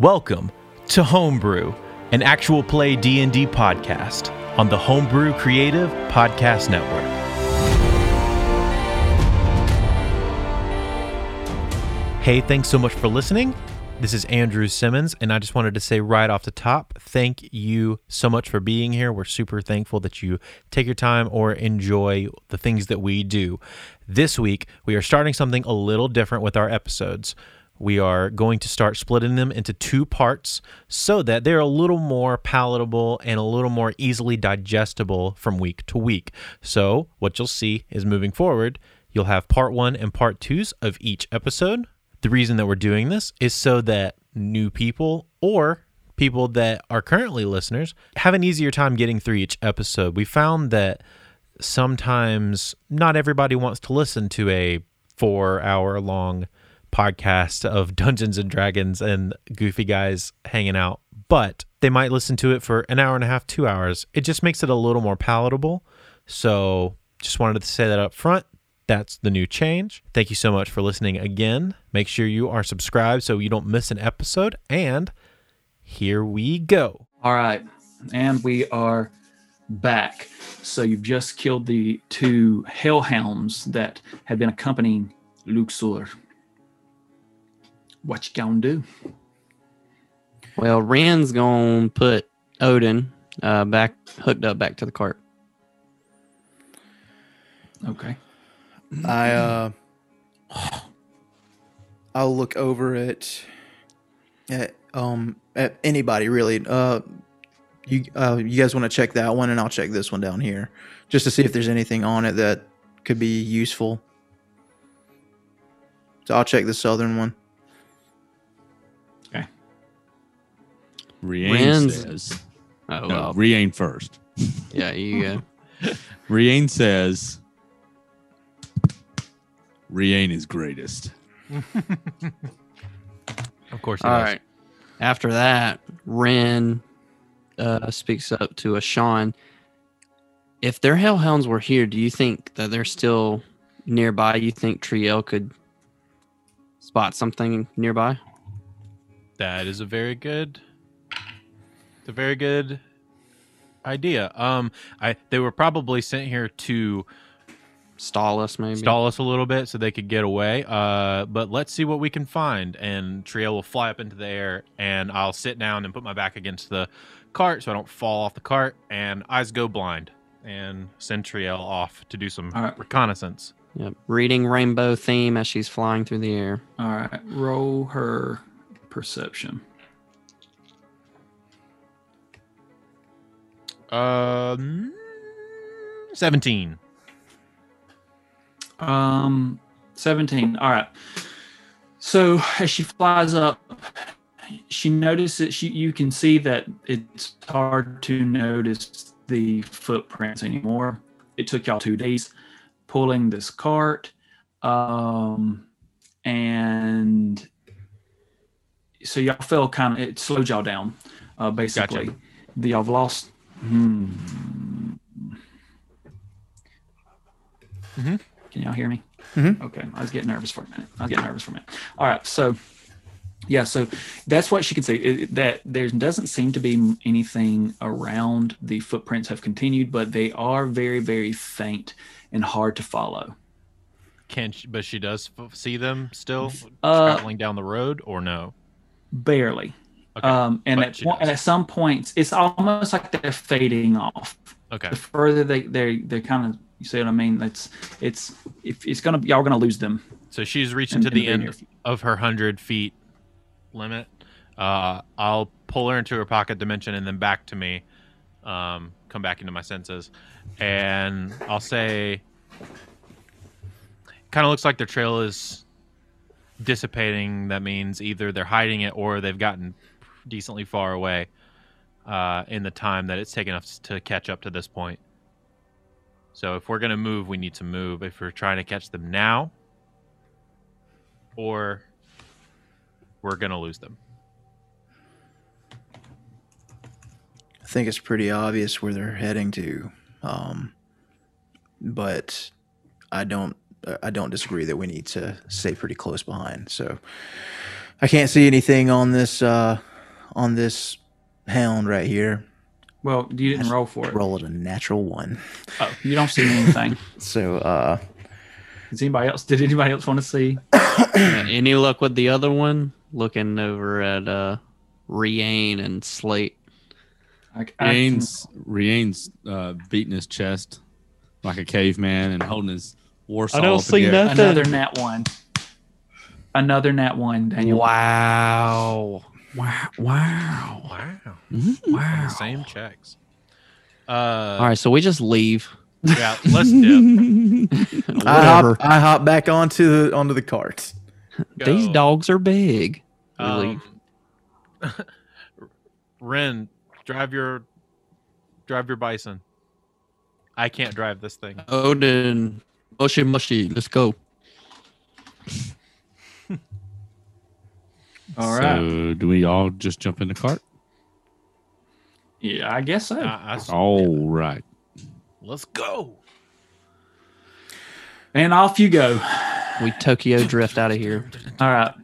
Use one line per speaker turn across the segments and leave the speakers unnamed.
Welcome to Homebrew, an actual play D&D podcast on the Homebrew Creative Podcast Network. Hey, thanks so much for listening. This is Andrew Simmons, and I just wanted to say right off the top, thank you so much for being here. We're super thankful that you take your time or enjoy the things that we do. This week, we are starting something a little different with our episodes. We are going to start splitting them into two parts so that they're a little more palatable and a little more easily digestible from week to week. So, what you'll see is moving forward, you'll have part one and part twos of each episode. The reason that we're doing this is so that new people or people that are currently listeners have an easier time getting through each episode. We found that sometimes not everybody wants to listen to a four hour long podcast of Dungeons and Dragons and goofy guys hanging out, but they might listen to it for an hour and a half, two hours. It just makes it a little more palatable. So just wanted to say that up front. That's the new change. Thank you so much for listening again. Make sure you are subscribed so you don't miss an episode. And here we go.
All right. And we are back. So you've just killed the two hellhounds that had been accompanying Luxor. What you gonna do?
Well, Rand's gonna put Odin uh, back hooked up back to the cart.
Okay.
I uh I'll look over at at um at anybody really. Uh you uh you guys want to check that one and I'll check this one down here just to see if there's anything on it that could be useful. So I'll check the southern one.
Rian
Rian's-
says,
Oh
no,
well,
Rian first.
yeah, you go.
Rian says, Rian is greatest.
Of course,
All right. After that, Ren uh, speaks up to a Sean. If their hellhounds were here, do you think that they're still nearby? You think Triel could spot something nearby?
That is a very good. It's a very good idea. Um, I they were probably sent here to
Stall us, maybe.
stall us a little bit so they could get away. Uh, but let's see what we can find. And Trio will fly up into the air, and I'll sit down and put my back against the cart so I don't fall off the cart. And eyes go blind, and send Triel off to do some
All right.
reconnaissance.
Yep. Reading rainbow theme as she's flying through the air.
All right. Roll her perception.
Um, seventeen.
Um, 17. All right. So as she flies up, she notices she, you can see that it's hard to notice the footprints anymore. It took y'all two days pulling this cart. Um, and so y'all fell kind of, it slowed y'all down, uh, basically. The- Y'all have lost. Hmm. Can y'all hear me?
Mhm.
Okay, I was getting nervous for a minute. I was getting nervous for a minute. All right, so yeah, so that's what she can see. It- it- that there doesn't seem to be anything around. The footprints have continued, but they are very, very faint and hard to follow.
Can she, but she does f- see them still
Uh,
traveling down the road, or no?
Barely.
Okay,
um, and
but
at,
she
one,
does.
at some points, it's almost like they're fading off.
Okay.
The further they they they're kind of you see what I mean. That's it's if it's gonna y'all gonna lose them.
So she's reaching
in-
to
in
the
the
end
near future.
of her 100 feet limit. Uh, I'll pull her into her pocket dimension and then back to me. Um, come back into my senses. And I'll say, kind of looks like their trail is dissipating. That means either they're hiding it or they've gotten decently far away uh, in the time that it's taken us to catch up to this point. So if we're going to move, we need to move. If we're trying to catch them now, or we're gonna lose them.
I think it's pretty obvious where they're heading to. Um but I don't I don't disagree that we need to stay pretty close behind. So I can't see anything on this uh on this hound right here.
Well, you didn't roll for it.
Roll it a natural one.
Oh, you don't see anything.
So uh
Does anybody else? Did anybody else want to see?
Yeah, Uh, any luck with the other one? Looking over at uh, Rian and Slate.
I, I can-
Rian's, Rian's uh, beating his chest like a caveman and holding his war saw.
I don't
up in
see
the air.
nothing.
another nat one. Another nat one, Daniel.
Wow! Wow! Wow!
Wow.
Wow!
The same checks. Uh,
Mm-hmm. All right, so we just leave.
Yeah, let's dip.
Uh,
I
Whatever.
hop, I hop back onto the onto the cart.
These
Go.
dogs are big. We leave.
Um, Ren, drive your drive your bison. I can't drive this thing.
Odin, mushy mushy, let's go.
All right.
So do we all just jump in the cart?
Yeah, I guess so.
I- I s-
All right.
let's go.
and off you go.
We Tokyo drift out of here.
All right.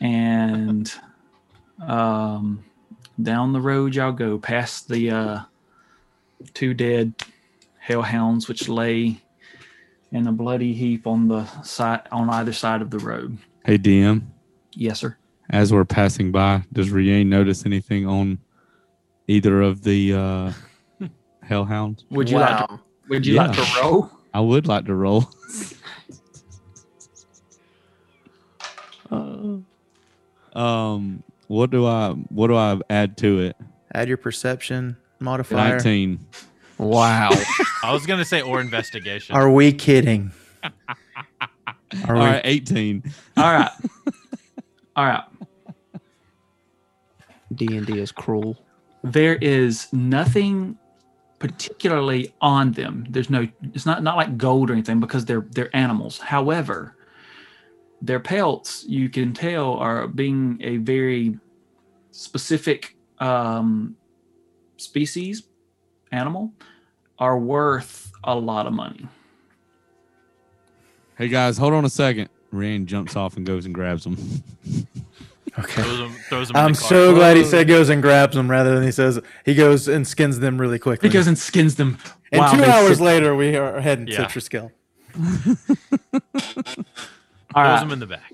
And um, down the road y'all go past the uh, two dead hellhounds which lay in a bloody heap on the side on either side of the road.
Hey DM,
Yes, sir.
as we're passing by, does Rien notice anything on either of the uh, hellhounds?
Would you like to, would you like to
Yeah.
roll?
I would like to roll. um, what do I what do I add to it?
Add your perception modifier.
Nineteen.
Wow.
I was gonna say or investigation.
Are we kidding? Are
All
we?
right, eighteen.
All right. All right.
D and D is cruel.
there is nothing particularly on them. There's no it's not not like gold or anything because they're they're animals. However, their pelts you can tell are being a very specific um, species animal are worth a lot of money.
Hey guys, hold on a second. Rien jumps off and goes and grabs them.
Okay.
throws them, throws them in
I'm
the car.
so glad he said goes and grabs them rather than he says he goes and skins them really quickly.
He goes and skins them.
and
while
two
they
hours
sit-
later, we are heading
Yeah.
to Triskel.
All
Throws
right.
them in the back.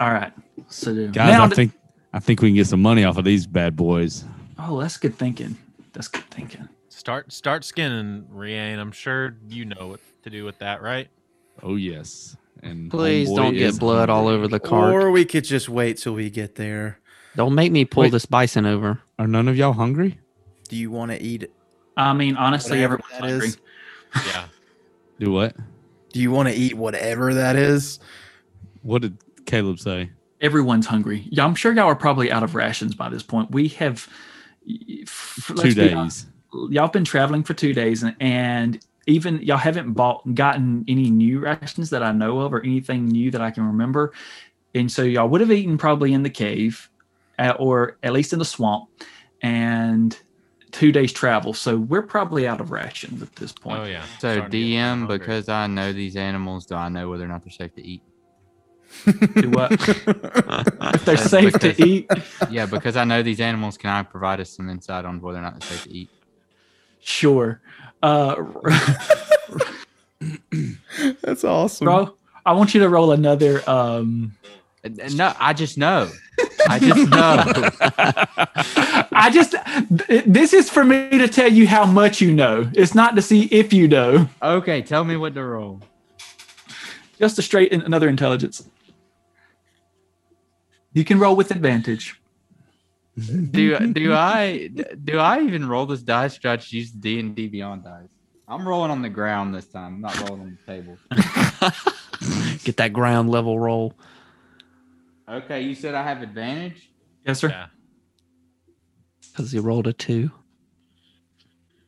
all right. So
Guys,
now
I
th-
think I think we can get some money off of these bad boys.
oh, that's good thinking. That's good thinking.
Start start skinning, Rian. I'm sure you know what to do with that, right?
Oh yes. And
Please
homeboy
don't
is
get blood all
hungry.
over the cart.
Or we could just wait till we get there.
don't make me pull
Wait.
this bison over.
Are none of y'all hungry?
Do you want to eat?
I mean, honestly,
Whatever
everyone's
that
hungry.
is.
Yeah.
Do what?
Do you want to eat whatever that is?
What did Caleb say?
everyone's hungry. Yeah, I'm sure y'all are probably out of rations by this point. We have f- let's
Two
be honest,
days.
y'all been traveling for two days, and, and even y'all haven't bought gotten any new rations that I know of, or anything new that I can remember. And so y'all would have eaten probably in the cave, uh, or at least in the swamp, and two days travel. So we're probably out of rations at this point.
Oh yeah.
So
Starting to get
DM,
hungry.
because I know these animals, do I know whether or not they're safe to eat?
Do what? if they're
That's
safe to
because-
eat,
Yeah, because I know these animals, can I provide us some insight on whether or not they're safe to eat?
sure. Uh,
That's awesome.
bro, I want you to roll another. Um,
Uh, No, I just know. I just know.
I just th- this is for me to tell you how much you know. It's not to see if you know.
okay, tell me what to roll.
Just a straight and another intelligence. You can roll with advantage.
Do do I do I even roll this dice? Or do I just use D and D Beyond dice? I'm rolling on the ground this time. I'm not rolling on the table.
Get that ground level roll.
Okay, you said I have advantage.
Yes, sir.
Yeah.
Because he rolled a two.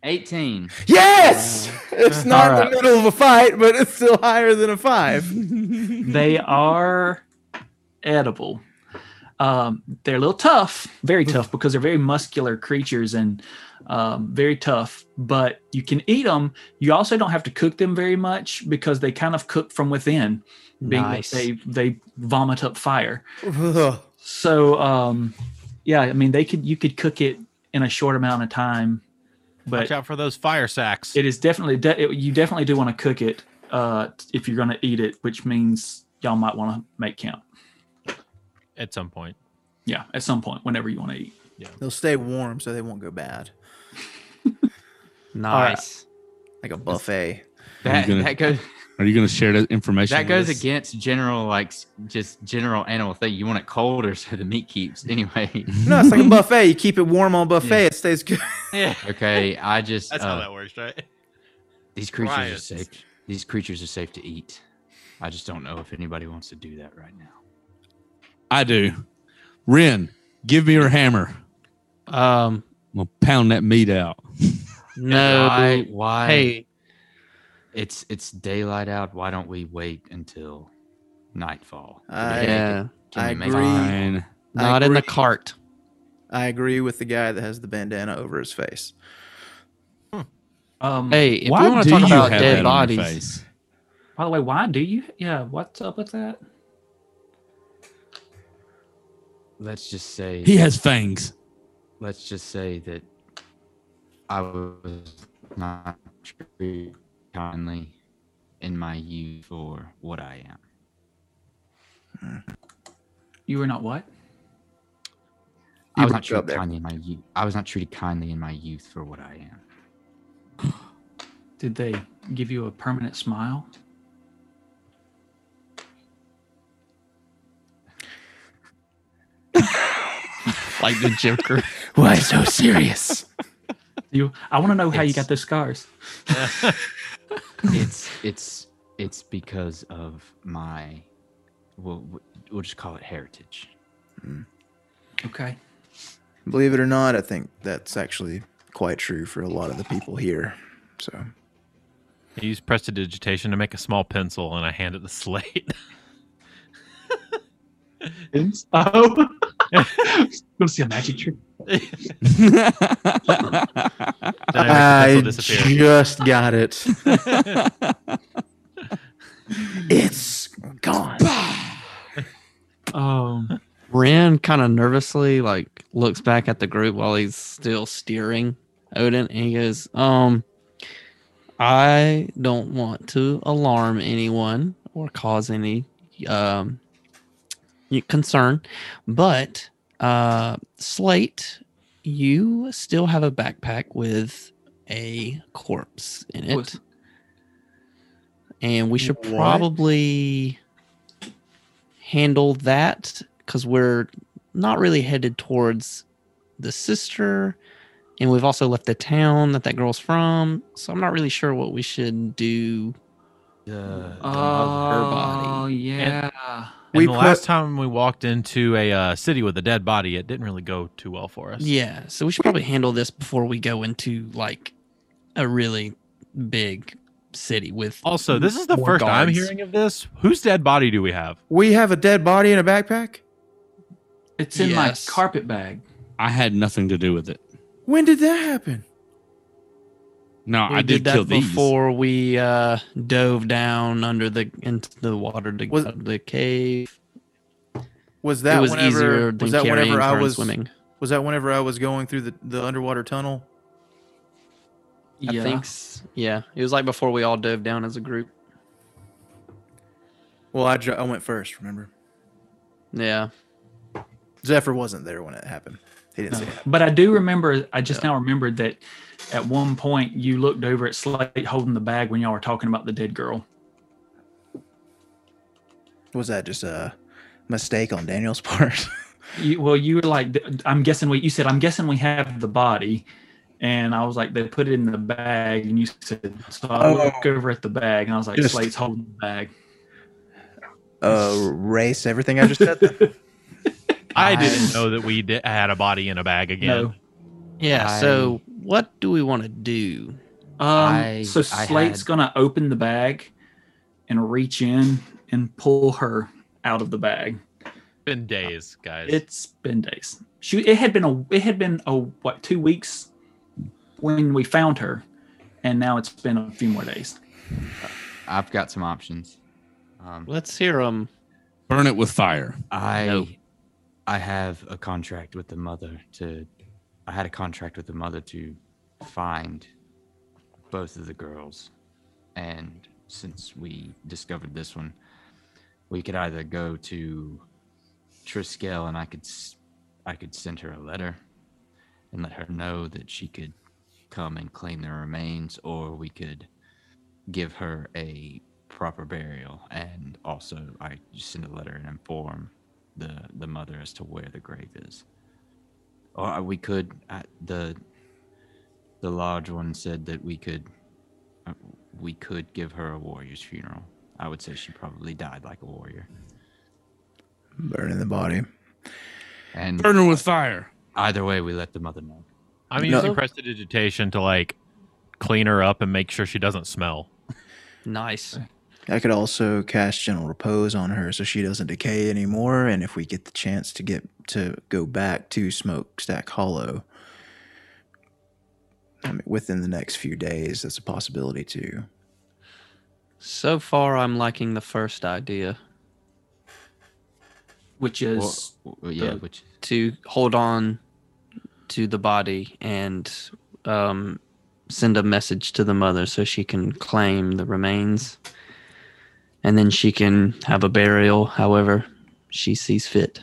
18.
Yes! It's not
All
in the middle of a fight, but it's still higher than a five.
They are edible. Um, they're a little tough, very tough, because they're very muscular creatures and um, very tough. But you can eat them. You also don't have to cook them very much because they kind of cook from within, being
Nice.
that they they vomit up fire.
Ugh.
So um yeah, I mean, they could you could cook it in a short amount of time, but
Watch out for those fire sacks.
it is definitely de- it, you definitely do want to cook it uh, if you're going to eat it, which means y'all might want to make count.
at some point.
Yeah, at some point, whenever you want to eat.
They'll stay warm so they won't go bad.
Nice.
Like a buffet.
That,
gonna-
that goes
Are you going to share that information?
that
with
goes
us?
against general like s- just general animal thing. You want it colder so the meat keeps anyway.
No, it's like a buffet. You keep it warm on buffet, it stays good.
Yeah,
okay, I just
that's
uh,
how that works, right?
these creatures
Riots.
are safe. These creatures are safe to eat. I just don't know if anybody wants to do that right now.
I do. Ren, give me your hammer.
Um,
I'm going to pound that meat out.
no.
Why? Why?
Hey,
It's it's daylight out. Why don't we wait until nightfall? Can
I-
we make it-
Uh, yeah,
can
I
we make it
agree.
nightfall?
Fine.
I
not in the
agree.
cart.
I agree with the guy that has the bandana over his face.
Um,
Hey, if
Why
we want
do
to talk
you
about
have
dead
that on your
bodies,
face?
By the way, why do you? Yeah, what's up with that?
Let's just say
He has fangs.
let's just say that I was not treated kindly in my youth for what I am.
You were not what?
You
I
broke
was not
up
treated
there.
kindly in my youth. I was not treated kindly in my youth for what I am.
Did they give you a permanent smile?
like the Joker.
Why so serious?
You, I want to know how you
Yes.
got those scars.
It's it's it's because of my we'll we'll just call it heritage.
Okay.
Believe it or not, I think that's actually quite true for a lot of the people here. So
I use prestidigitation to make a small pencil, and I hand it the slate.
Oh, gonna see a magic trick.
Then I make the pencil disappear.
just got it. it's gone.
Um,
Ren kind of nervously like looks back at the group while he's still steering Odin, and he goes, "Um, I don't want to alarm anyone or cause any um y- concern, but uh, Slate, you still have a backpack with a corpse in it."
What?
and we should
What?
probably handle that because we're not really headed towards the sister and we've also left the town that that girl's from so i'm not really sure what we should do
The,
oh,
body.
yeah.
And
We
the
put-
last time we walked into a uh, city with a dead body, it didn't really go too well for us.
yeah so we should probably handle this before we go into like a really big city with
Also, this is the
Mm, more
first I'm
guards.
hearing of this. Whose dead body do we have?
We have a dead body in a backpack?
It's in
Yes.
my carpet bag.
I had nothing to do with it.
When did that happen?
No,
we
I did,
did, that
kill these.
before we uh dove down under the into the water to
Was-
out of the cave
Was that
it was
whenever
easier than
was that
carrying her
whenever I
and
was
swimming.
was that whenever I was going through the, the underwater tunnel?
yeah.
I think, s- yeah, it was like before we all dove down as a group.
Well, I, dr- I went first, remember?
Yeah,
Zephyr wasn't there when it happened. He didn't see it.
But I do remember. I just now remembered that at one point you looked over at Slate holding the bag when y'all were talking about the dead girl.
Was that just a mistake on Daniel's part?
You, well, you were like, I'm guessing we. You said, I'm guessing we have the body, and I was like, they put it in the bag, and you said, so I
Oh.
looked over at the bag, and I was like,
Just-
Slate's holding the bag.
uh, race everything I just said. then?
I
Nice.
didn't know that we di- had a body in a bag again.
No.
yeah.
I-
so what do we want to do?
Um,
I-
so
I
Slate's
had-
gonna open the bag, and reach in and pull her out of the bag.
Been days, guys.
It's been days. She it had been a it had been a what two weeks when we found her, and now it's been a few more days.
I've got some options. Um,
Let's hear them.
Burn it with fire.
I
No.
I have a contract with the mother to. I had a contract with the mother to find both of the girls. And since we discovered this one, we could either go to Triskel and I could s- I could send her a letter and let her know that she could come and claim the remains or we could give her a proper burial and also I just send a letter and inform the the mother as to where the grave is. Or we could uh, the the large one said that we could uh, we could give her a warrior's funeral. I would say she probably died like a warrior.
Burning the body.
And
Burn her with fire.
either way, we let the mother know.
I'm
No.
using prestidigitation to like clean her up and make sure she doesn't smell.
Nice.
I could also cast gentle repose on her so she doesn't decay anymore. And if we get the chance to get to go back to Smokestack Hollow, I mean, within the next few days, that's a possibility too.
So far, I'm liking the first idea
which
Well,
is
well, yeah,
the-
which
to hold on to the body and um, send a message to the mother so she can claim the remains. And then she can have a burial however she sees fit.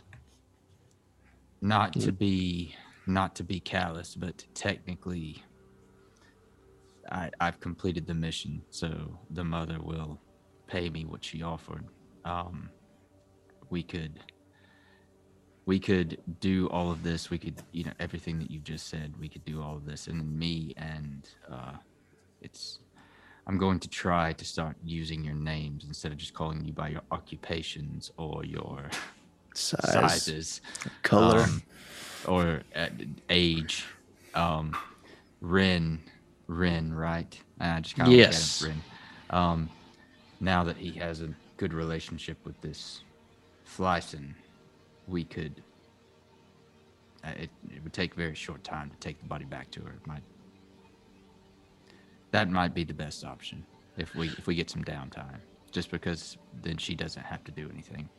not to be not to be callous, but technically, I I've completed the mission, so the mother will pay me what she offered. Um, we could we could do all of this. We could you know everything that you just said. We could do all of this, and then me and uh, it's. I'm going to try to start using your names instead of just calling you by your occupations or your
Size,
sizes
color.
um, or uh, age. Um, Ren, Ren, right? And I just kind of
Yes.
look at him, Ren. Um, now that he has a good relationship with this Flyson, we could. Uh, it, it would take very short time to take the body back to her. It might. That might be the best option if we if we get some downtime, just because then she doesn't have to do anything.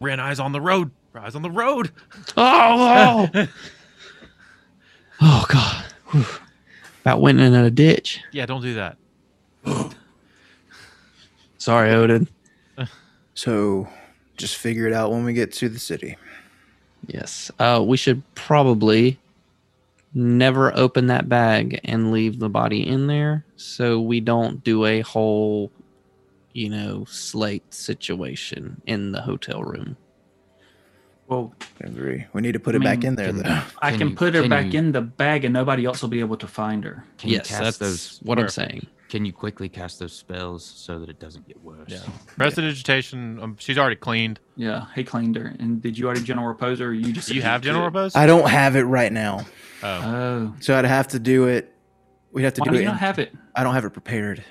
Ran eyes on the road. Eyes on the road.
Oh, oh, oh God. Whew. About went in a ditch.
Yeah, don't do that.
Sorry, Odin.
so just figure it out when we get to the city.
Yes. Uh, we should probably never open that bag and leave the body in there so we don't do a whole, you know, slate situation in the hotel room.
well,
I agree. We need to put it back
mean,
in there
can-
though.
I can,
you-
put her
can
back
you-
in the bag, and nobody else will be able to find her.
Can
yes,
you
that's
cast those
what I'm
where-
saying.
Can you quickly cast those spells so that it doesn't get worse?
Yeah. Prestidigitation. Um, she's already cleaned.
Yeah, he claimed her. And did you already general repose her? Or you just
Do you have general repose?
I don't have it right now,
oh.
Oh,
so I'd have to do it. We'd have to
why
do
do
it.
you
in-
not have it?
I don't have it prepared.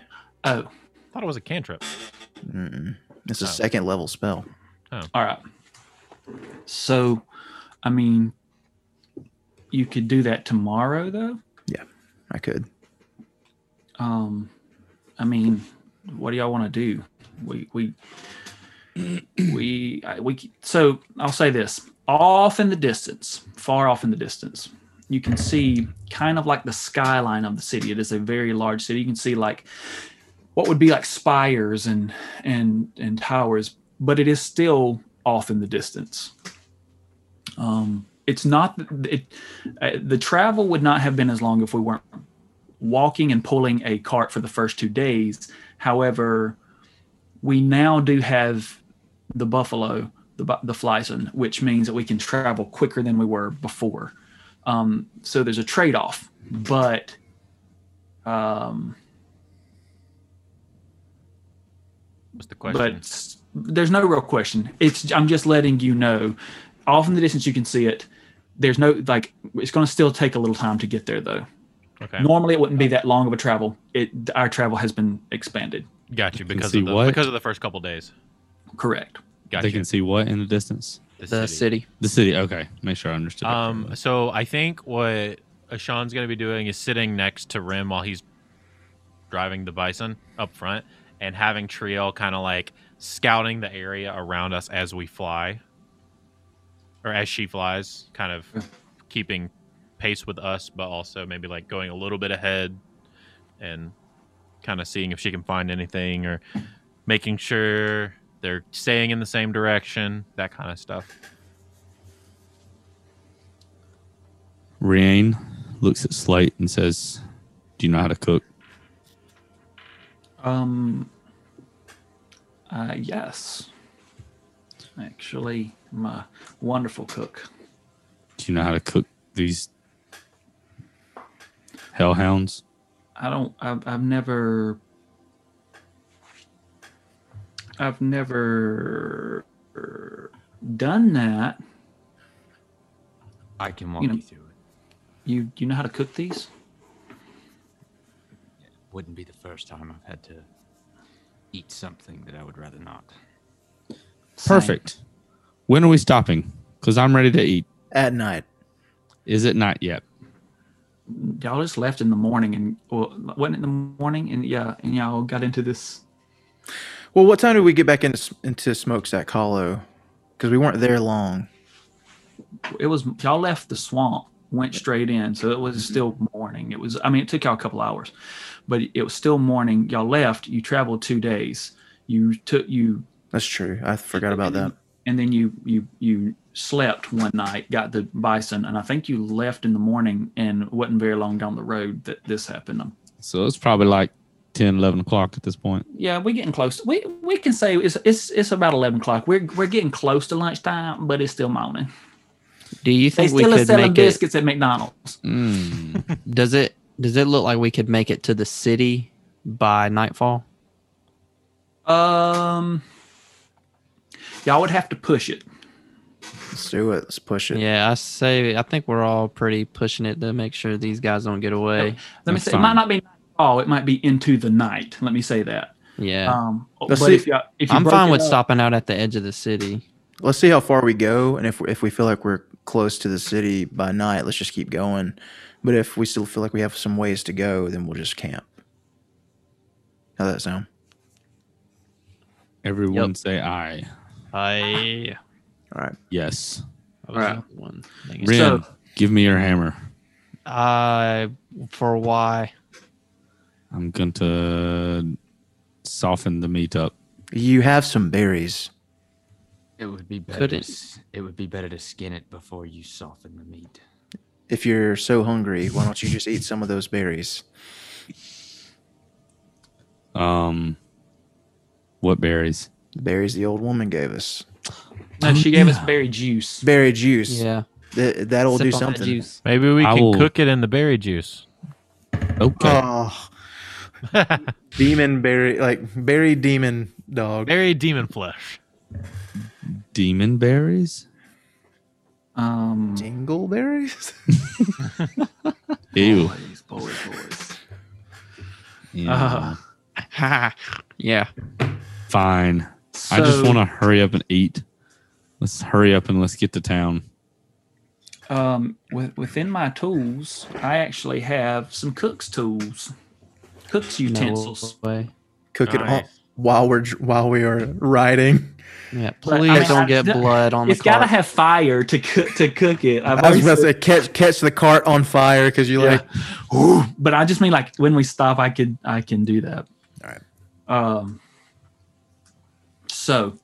Oh,
thought it was a cantrip.
Mm-mm. It's a
Oh.
second level spell.
all right. So, I mean, you could do that tomorrow, though.
I could.
Um, I mean, what do y'all want to do? We we we I- we. c- So I'll say this: off in the distance, far off in the distance, you can see kind of like the skyline of the city. It is a very large city. You can see like what would be like spires and and and towers, but it is still off in the distance. Um, it's not it. uh, The travel would not have been as long if we weren't walking and pulling a cart for the first two days. However, we now do have the buffalo, the bu- the flyson, which means that we can travel quicker than we were before. Um, so there's a trade off, but um,
What's the
but
question?
s- there's no real question. It's I'm just letting you know. Off in the distance, you can see it. There's no like. It's going to still take a little time to get there, though.
okay.
Normally, it wouldn't be that long of a travel. It our travel has been expanded.
Got you because
see
of the
what?
because of the first couple days.
Correct.
Got
They
you.
can see what in the distance?
The
The
city.
city.
The city. Okay. Make sure I understood. that
Um,
correctly.
so I think what Ashan's going to be doing is sitting next to Rim while he's driving the bison up front and having Triel kind of like scouting the area around us as we fly, or as she flies, kind of keeping pace with us, but also maybe like going a little bit ahead and kind of seeing if she can find anything or making sure they're staying in the same direction, that kind of stuff.
Rian looks at Slate and says, "Do you know how to cook?"
Um. Uh, yes. Actually, I'm a wonderful cook.
Do you know how to cook these hellhounds?
I don't. I've, I've never. I've never done that.
I can walk
You
you,
know-
through it.
You you know how to cook these?
Wouldn't be the first time I've had to eat something that I would rather not.
Same.
Perfect. When are we stopping? Because I'm ready to eat.
At night.
Is it not yet?
Y'all just left in the morning and well, wasn't it in the morning? And yeah, and y'all got into this.
Well, what time did we get back into into Smokestack Hollow? Because we weren't there long.
It was y'all left the swamp, went straight in, so it was still morning. It was. I mean, it took y'all a couple hours, but it was still morning. Y'all left. You traveled two days. You took you
That's true. I forgot about that.
and then you you you slept one night got the bison and i think you left in the morning and wasn't very long down the road that this happened Um,
So it's probably like 10, 11 o'clock at this point.
yeah we're getting close we we can say it's it's it's about 11 o'clock we're we're getting close to lunchtime but it's still morning
Do you
they
think we
still are
could
selling
make it?
biscuits at mcdonald's
Mm.
Does it does it look like we could make it to the city by nightfall?
um y'all would have to push it
Let's do it. Let's push it.
Yeah, I say I think we're all pretty pushing it to make sure these guys don't get away.
let me
That's
say
fine.
it might not be nightfall it might be into the night let me say that
Yeah.
um
Let's
but
see.
if, y'all, if you
I'm
broke
fine
it
with
up-
stopping out at the edge of the city.
Let's see how far we go, and if if we feel like we're close to the city by night, let's just keep going. But if we still feel like we have some ways to go, then we'll just camp. How that sound?
Everyone say aye.
I
All right.
Yes.
Right.
one.
Rin, give me your hammer.
I for why?
I'm going to soften the meat up.
You have some berries.
It would be better. To,
Couldn't.
s- it would be better to skin it before you soften the meat.
If you're so hungry, why don't you just eat some of those berries?
Um, what berries?
The berries the old woman gave us.
no she gave us berry juice
Berry juice.
Yeah.
Th- that'll
Sip
do
on that
something.
juice.
Maybe we
I
can
will-
cook it in the berry juice.
Okay.
Oh, demon berry, like berry demon dog.
Berry demon flesh.
Demon berries?
um
Dingleberries?
Ew.
Boys, boys, boys.
Yeah.
Uh,
yeah.
Fine. I just want to hurry up and eat. Let's hurry up and let's get to town.
to. Um, with, within my tools, I actually have some cook's tools, cook's
No
utensils.
way.
Cook it on,
Nice.
while we're dr- while we are riding.
Yeah.
But, I
Please
mean, I-
don't get blood on
It's
the
got to
cart.
have fire to cook to cook it. I've
I was
always
about to
said-
say catch catch the cart on fire because you're like
Yeah. Ooh, but I just mean like when we stop, I could I can do that.
All right.
Um. So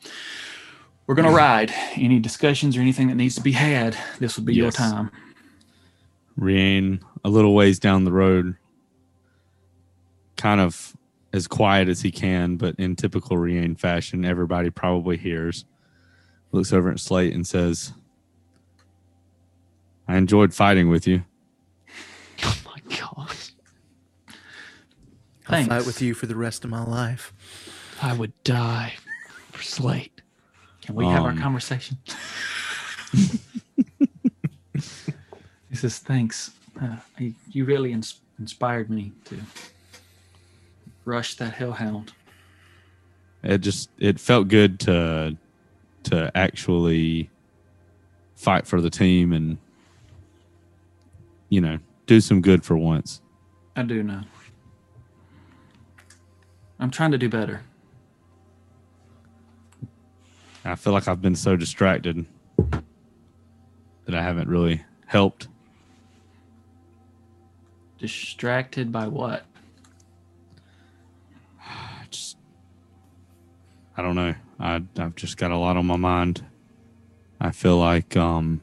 we're gonna ride. Any discussions or anything that needs to be had, this will be your
Yes.
time.
Rian, a little ways down the road, kind of as quiet as he can, but in typical Rian fashion, everybody probably hears. Looks over at Slate and says, I enjoyed fighting with you.
Oh my gosh.
I'll fight
Thanks.
with you for the rest of my life.
I would die for Slate.
Can we have our
Um,
conversation? he says, "Thanks. Uh, you, you really ins- inspired me to rush that hellhound."
It just it felt good to to actually fight for the team and you know, do some good for once.
I do know. I'm trying to do better.
I feel like I've been so distracted that I haven't really helped.
Distracted by what?
I just, I don't know. I, I've just got a lot on my mind. I feel like, um,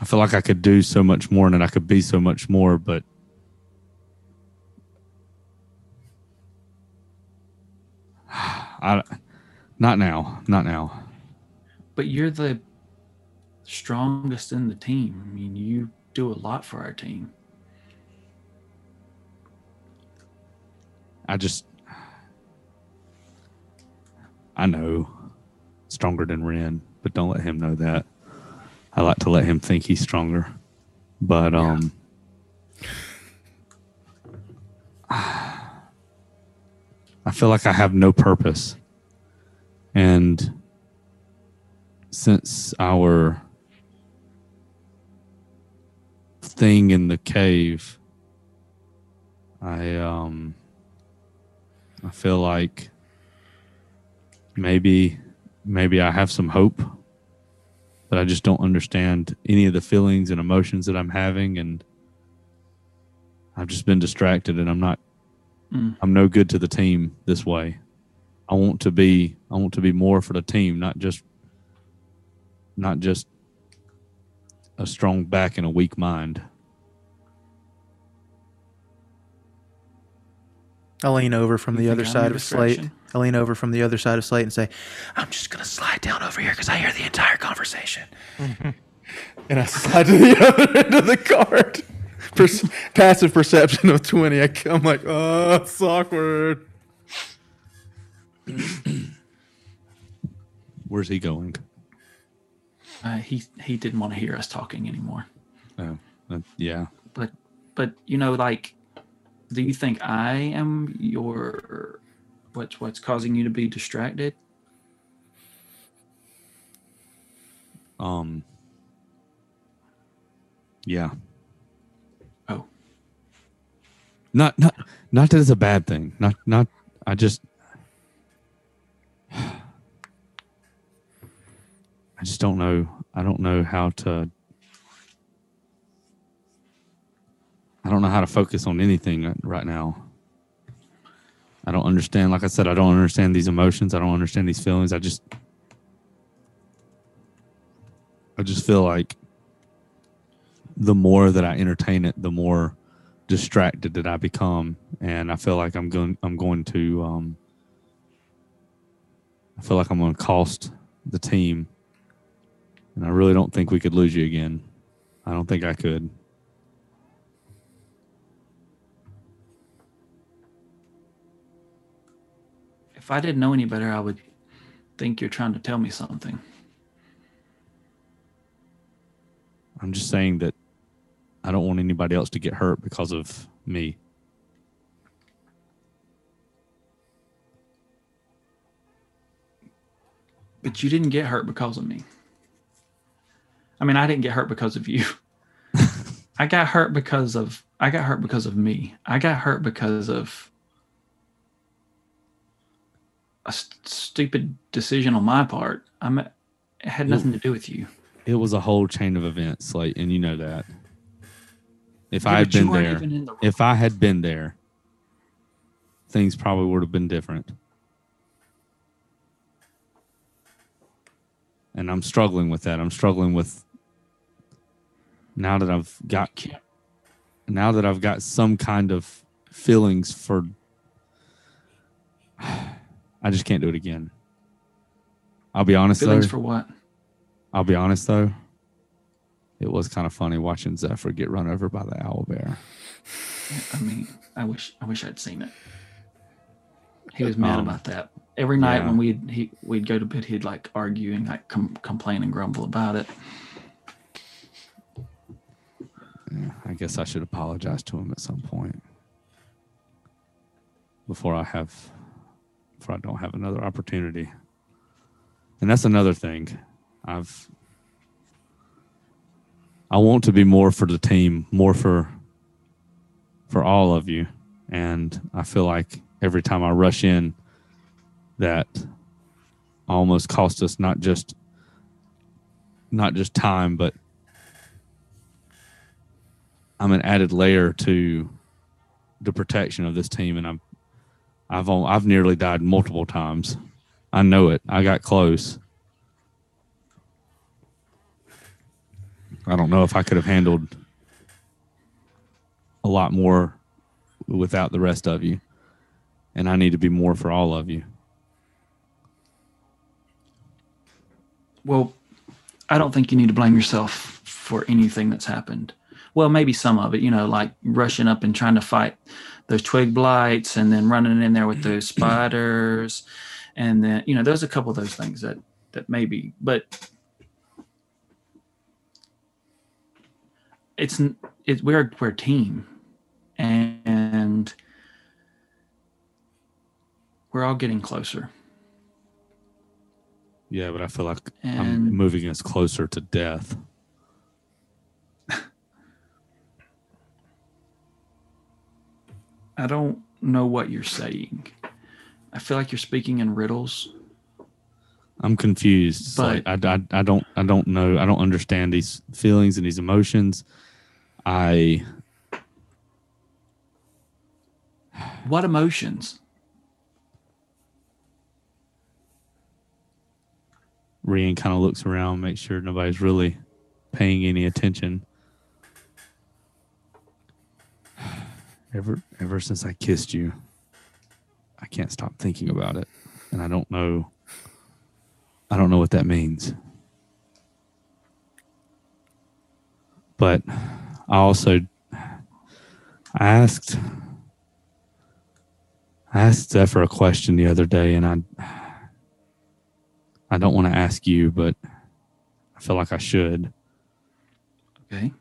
I feel like I could do so much more and that I could be so much more, but I, not now, not now.
But you're the strongest in the team. I mean, you do a lot for our team.
I just, I know, stronger than Ren, but don't let him know that. I like to let him think he's stronger, but um, I feel like I have no purpose, and since our thing in the cave, I um. I feel like maybe maybe I have some hope, but I just don't understand any of the feelings and emotions that I'm having and I've just been distracted and I'm not
Mm.
I'm no good to the team this way. I want to be I want to be more for the team, not just not just a strong back and a weak mind.
I lean over from
You
the
think
other
I'm
side
your
of Slate.
distraction?
I lean over from the other side of Slate and say, "I'm just gonna slide down over here because I hear the entire conversation." and I slide to the other end of the card. Perce- passive perception of twenty. I, am like, oh, it's awkward.
Where's he going?
Uh, he he didn't want to hear us talking anymore.
Oh, uh, yeah.
But but you know, like, do you think I am your what's what's causing you to be distracted?
Um Yeah.
Oh,
not not not that it's a bad thing not not i just i just don't know i don't know how to i don't know how to focus on anything right now i don't understand like i said i don't understand these emotions i don't understand these feelings i just i just feel like the more that i entertain it the more distracted that I become, and I feel like I'm going. I'm going to. Um, I feel like I'm going to cost the team, and I really don't think we could lose you again. I don't think I could.
if I didn't know any better, I would think you're trying to tell me something.
I'm just saying that I don't want anybody else to get hurt because of me.
But you didn't get hurt because of me. I mean, I didn't get hurt because of you. I got hurt because of I got hurt because of me. I got hurt because of a st- stupid decision on my part. I'm it had nothing to do with you.
It was a whole chain of events, like, and you know that. If
Yeah,
I had
but you
been
weren't
there,
even in the-
if I had been there, things probably would have been different. And I'm struggling with that. I'm struggling with now that I've got now that I've got some kind of feelings for I just can't do it again. I'll be honest
feelings
though.
for what?
I'll be honest though. It was kind of funny watching Zephyr get run over by the owl bear.
I mean, I wish I wish I'd seen it. He was mad
Um,
about that. Every night
yeah.
when we'd he, we'd go to bed, he'd like argue and like com- complain and grumble about it.
Yeah, I guess I should apologize to him at some point before I have before I don't have another opportunity. And that's another thing. I've I want to be more for the team, more for for all of you. and I feel like every time I rush in, that almost cost us not just not just time, but I'm an added layer to the protection of this team, and I'm I've al- I've nearly died multiple times. I know it. I got close. I don't know if I could have handled a lot more without the rest of you. And I need to be more for all of you.
Well, I don't think you need to blame yourself for anything that's happened. Well, maybe some of it, you know, like rushing up and trying to fight those twig blights and then running in there with those spiders. And then, you know, there's a couple of those things that, that maybe, but it's, n- it's, we're, we're a team and we're all getting closer.
Yeah, but I feel like I'm
And
moving us closer to death.
I don't know what you're saying. I feel like you're speaking in riddles.
I'm confused. It's
But-
like, I, I, I don't I don't know. I don't understand these feelings and these emotions. I
What emotions?
Rian kind of looks around, makes sure nobody's really paying any attention. Ever ever since I kissed you, I can't stop thinking about it, and I don't know. I don't know what that means. But I also I asked I asked Zephyr a question the other day, and I I don't want to ask you, but I feel like I should.
Okay.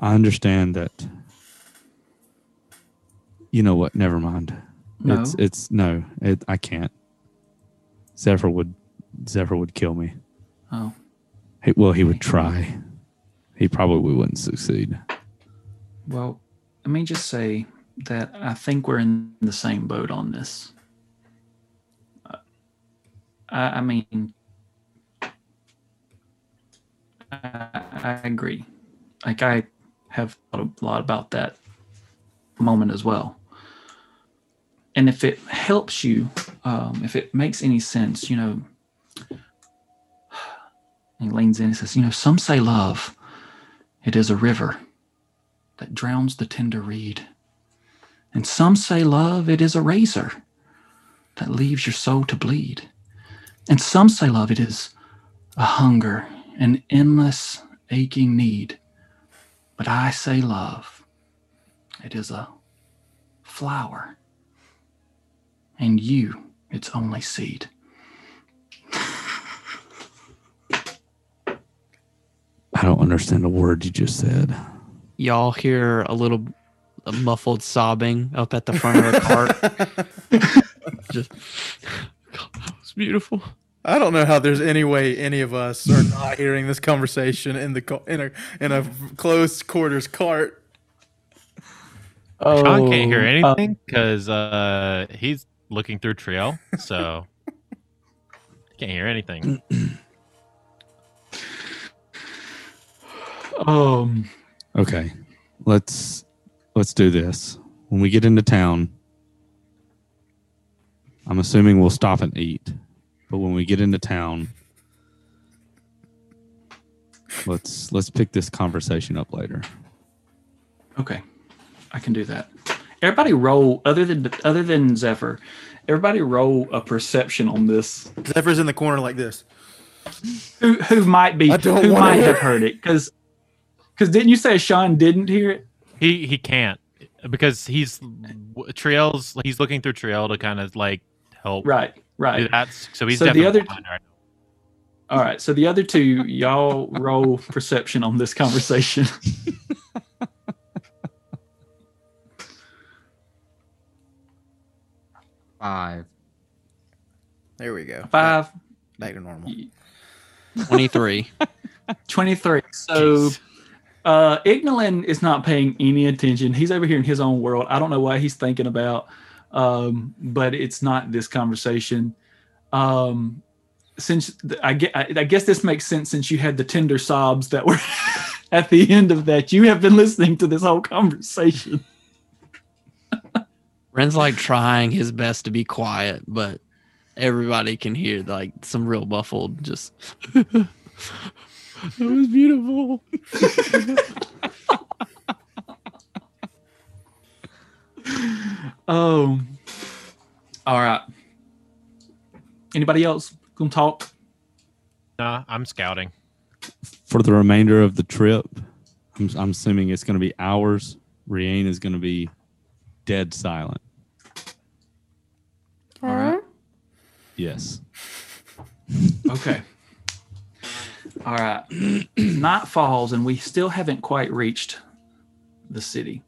I understand that. You know what? Never mind.
No.
It's it's no. It, I can't. Zephyr would Zephyr would kill me.
oh,
He, well, he would try. He probably wouldn't succeed.
well, let me just say that I think we're in the same boat on this. Uh, I, I mean, I, I agree. Like, I have thought a lot about that moment as well. And if it helps you, um, if it makes any sense, you know, he leans in and says, You know, some say love, it is a river that drowns the tender reed. And some say love, it is a razor that leaves your soul to bleed. And some say love, it is a hunger, an endless aching need. But I say love, it is a flower. And you, its only seed.
I don't understand a word you just said.
Y'all hear a little a muffled sobbing up at the front of the cart. Just, it's beautiful.
I don't know how there's any way any of us are not hearing this conversation in the co- in a in a close quarters cart.
I
Oh,
Sean can't hear
um,
anything because uh, he's looking through Triel, so can't hear anything.
Um,
Okay, let's let's do this. When we get into town, I'm assuming we'll stop and eat. But when we get into town, let's let's pick this conversation up later.
Okay, I can do that. Everybody roll other than other than Zephyr. Everybody roll a perception on this.
Zephyr's in the corner like this.
Who who might be
I don't
who
wanna
might
hear
have heard it? Because because didn't you say Sean didn't hear it?
He he can't because he's trails. He's looking through Triel to kind of like help.
Right,
do
right.
that. so he's
So the
definitely
other-
blind right now.
All right. So the other two, y'all roll perception on this conversation.
Five.
There we go.
Five,
Back to normal.
Twenty three.
23. So Uh, Ignolin is not paying any attention. He's over here in his own world. I don't know what he's thinking about, um, but it's not this conversation. Um, since th- I, ge- I, I guess this makes sense since you had the tender sobs that were at the end of that. You have been listening to this whole conversation.
Ren's like trying his best to be quiet, but everybody can hear like some real muffled just That was beautiful.
Oh, all right. Anybody else gonna talk?
Nah, I'm scouting.
for the remainder of the trip, I'm, I'm assuming it's going to be hours. Rianne is going to be dead silent.
All right.
Yes.
Okay. All right. Night falls, and we still haven't quite reached the city.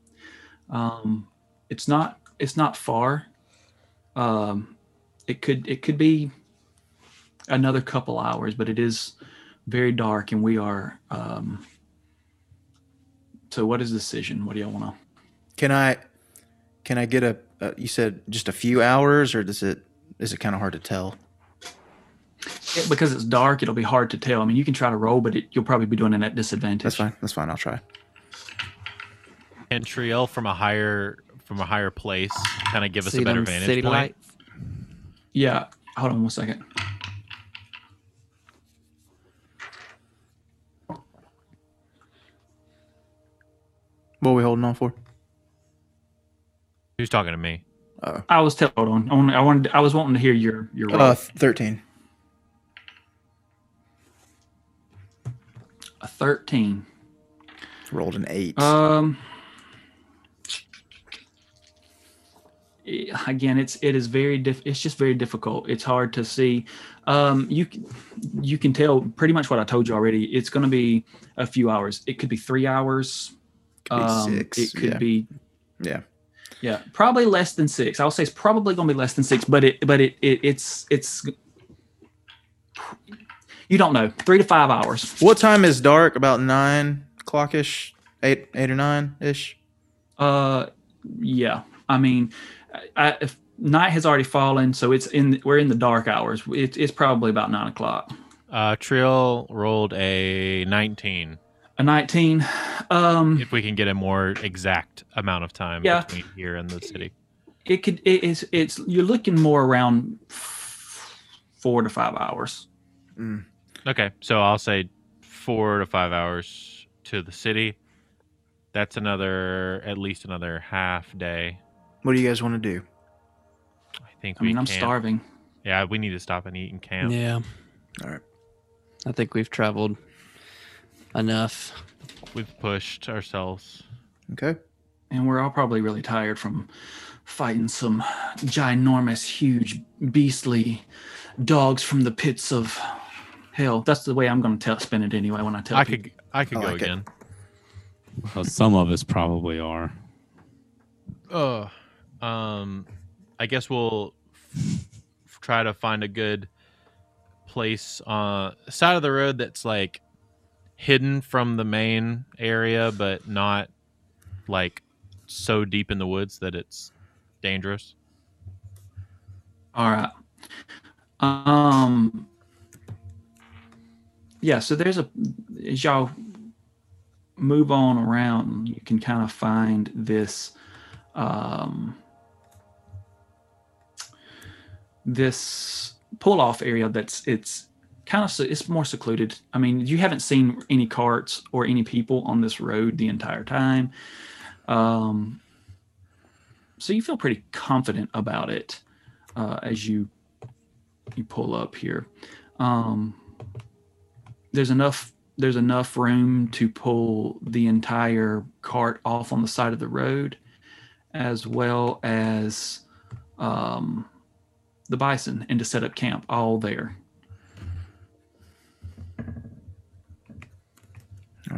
Um, it's not. It's not far. Um, it could. It could be another couple hours, but it is very dark, and we are. Um, so, what is the decision? What do y'all want to?
Can I can I get a uh, you said just a few hours or does it is it kind of hard to tell?
Because it's dark, it'll be hard to tell. I mean, you can try to roll, but it, you'll probably be doing it at disadvantage.
That's fine. That's fine. I'll try.
Can Triel from a higher from a higher place kind of give us
See
a better
them
vantage
city
point?
lights?
Yeah. Hold on one second.
What are we holding on for?
Who's talking to me?
I was tell. Hold on. I wanted. I, wanted, I was wanting to hear your your roll.
Uh, thirteen.
a 13
Rolled an eight.
um eh, again it's it is very diff it's just very difficult it's hard to see um you c- you can tell pretty much what i told you already it's going to be a few hours it could be three hours
Could be
um,
six,
it could
yeah.
be
yeah.
yeah probably less than six i'll say it's probably going to be less than six but it but it, it it's it's you don't know three to five hours
What time is dark? About nine o'clock ish, eight eight or nine ish.
Uh, yeah. I mean, I, I, if night has already fallen, so it's in. We're in the dark hours. It's it's probably about nine o'clock.
Uh, Triel rolled a 19.
A nineteen. Um,
If we can get a more exact amount of time
Yeah.
between here and the city,
it could. It is. It's. You're looking more around f- four to five hours.
okay. So I'll say four to five hours to the city. That's another, at least another half day.
What do you guys want to do?
I think.
I mean,
we
I'm
can-
starving.
Yeah, we need to stop and eat and camp.
Yeah.
All right.
I think we've traveled enough.
We've pushed ourselves.
Okay.
and we're all probably really tired from fighting some ginormous, huge, beastly dogs from the pits of hell. That's the way I'm going to tell spin it anyway. When I tell
I
people.
could, I could
I
go
like it.
again.
Well, some of us probably are.
Oh, um, I guess we'll f- f- try to find a good place on side of the road that's like hidden from the main area, but not like so deep in the woods that it's dangerous.
All right. Um. Yeah. So there's a as y'all move on around, you can kind of find this, um, this pull off area that's it's kind of se- it's more secluded. I mean, you haven't seen any carts or any people on this road the entire time. Um. So you feel pretty confident about it uh, as you you pull up here. Um, there's enough there's enough room to pull the entire cart off on the side of the road, as well as um, the bison, and to set up camp all there.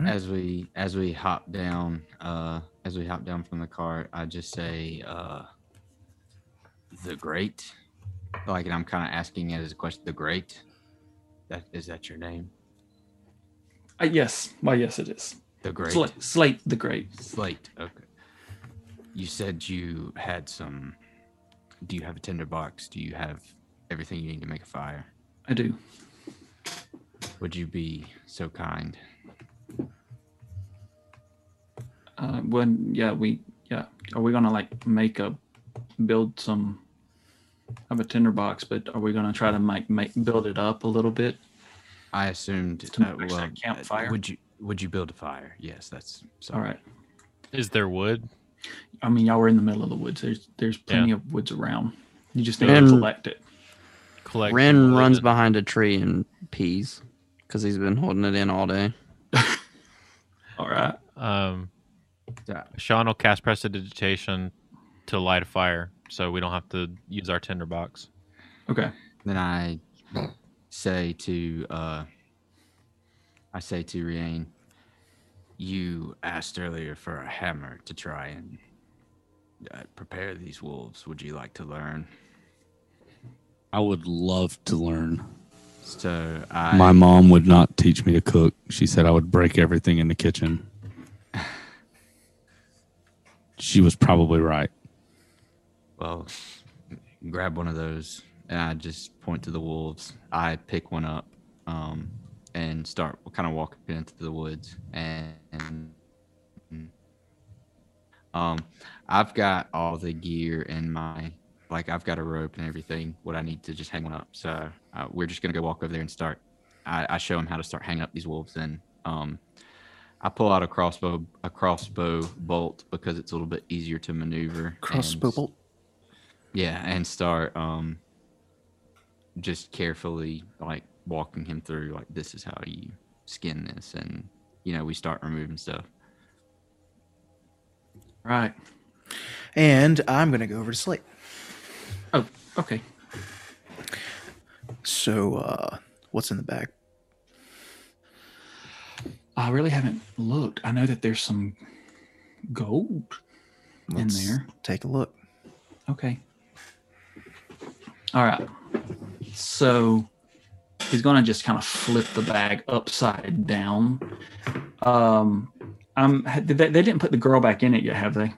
As we as we hop down, uh, as we hop down from the cart, I just say, uh, "The Great," like, and I'm kind of asking it as a question. The Great, that is that your name?
Uh, yes, why yes it is.
The great
Slate, Slate the Great.
slate. Okay. You said you had some. Do you have a tinder box? Do you have everything you need to make a fire?
I do.
Would you be so kind?
Uh, when yeah, we yeah. Are we gonna like make a build some? Have a tinderbox, but are we gonna try to make make build it up a little bit?
I assumed. uh,
To make that campfire?
Would you Would you build a fire? Yes, that's
All right.
Is there wood?
I mean, y'all were in the middle of the woods. There's there's plenty of woods around. You just need
And-
to collect it.
Collect
Ren
wood
runs
and-
behind a tree and pees because he's been holding it in all day.
All right.
Um,
Yeah.
Sean will cast prestidigitation to light a fire, so we don't have to use our tinderbox.
Okay.
Then I say to uh, I say to Rian, you asked earlier for a hammer to try and uh, prepare these wolves. Would you like to learn?
I would love to learn.
So I
My mom would not teach me to cook. She said I would break everything in the kitchen. She was probably right.
well grab one of those and I just point to the wolves. I pick one up um, and start kind of walking into the woods and. um, I've got all the gear in my, like I've got a rope and everything. What I need to just hang one up. So uh, we're just gonna go walk over there and start. I, I show him how to start hanging up these wolves. And um, I pull out a crossbow, a crossbow bolt because it's a little bit easier to maneuver. and-
Crossbow bolt.
yeah, and start um just carefully like walking him through like this is how you skin this and you know, we start removing stuff.
Right.
And I'm gonna go over to Slate.
Oh, okay.
So, uh, what's in the bag?
I really haven't looked. I know that there's some gold
Let's
in there.
Take a look.
Okay. All right. So he's gonna just kind of flip the bag upside down. Um, I'm. Did they, they didn't put the girl back in it yet, have they?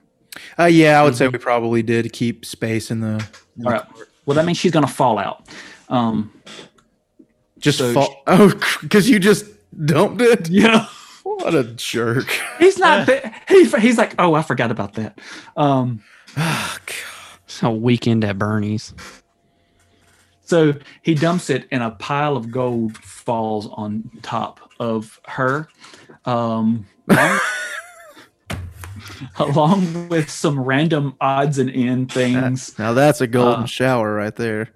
Uh, yeah, I would
Mm-hmm.
say we probably did keep space in the. in the-
All right. Well, that means she's gonna fall out. Um,
Just
So-
fall. Oh, because you just dumped it.
yeah.
What a jerk.
He's not. there. He, he's like, oh, I forgot about that. Um.
Ah, God.
It's a weekend at Bernie's.
So he dumps it, and a pile of gold falls on top of her, um, along, along with some random odds and end things.
Now that's a golden
Uh,
shower right there.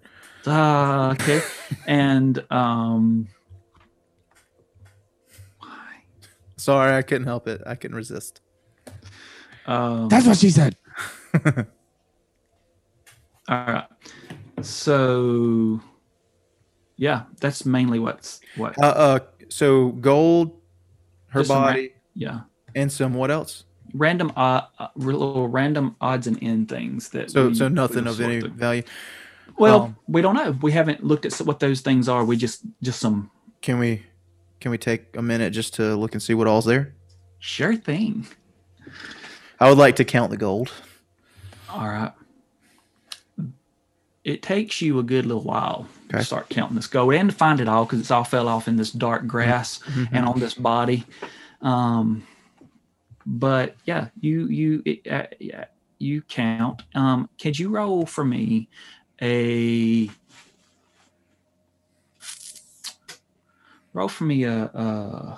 Uh, okay, and um,
Sorry, I couldn't help it. I couldn't resist.
um,
what she said.
all right. So yeah, that's mainly what's what.
Uh, uh so gold, her
Just some ra-
body,
Yeah,
and some what else?
random uh, uh, little random odds and end things that.
So
we-
so
we
nothing of
sort
any
through.
value.
Well,
Um,
we don't know. We haven't looked at s- what those things are. We just just some
Can we can we take a minute just to look and see what all's there?
sure thing.
I would like to count the gold.
All right. It takes you a good little while
Okay.
to start counting this gold and to find it all because it's all fell off in this dark grass and on this body. Um, but yeah, you you it, uh, yeah, you count. Um, could you roll for me a roll for me a, uh,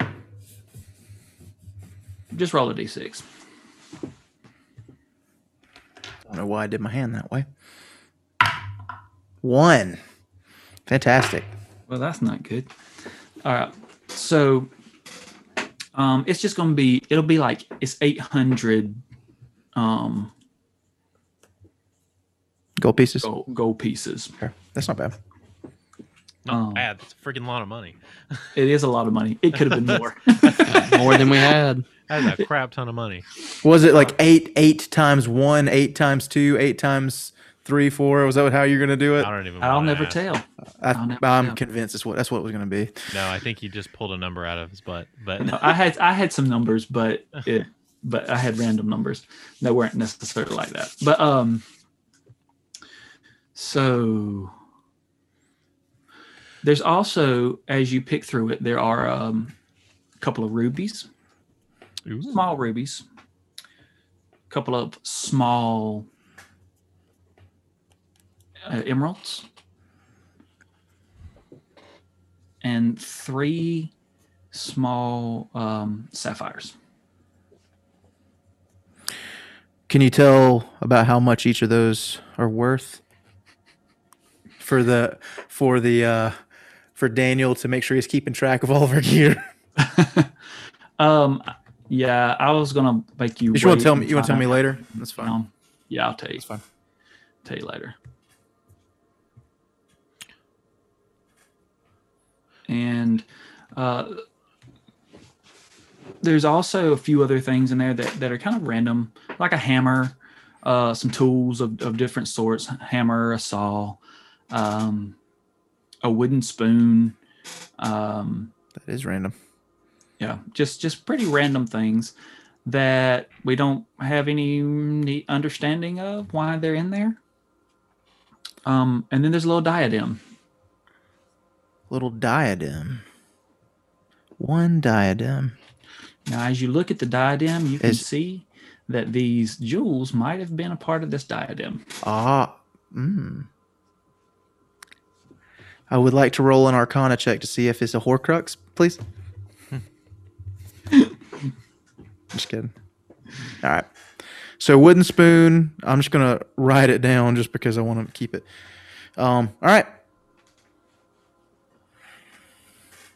a just roll a d6.
I don't know why I did my hand that way. One. Fantastic.
Well, that's not good. All right. So um it's just gonna be it'll be like it's eight hundred um
Gold pieces.
gold, gold pieces.
Okay. That's not bad.
Not
Um,
bad. It's a freaking lot of money.
It is a lot of money. It could have been more.
More than we had.
That's a crap ton of money.
Was it like eight, eight times one, eight times two, eight times three, four? Was that how you're gonna do
I
it?
don't even.
I'll
wanna
never
ask.
tell. I'll
I,
never
I'm
know.
convinced that's what that's what it was going to be.
No, I think he just pulled a number out of his butt. But
No, I had I had some numbers, but it but I had random numbers that weren't necessarily like that. But um, so there's also as you pick through it, there are um, a couple of rubies, small rubies, a couple of small uh, emeralds, and three small um, sapphires.
Can you tell about how much each of those are worth? For the for the uh, for Daniel to make sure he's keeping track of all of our gear.
Um, yeah, I was gonna make you.
You
wait
want to tell me?
and
You want to tell me
find
later? That's
out.
fine.
Um, yeah, I'll tell you.
That's fine.
Tell you later. And uh, there's also a few other things in there that, that are kind of random, like a hammer, uh, some tools of, of different sorts, hammer, a saw, um, a wooden spoon, um,
That is random.
yeah just just pretty random things that we don't have any neat understanding of why they're in there um and then there's a little diadem
Little diadem. One diadem.
now as you look at the diadem you can
Is-
see that these jewels might have been a part of this diadem
Ah. Mm. I would like to roll an Arcana check to see if it's a Horcrux, please. just kidding. All right. So wooden spoon. I'm just gonna write it down just because I want to keep it. Um. All right.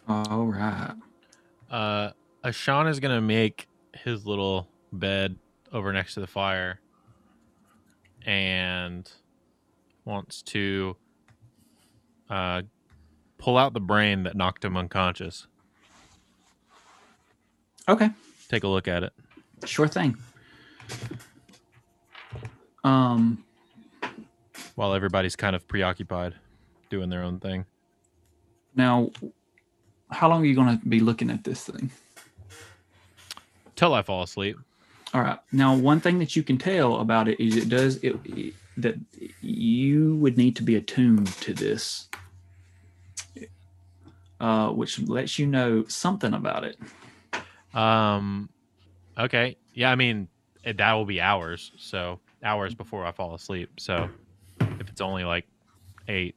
all right
uh, Ashan is gonna make his little bed over next to the fire, and wants to uh, pull out the brain that knocked him unconscious.
okay
Take a look at it.
sure thing um
while everybody's kind of preoccupied doing their own thing.
now how long are you going to be looking at this thing
Till I fall asleep.
All right. Now, one thing that you can tell about it is it does it, it- that you would need to be attuned to this, uh, which lets you know something about it.
Um okay. Yeah, I mean eh, that will be hours, so hours before I fall asleep. So if it's only like 8,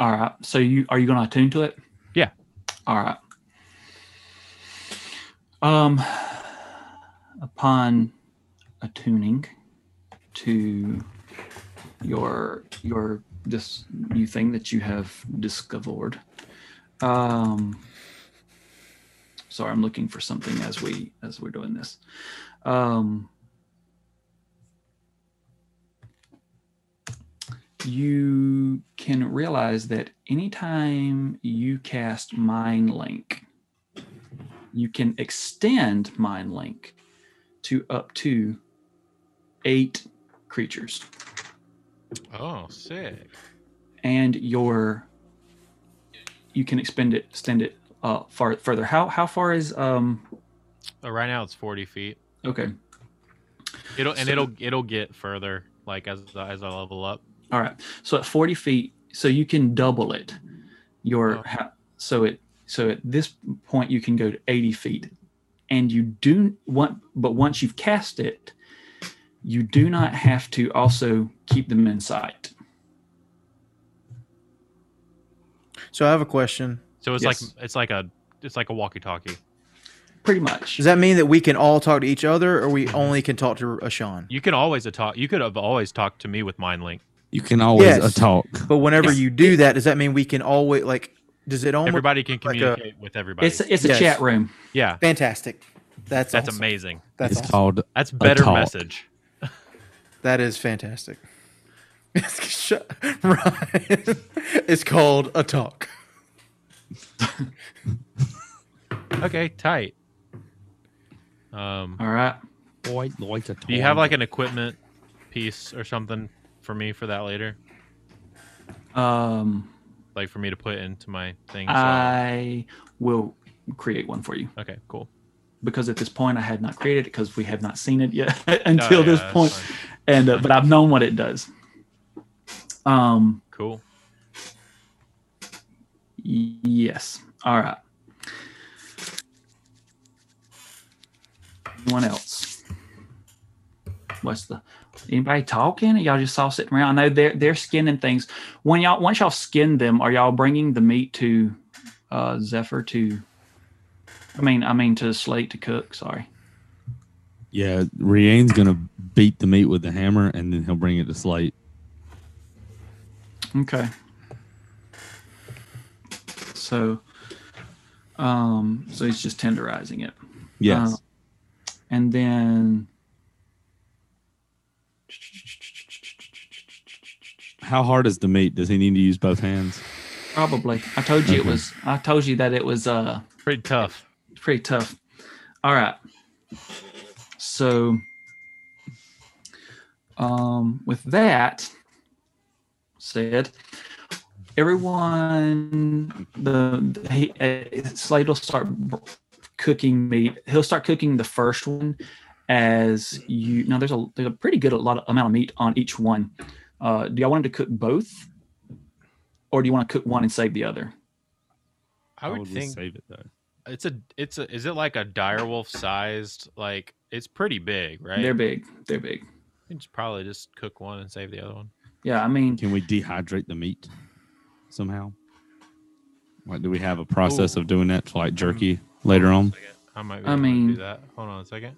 All right. So you are you going to attune to it?
Yeah.
All right. Um, upon attuning to your your this new thing that you have discovered. Um, sorry, I'm looking for something as we as we're doing this. Um, you can realize that anytime you cast Mind Link, you can extend Mind Link to up to eight creatures.
oh, sick.
And your you can expend it, extend it uh, far further. How how far is um
Uh, right now it's 40 feet.
okay.
It'll and
So-
it'll it'll get further like as as I level up.
All right. So at 40 feet, so you can double it. Your
Oh.
ha- so it so at this point you can go to 80 feet, and you do want. But once you've cast it, you do not have to also keep them in sight.
So I have a question.
So it's
Yes.
like it's like a it's like a walkie-talkie.
Pretty much.
Does that mean that we can all talk to each other, or we only can talk to Ashan?
You can always a talk. You could have always talked to me with Mind Link.
You can always
Yes.
uh, talk.
But whenever
Yes.
you do that, does that mean we can always like? Does it almost
Everybody can
like a-
communicate with everybody.
It's it's a
Yes.
chat room.
yeah,
fantastic? That's
that's
awesome.
amazing.
That's
it's
awesome.
called
That's better
talk.
message.
That is fantastic. Shut- Ryan, it's called a talk.
Okay, tight. Um,
All right.
do you have like an equipment piece or something for me for that later?
Um,
like for me to put into my thing. so-
Uh, I will create one for you
okay, cool.
because at this point I had not created it because we have not seen it yet until
Oh, yeah,
this
that's
point.
fine.
and uh, but I've known what it does. Um.
Cool.
y- Yes. All right. Anyone else? What's the anybody talking? Y'all just all sitting around. I know they're they're skinning things. When y'all once y'all skin them, are y'all bringing the meat to uh, Zephyr to? I mean, I mean to Slate to cook. Sorry.
Yeah, Rianne's gonna beat the meat with the hammer, and then he'll bring it to Slate.
Okay. So, um, so he's just tenderizing it.
Yes,
Uh, and then
How hard is the meat? Does he need to use both hands?
probably I told you it was I told you that it was uh
Pretty tough.
pretty tough. All right. So um with that said everyone the he, uh, Slade will start b- cooking meat. He'll start cooking the first one as you now there's a there's a pretty good a lot of amount of meat on each one. Uh do y'all want him to cook both? Or do you want to cook one and save the other?
I would
just
think
save it though.
it's a it's a is it like a direwolf sized like it's pretty big, right?
They're big. They're big.
You just probably just cook one and save the other one.
Yeah, I mean,
Can we dehydrate the meat somehow? Like, do we have a process
Ooh.
of doing that to like jerky later on?
I might be
I
able to
mean-
do that. Hold on a second.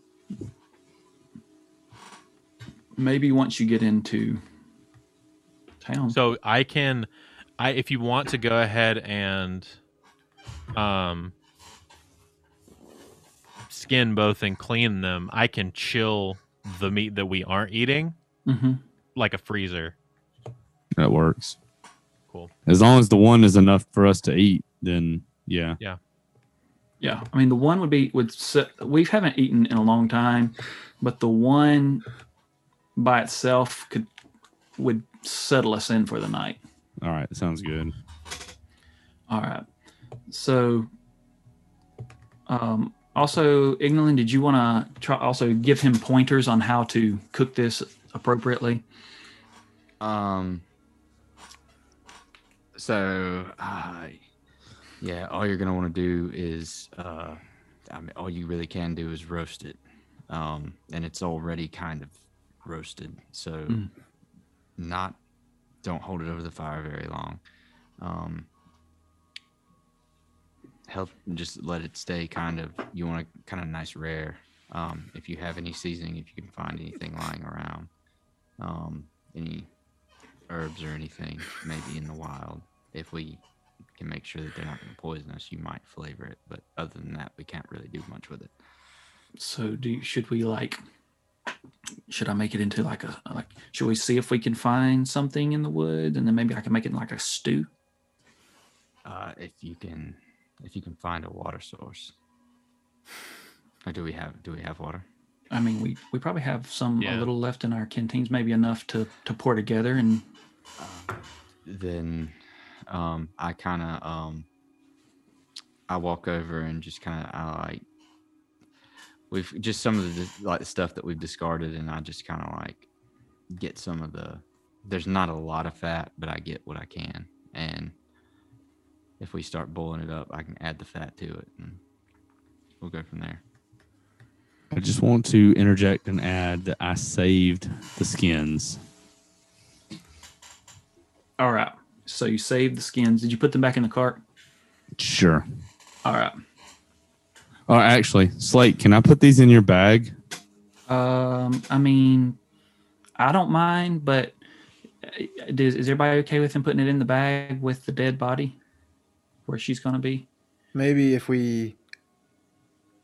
maybe once you get into town.
So I can, I if you want to go ahead and, um, skin both and clean them, I can chill the meat that we aren't eating
hmm
like a freezer.
That works.
Cool.
As long as the one is enough for us to eat, then yeah.
Yeah, I mean, the one would be would se- we haven't eaten in a long time, but the one by itself could would settle us in for the night.
All right, sounds good.
All right. So, um, also, Ignolin, did you want to try also give him pointers on how to cook this appropriately?
Um. So, uh, yeah, all you're gonna want to do is, uh, I mean, all you really can do is roast it, um, and it's already kind of roasted. So,
Mm.
not, don't hold it over the fire very long. Um, help, just let it stay kind of. You want a kind of nice rare. Um, if you have any seasoning, if you can find anything lying around, um, any herbs or anything, maybe in the wild. If we can make sure that they're not going to poison us, you might flavor it. But other than that, we can't really do much with it.
So do should we like should I make it into like a like should we see if we can find something in the wood and then maybe I can make it like a stew?
Uh, if you can, if you can find a water source, or do we have do we have water?
I mean we we probably have some
Yeah.
a little left in our canteens, maybe enough to to pour together and
Then um, I kind of um, I walk over and just kind of I like we've just some of the like stuff that we've discarded, and I just kind of like get some of the. There's not a lot of fat, but I get what I can, and if we start boiling it up, I can add the fat to it, and we'll go from there.
I just want to interject and add that I saved the skins.
all right. So you saved the skins. Did you put them back in the cart?
Sure.
All right.
Oh, actually, Slate, can I put these in your bag?
Um I mean I don't mind, but uh, does, is everybody okay with him putting it in the bag with the dead body where she's going to be?
Maybe if we,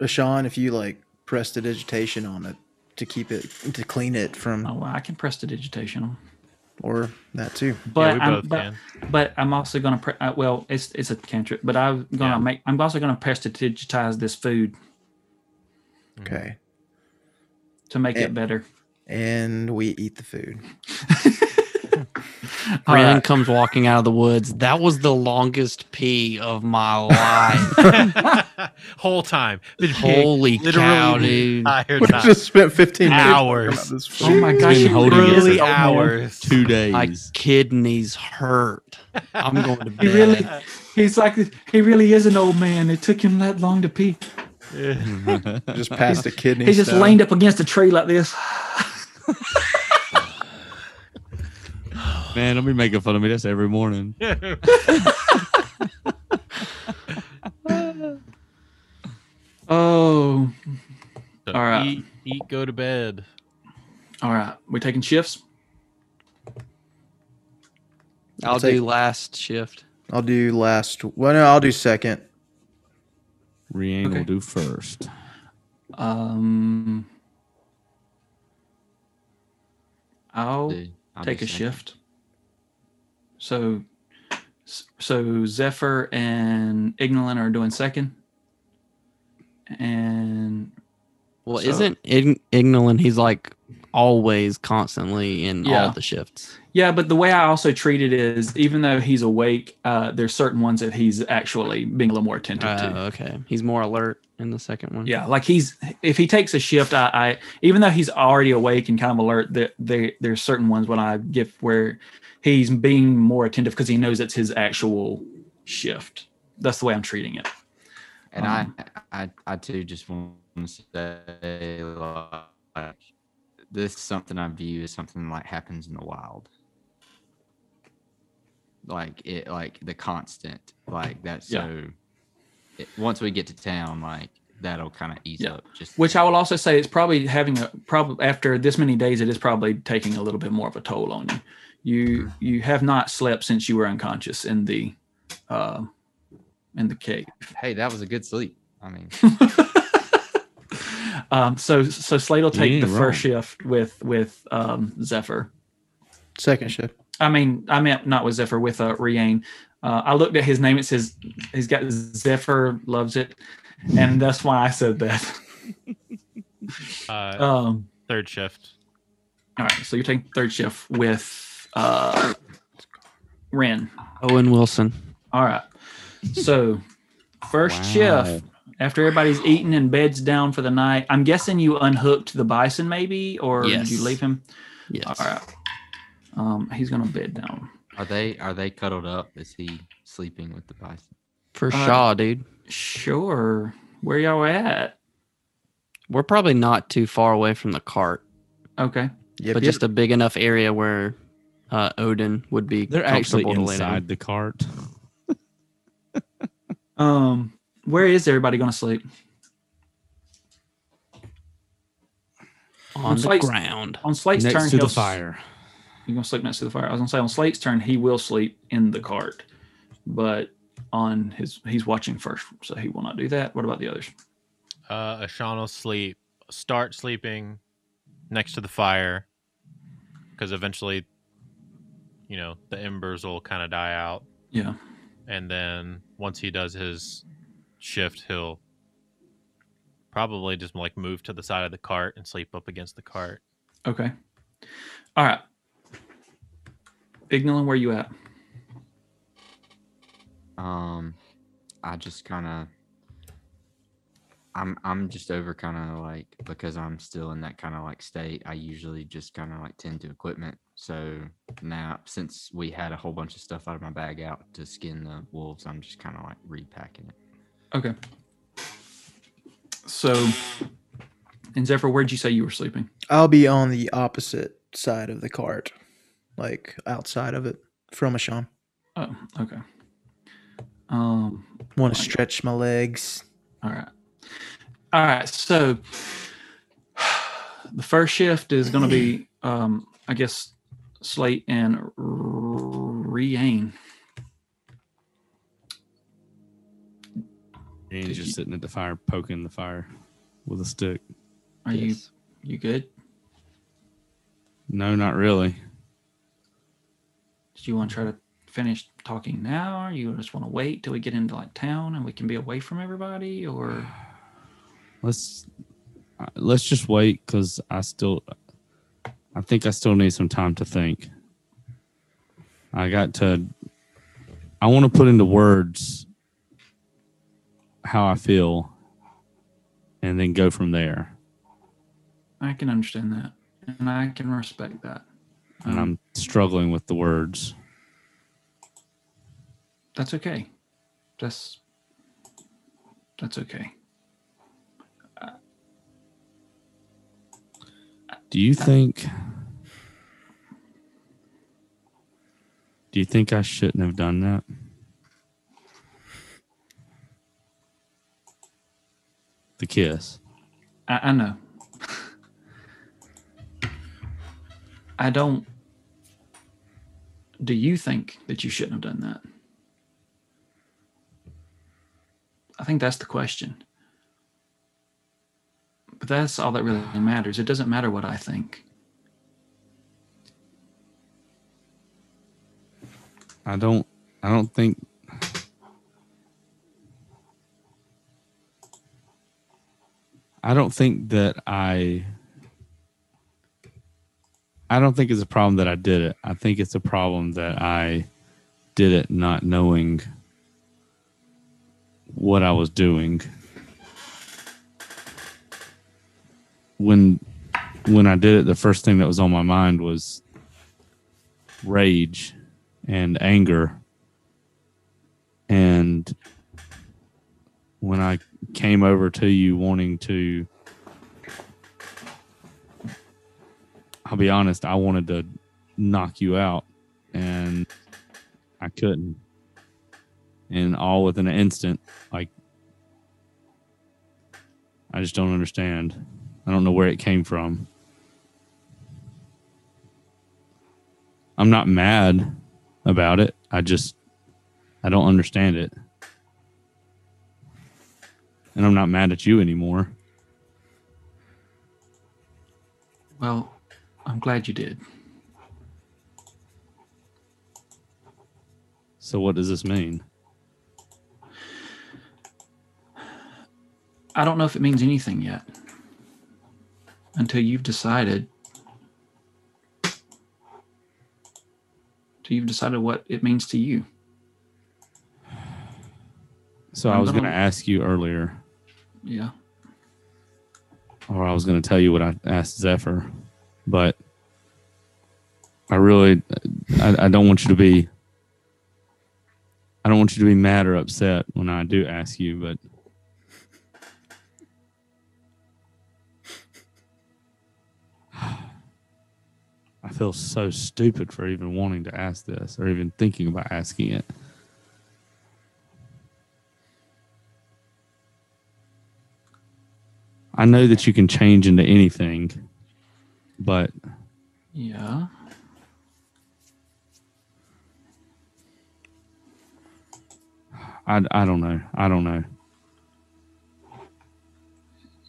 Sean, if you like press the digitation on it to keep it to clean it from
Oh, well, I can press the digitation on.
or that too.
But
we
I'm,
both
but,
can.
but I'm also gonna pre- uh, well, it's it's a cantrip, but I'm gonna
Yeah.
make I'm also gonna press to digitize this food
Okay,
to make
Yeah.
it better.
and we eat the food.
All
Ren
right.
comes walking out of the woods. That was the longest pee of my life.
Whole time. Been pig
Holy cow,
literally
dude.
entire
We
time.
just spent 15 minutes talking
Hours.
about this
Oh my gosh,
been
you
holding it
really,
Early
for
hours.
two days.
My kidneys hurt. I'm going to bed.
he really, he's like, he really is an old man. It took him that long to pee.
just past a kidney.
He just
stone.
leaned up against a tree like this.
Man, don't be making fun of me. That's every morning.
Oh,
So
All right.
Eat, eat, go to bed.
all right. We taking shifts.
I'll
take-
do last shift.
I'll do last. Well, no, I'll do second.
Rian
Okay.
will do first.
Um, I'll
Dude, I'll
take
be
a
second.
shift. So, so Zephyr and Ignolin are doing second, and
Well,
So-
isn't Ign- Ignolin? He's like always, constantly in
Yeah.
all the shifts.
Yeah, but the way I also treat it is, even though he's awake, uh, there's certain ones that he's actually being a little more attentive
Oh,
to.
okay. He's more alert in the second one.
Yeah, like he's if he takes a shift, I, I even though he's already awake and kind of alert, there, there there's certain ones when I give where he's being more attentive because he knows it's his actual shift. That's the way I'm treating it.
And
Um,
I, I, I too just want to say, like, this is something I view as something like happens in the wild. Like it, like the constant, like that's
Yeah.
so. It, once we get to town, like that'll kind of ease
Yeah.
up. Just
Which I will also say it's probably having a probably after this many days, it is probably taking a little bit more of a toll on you. You you have not slept since you were unconscious in the uh, in the cave.
Hey, that was a good sleep. I mean,
um, so so Slade will take
ain't
the first
wrong.
shift with with um, Zephyr.
Second shift.
I mean, I meant not with Zephyr with uh, Rian. Uh, I looked at his name. It says he's got Zephyr loves it, and that's why I said that.
Uh,
Um,
third shift.
all right, so you're taking third shift with uh, Ren.
Owen Wilson.
All right. So, first
Wow.
shift after everybody's eaten and beds down for the night. I'm guessing you unhooked the bison, maybe, or
Yes.
did you leave him?
Yes.
All right. Um, he's gonna bed down.
are they are they cuddled up? Is he sleeping with the bison?
For
Uh,
Shaw, dude.
Sure. Where y'all at?
We're probably not too far away from the cart,
Okay.
Yep,
but
yep.
just a big enough area where uh, Odin would be
They're actually
comfortable to lay down.
inside the cart.
Um, where is everybody gonna sleep?
on
It's
the
like-
ground.
On Slate's turn,
next to
he'll
the
s-
fire.
You're gonna sleep next to the fire. I was gonna say on Slate's turn, he will sleep in the cart, but on his he's watching first, so he will not do that. What about the others?
Uh, Ashan will sleep. Start sleeping next to the fire because eventually, you know, the embers will kind of die out.
Yeah.
And then once he does his shift, he'll probably just like move to the side of the cart and sleep up against the cart.
Okay. All right. Ignolin, where you at?
Um, I just kind of, I'm I'm just over kind of like because I'm still in that kind of like state. I usually just kind of like tend to equipment. So now since we had a whole bunch of stuff out of my bag out to skin the wolves, I'm just kind of like repacking it.
Okay. So, and Zephyr, where'd you say you were sleeping?
I'll be on the opposite side of the cart, like outside of it from Asham.
Oh, okay. Um.
Want to stretch my legs.
All right. All right. So, the first shift is going to be, um, I guess, Slate and Rian.
Rian's
Did
just
you-
sitting at the fire, poking the fire with a stick.
Are
Yes.
you you good?
No, not really.
Did you want to try to finish talking now, or you just want to wait till we get into like town and we can be away from everybody, or?
Let's uh, let's just wait because I still, I think I still need some time to think. I got to. I want to put into words how I feel, and then go from there.
I can understand that, and I can respect that. Mm-hmm. Um,
And I'm struggling with the words.
That's okay. That's that's okay.
Do you think? Do you think I shouldn't have done that? The kiss.
I, I know. I don't. Do you think that you shouldn't have done that? I think that's the question. But that's all that really matters. It doesn't matter what I think.
I don't. I don't think. I don't think that I. I don't think it's a problem that I did it. I think it's a problem that I did it not knowing what I was doing. When when I did it, the first thing that was on my mind was rage and anger. And when I came over to you wanting to, I'll be honest, I wanted to knock you out and I couldn't. And all within an instant, like, I just don't understand. I don't know where it came from. I'm not mad about it. I just I don't understand it. And I'm not mad at you anymore.
Well, I'm glad you did.
So what does this mean?
I don't know if it means anything yet until you've decided till you've decided what it means to you.
So I
I'm
was going to
gonna-
ask you earlier
Yeah.
or I was going to tell you what I asked Zephyr, but I really I, I don't want you to be I don't want you to be mad or upset when I do ask you, but I feel so stupid for even wanting to ask this or even thinking about asking it. I know that you can change into anything, but
Yeah.
I, I don't know. I don't know.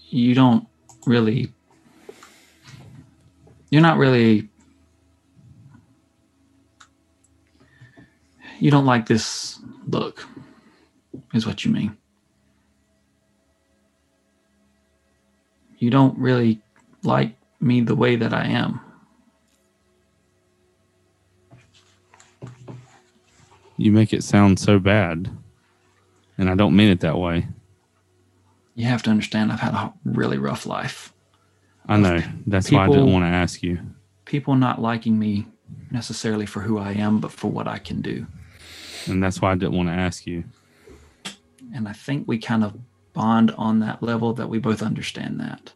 You don't really you're not really you don't like this look is what you mean. You don't really like me the way that I am.
You make it sound so bad. And I don't mean it that way.
You have to understand I've had a really rough life.
I know. That's why I didn't
People-
want to ask you.
people not liking me necessarily for who I am, but for what I can do.
And that's why I didn't want to ask you.
And I think we kind of bond on that level that we both understand that.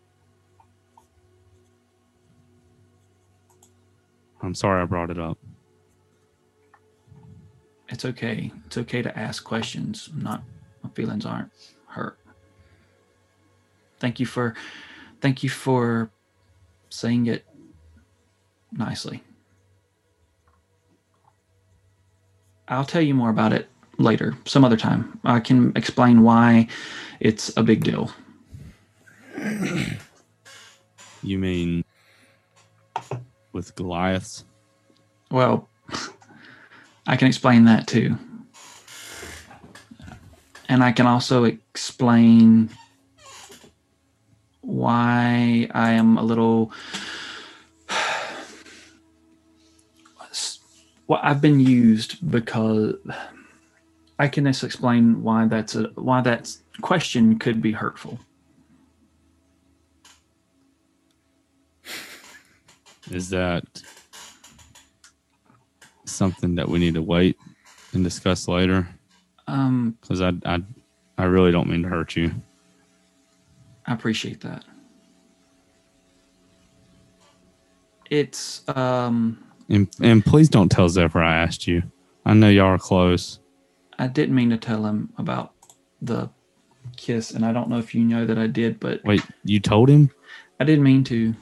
I'm sorry I brought it up.
It's okay. It's okay to ask questions. I'm not my feelings aren't hurt. Thank you for thank you for saying it nicely. I'll tell you more about it later, some other time. I can explain why it's a big deal.
You mean with Goliaths?
Well, I can explain that too. And I can also explain why I am a little well, I've been used because I can just explain why that's a why that question could be hurtful.
Is that something that we need to wait and discuss later?
Um,
Because I, I, I really don't mean to hurt you.
I appreciate that. It's um,
And and please don't tell Zephyr I asked you. I know y'all are close.
I didn't mean to tell him about the kiss, and I don't know if you know that I did, but
Wait, you told him?
I didn't mean to.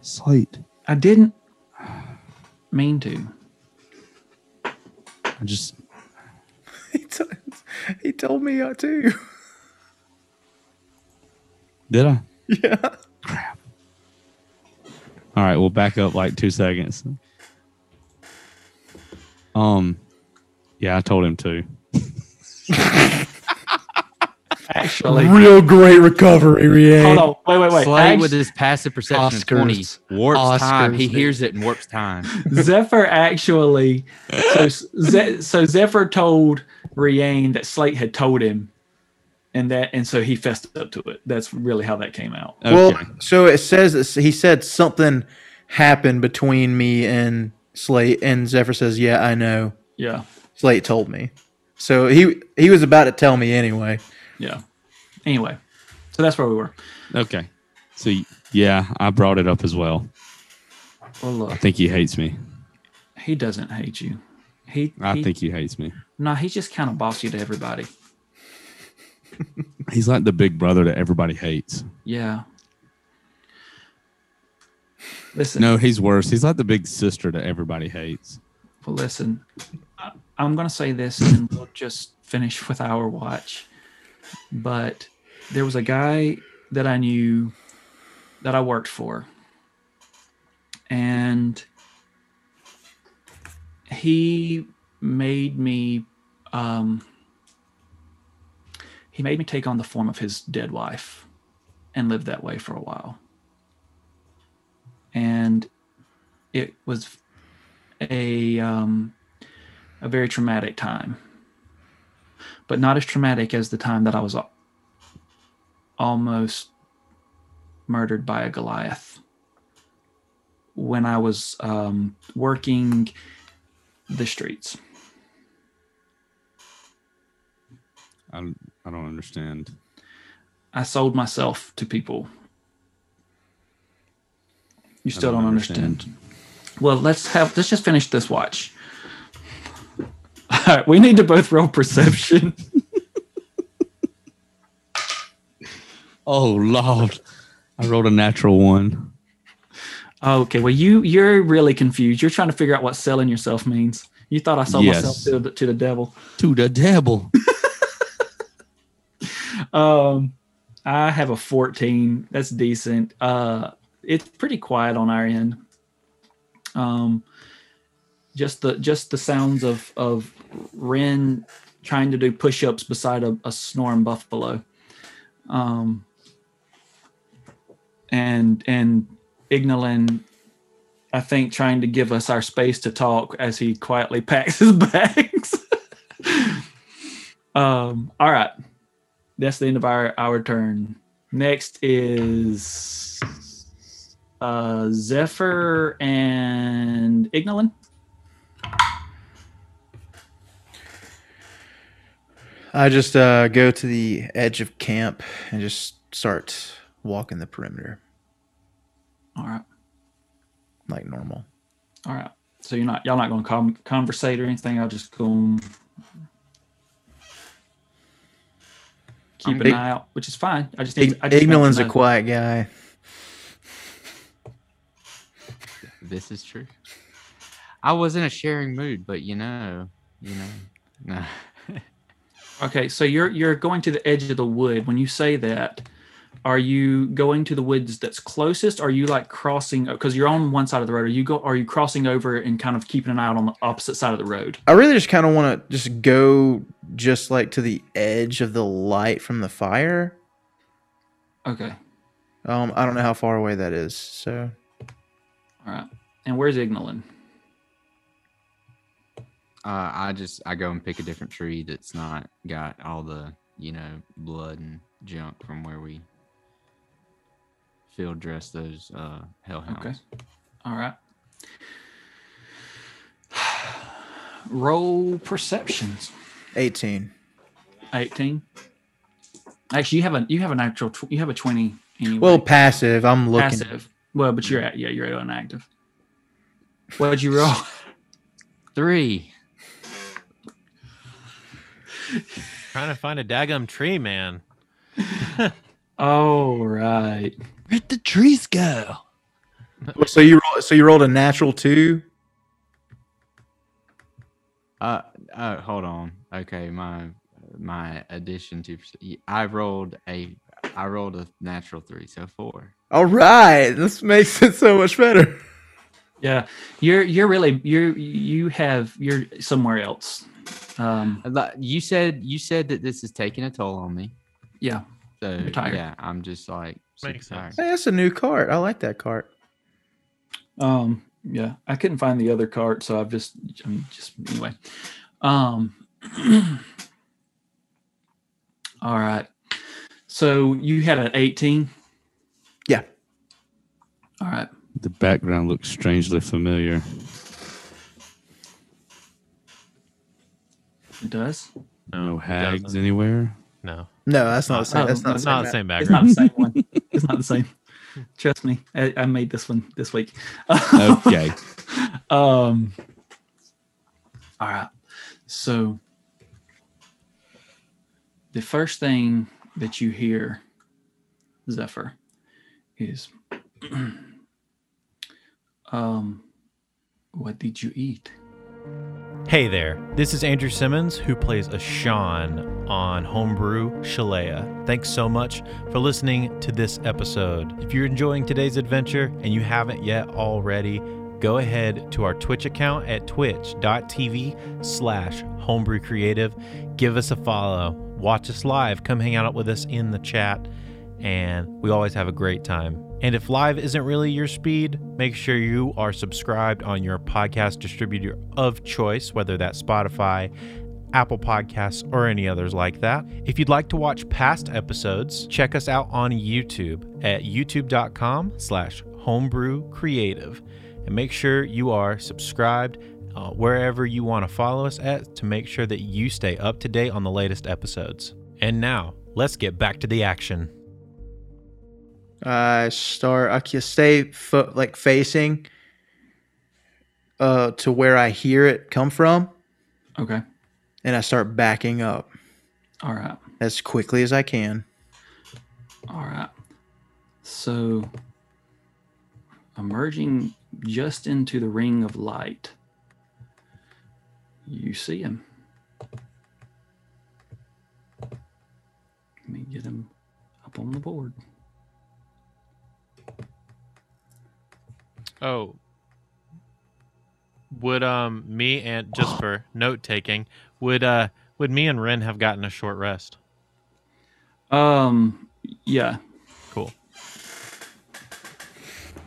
Slate.
I didn't mean to.
I just
He, t- he told me I too.
did I?
yeah.
All right, we'll back up like two seconds. Um, yeah, I told him to.
Actually,
Real great recovery, Ria.
hold on, wait, wait, wait.
Slade
Act-
with his passive perception of 20
Oscars.
warps time. He
Oscars.
hears it and warps time.
Zephyr actually, so Ze- so Zephyr told Rianne that Slate had told him, and that and so he fessed up to it. That's really how that came out.
Okay.
Well, so it says that he said something happened between me and Slate, and Zephyr says, "Yeah, I know."
Yeah,
Slate told me, so he he was about to tell me anyway.
yeah. Anyway, so that's where we were.
okay. So yeah, I brought it up as well.
Well,
I
look,
think he hates me.
he doesn't hate you. He,
I
he
think he hates me.
no, he's just kind of bossy to everybody.
He's like the big brother that everybody hates.
Yeah. Listen,
No, he's worse. He's like the big sister that everybody hates.
well, listen. I, I'm gonna say this, and we'll just finish with our watch. But there was a guy that I knew that I worked for, and he made me. Um, he made me take on the form of his dead wife and live that way for a while. And it was a um, a very traumatic time, but not as traumatic as the time that I was al- almost murdered by a Goliath. When I was um, working the streets,
I, I don't understand.
I sold myself to people. You still
don't
don't,
understand.
understand. Well, let's have let's just finish this watch. All right, we need to both roll perception.
Oh lord, I rolled a natural one.
Oh, Okay, well you you're really confused. You're trying to figure out what selling yourself means. You thought I sold myself
Yes.
to the, to the devil.
To the devil.
Um, I have a 14. That's decent. Uh, it's pretty quiet on our end. Um, just the just the sounds of of Ren trying to do push-ups beside a, a snoring buffalo. Um, and and Ignolin, I think, trying to give us our space to talk as he quietly packs his bags. um, all right that's the end of our our turn. Next is uh Zephyr and Ignolin.
I just uh, go to the edge of camp and just start walking the perimeter
All right,
like normal.
all right. So you're not y'all not going to con conversate or anything. I'll just go keep an
Ig-
eye out, which is fine. I just need.
Ig-
to- I just want to
Ignolin's a
know.
quiet guy.
This is true. I was in a sharing mood, but you know, you know, nah.
Okay, so you're you're going to the edge of the wood. When you say that, are you going to the woods that's closest? Are you like crossing because you're on one side of the road? Are you go? Are you crossing over and kind of keeping an eye out on the opposite side of the road?
I really just kind of want to just go just like to the edge of the light from the fire.
Okay,
Um, I don't know how far away that is. So
all right. And where's Ignolin?
Uh, I just I go and pick a different tree that's not got all the you know blood and junk from where we field dress those uh, hellhounds.
Okay. All right. Roll perceptions.
18.
18. Actually, you have a you have a natural tw- you have a 20 anyway.
Well, passive. I'm looking.
passive. Well, but you're at yeah, you're inactive. What'd you roll?
Three.
Trying to find a daggum tree, man.
All Oh, right.
Where'd the trees go?
Oh, So you roll, so you rolled a natural two.
Uh, uh hold on. Okay, my my addition to I rolled a I rolled a natural three, so four.
All right, this makes it so much better.
Yeah. You're you're really you're you have you're somewhere else. Um
I li- You said you said that this is taking a toll on me.
yeah.
So
You're tired.
yeah, I'm just like super
Makes sense.
Hey, that's a new cart. I like that cart.
Um yeah. I couldn't find the other cart, so I've just I mean just anyway. Um All right. So you had an 18?
Yeah.
All right.
The background looks strangely familiar.
It does.
No
it
hags
doesn't.
anywhere.
No,
No, that's not the same.
Oh,
That's not,
it's
the
not
same
the
map.
same
It's not
background.
the same one. It's not the same. Trust me, I, I made this one this week.
Okay.
um. All right. So the first thing that you hear, Zephyr, is, um, what did you eat?
Hey there, this is Andrew Simmons, who plays a Sean on Homebrew Shalea. Thanks so much for listening to this episode. If you're enjoying today's adventure and you haven't yet already, go ahead to our Twitch account at twitch.tv slash homebrew creative. Give us a follow, watch us live, come hang out with us in the chat and we always have a great time. And if live isn't really your speed, make sure you are subscribed on your podcast distributor of choice, whether that's Spotify, Apple Podcasts, or any others like that. If you'd like to watch past episodes, check us out on YouTube at youtube.com slash homebrew creative. And make sure you are subscribed uh, wherever you want to follow us at to make sure that you stay up to date on the latest episodes. And now, let's get back to the action.
I start. Uh, I can stay fo- like facing uh, to where I hear it come from,
Okay.
and I start backing up
All right.
as quickly as I can.
All right. So, emerging just into the ring of light, you see him. Let me get him up on the board.
Oh. Would um me and just for note taking, would uh would me and Ren have gotten a short rest?
Um, yeah.
Cool.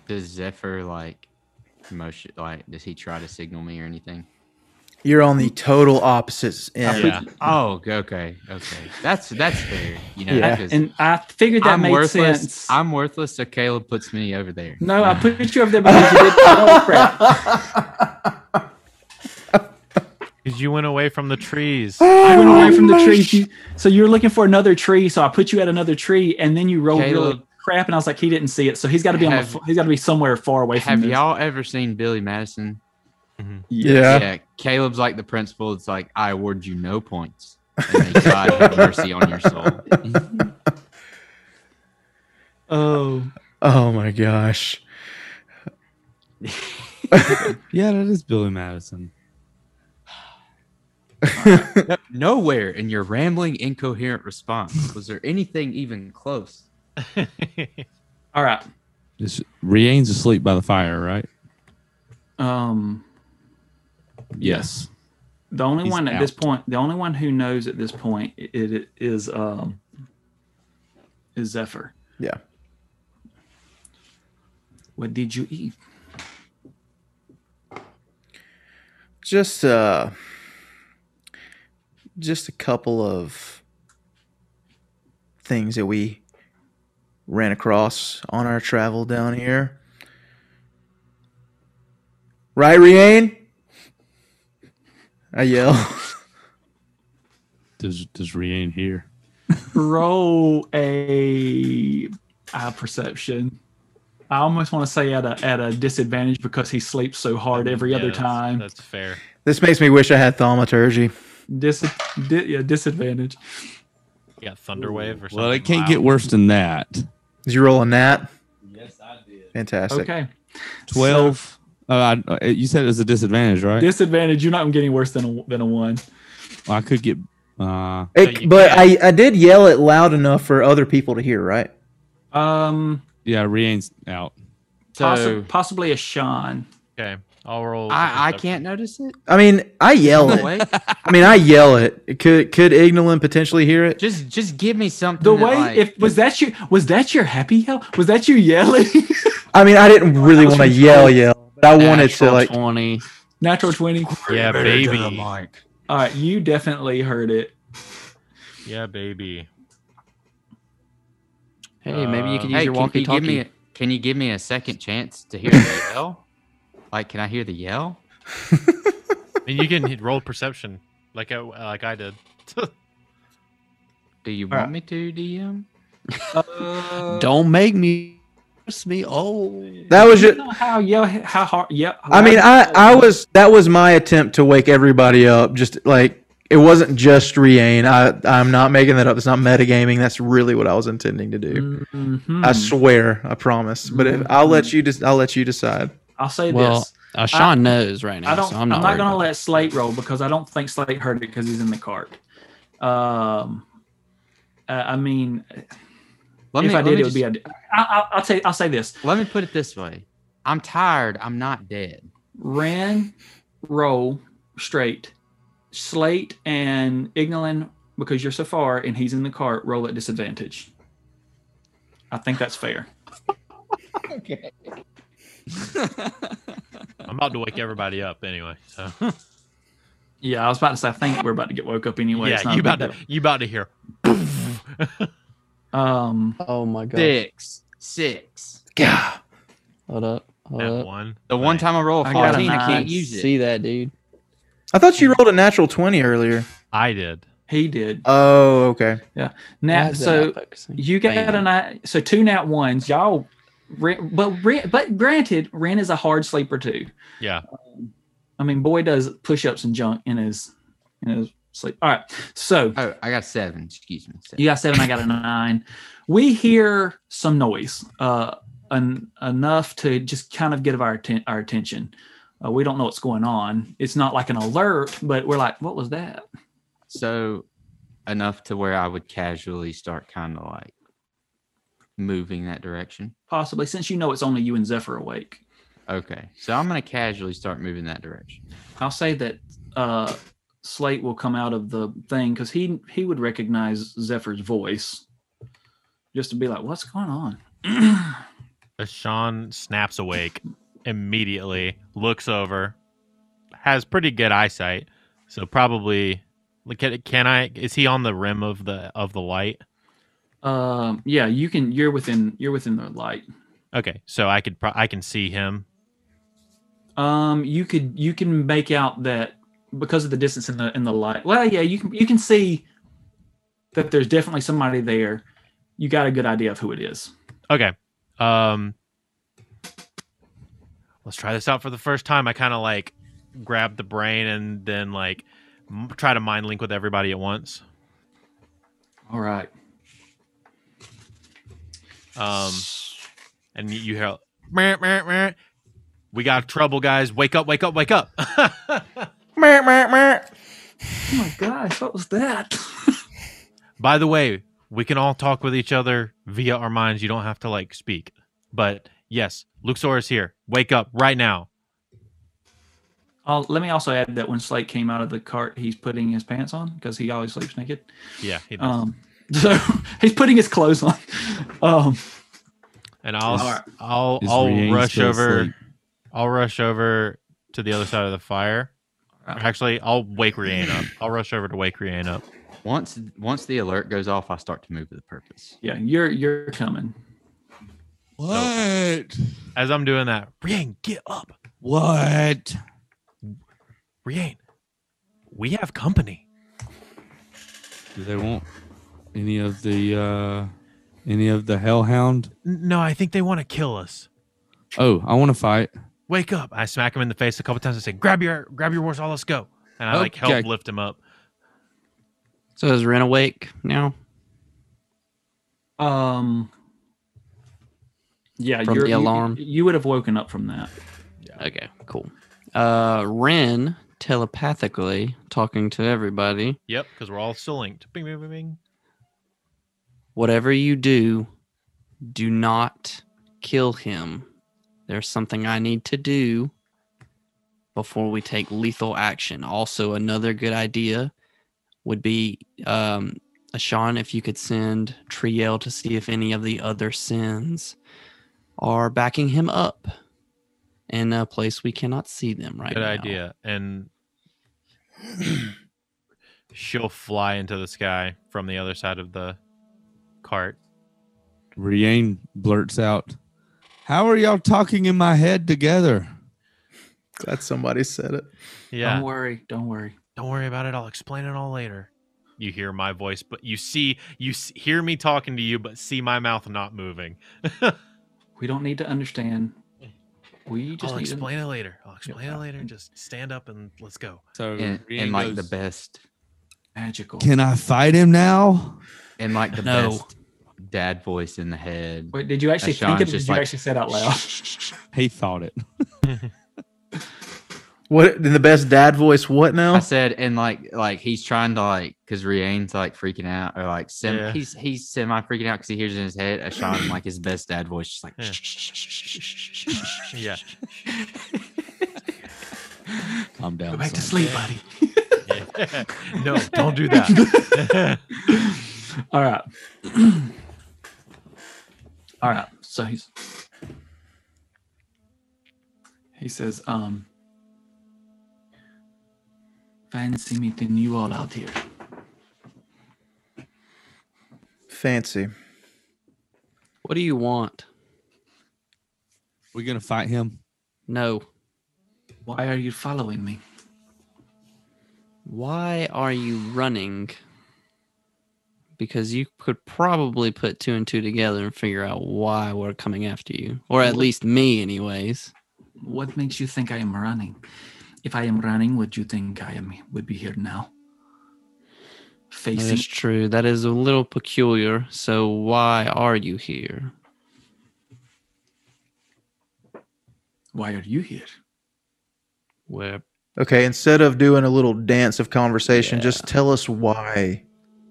Does Zephyr like motion like does he try to signal me or anything?
You're on the total opposites end.
Yeah.
Oh, g- okay, okay. That's that's fair. You know,
Yeah.
'cause
And I figured that
I'm
made
worthless.
sense.
I'm worthless, so Caleb puts me over there.
no, I put you up there because you did oh, crap.
Because you went away from the trees.
I went away from the tree. You- So you were looking for another tree. So I put you at another tree, and then you rolled really
Caleb.
crap. And I was like, he didn't see it. So he's got to be on. the
Have-
f he's got to be somewhere far away from
Have
this.
y'all ever seen Billy Madison?
Yeah.
Yeah, Caleb's like the principal. It's like I award you no points. And may God have mercy on your soul.
Oh,
Oh my gosh.
Yeah, that is Billy Madison.
Nowhere in your rambling, incoherent response was there anything even close.
all right.
This Rianne's asleep by the fire, right?
Um,
Yes.
the only
He's
one at this
out.
point, the only one who knows at this point, i- it, it is um, is Zephyr.
Yeah.
What did you eat?
Just uh just a couple of things that we ran across on our travel down here. Right, Rian? I yell.
Does does Rian hear?
Roll a eye perception. I almost want to say at a at a disadvantage because he sleeps so hard every
Yeah,
other
that's-
time.
That's fair.
This makes me wish I had thaumaturgy.
Dis, di, yeah, disadvantage.
You got Thunderwave or something.
Well, it can't
wild.
get worse than that.
Did you roll a nat?
Yes, I did.
Fantastic.
Okay,
Twelve. uh, I- uh, you said it was a disadvantage, right?
disadvantage. You're not getting worse than a, than a one.
I could get. Uh,
It-
So you
but I, I did yell it loud enough for other people to hear, right?
Um,
yeah, Rian's out.
So
possi- possibly a Sean.
Okay, I'll roll.
I, I can't notice it.
I mean, I yell
No
it.
way.
I mean, I yell it. Could could Ignolin potentially hear it?
Just just give me something.
The
that,
way
like-
if was that your was that your happy yell? Was that you yelling?
I mean, I didn't really want to yell, yell, but I wanted to
Natural
like.
20.
Natural twenty.
Yeah, baby.
All right, you definitely heard it.
Yeah, baby.
Hey, maybe you
Uh,
could use
Hey,
your
can you give me?
walkie-talkie.
A, can you give me a second chance to hear the yell? Like, can I hear the yell?
I mean, you can hit roll perception like I like I did.
Do you
All
want me to DM?
Uh,
Don't make me trust me. Oh,
That was
you
just.
know how yell how hard yeah.
I mean, I I was that was my attempt to wake everybody up. Just like it wasn't just Rian. I I'm not making that up. It's not metagaming. That's really what I was intending to do.
Mhm.
I swear, I promise. But if, I'll let you. Just I'll let you decide.
I'll say
Well,
this.
uh, Sean knows right now,
I don't.
so
I'm
I'm
not,
not. worried
gonna
about
let Slate roll because I don't think Slate heard it because he's in the cart. Um, uh, I mean,
Let
if
me,
I
let
did,
me
it would be. A, I, I, I'll say. I'll say this.
Let me put it this way: I'm tired. I'm not dead.
Ran, roll straight. Slate and Ignolin, because you're so far and he's in the cart, roll at disadvantage. I think that's fair.
I'm about to wake everybody up anyway. So
Yeah, I was about to say. I think we're about to get woke up anyway. it's
yeah,
not
you
a big
about to
deal.
you about to hear.
Um,
it. Oh my god!
Six, six.
God.
Hold up! Hold
That
Uh,
up!
one.
The one
Nice.
time I roll a
I got a
14, I,
nine.
can't use it.
See that, dude?
I thought you rolled a natural twenty earlier.
I did.
he did.
Oh, okay.
Why
Now,
is it
so
not focusing?
You got
Bam.
a nat, so two nat ones, y'all. Ren, but Ren, but granted, Ren is a hard sleeper too. Um,
Yeah.
I mean, boy does push-ups and junk in his in his sleep. All right, so
Oh, I got seven. Excuse me. seven.
you got seven, I got a nine. We hear some noise, uh, en- enough to just kind of get our atten- our attention. Uh, we don't know what's going on. It's not like an alert, but we're like, what was that?
So enough to where I would casually start kind of like moving that direction.
Possibly, since you know it's only you and Zephyr awake.
Okay. So I'm going to casually start moving that direction.
I'll say that uh, Slate will come out of the thing because he he would recognize Zephyr's voice, just to be like, "What's going on?"
As Sean snaps awake immediately, looks over, has pretty good eyesight, so probably look at it. Can I? Is he on the rim of the of the light?
um, yeah, you can. You're within. You're within the light.
Okay, so I could pro- I can see him.
Um, you could. You can make out that because of the distance in the in the light. Well, yeah, you can. You can see that there's definitely somebody there. You got a good idea of who it is.
Okay. Um Let's try this out for the first time. I kind of like grab the brain and then like m- try to mind link with everybody at once.
All right.
Um and you- you hear "Meow, meow, meow." We got trouble, guys. Wake up, wake up, wake up.
Meow, meow, meow.
Oh my gosh, what was that?
By the way, we can all talk with each other via our minds. You don't have to like speak. But yes, Luxor is here. Wake up right now.
I'll, let me also add that when Slate came out of the cart, he's putting his pants on because he always sleeps naked.
Yeah, he does.
Um, so he's putting his clothes on. Um,
and I'll
Is-
I'll
Is
I'll
Rian
rush
still
over.
asleep?
I'll rush over to the other side of the fire. Actually, I'll wake Rianne up. I'll rush over to wake Rianne up.
Once once the alert goes off, I start to move with a purpose.
Yeah, you're you're coming.
What?
As I'm doing that, Rianne, get up.
What?
Rianne, we have company.
Do they want any of the uh any of the hellhound?
N- No, I think they want to kill us.
Oh, I want to fight.
Wake up. I smack him in the face a couple times. I say, grab your grab your horse. All let's go. And I like help
Okay.
lift him up.
So is Ren awake now?
Um. Yeah,
From
you're,
the
you-
alarm.
You, would have woken up from that.
Okay, cool. Uh, Ren telepathically talking to everybody.
Yep, because we're all still linked. Bing, bing, bing, bing.
Whatever you do, do not kill him. There's something I need to do before we take lethal action. Also, another good idea would be, um, Sean, if you could send Triel to see if any of the other sins are backing him up in a place we cannot see them right
Good
now.
idea. And she'll fly into the sky from the other side of the cart.
Rian blurts out, "How are y'all talking in my head together?"
Glad somebody said it.
Yeah.
Don't worry. Don't worry.
Don't worry about it. I'll explain it all later. You hear my voice, but you see, you s- hear me talking to you, but see my mouth not moving.
We don't need to understand. We just
I'll
need to-
explain it later. I'll explain it later. Just stand up and let's go.
So
In, in like the best
magical.
"Can I fight him now?"
in like the
No.
best dad voice in the head.
Wait, did you actually
Sean's
think it? or Did
just
you
like,
actually say it out loud?
He thought it.
What in the best dad voice? What
I
now?
said, and like like he's trying to like because Rianne's like freaking out or like sem-
Yeah.
he's he's semi freaking out because he hears in his head a shot in like his best dad voice, just like
Yeah. Yeah.
Calm down.
Go back to
son.
sleep, buddy.
Yeah. no, don't do that.
All right. All right. So he's he says, um, fancy meeting you all out here.
Fancy.
What do you want?
We're gonna fight him.
No.
Why are you following me?
Why are you running? Because you could probably put two and two together and figure out why we're coming after you, or at
What-
least me, anyways.
What makes you think I am running? If I am running, would you think I am would be here now?
That
Facing
is true. That is a little peculiar. So why are you here?
why are you here?
Where
Okay, instead of doing a little dance of conversation, just tell us why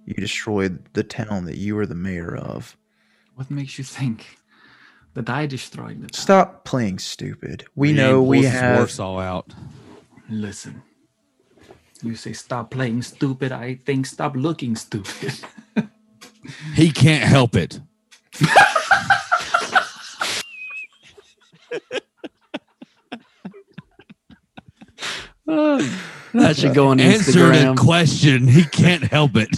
you destroyed the town that you were the mayor of.
What makes you think that I destroyed the town?
Stop playing stupid. We
Rian
know we
pulls his
have.
Warsaw out.
Listen. You say stop playing stupid. I think stop looking stupid.
He can't help it.
that should go on
Answer the
Instagram.
question. He can't help it.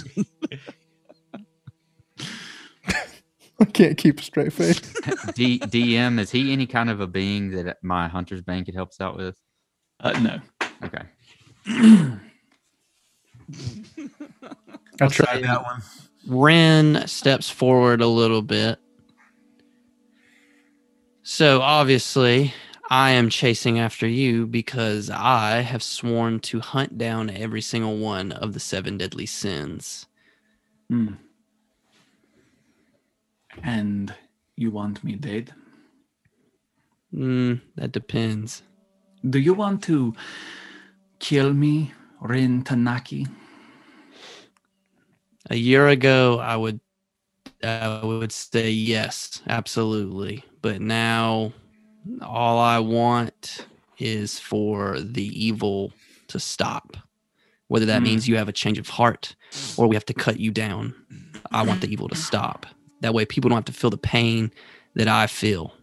I can't keep a straight face.
D- DM is he any kind of a being that my hunter's bank it helps out with?
Uh, no.
Okay,
I
I'll say-
tried that one.
Ren steps forward a little bit. So obviously, I am chasing after you because I have sworn to hunt down every single one of the seven deadly sins.
Hmm. And you want me dead?
Mm, that depends.
Do you want to kill me, Rin Tanaki?
A year ago, I would, I would say yes, absolutely. But now, all I want is for the evil to stop. Whether that
Hmm.
means you have a change of heart, or we have to cut you down. I want
Mm.
the evil to stop. That way, people don't have to feel the pain that I feel.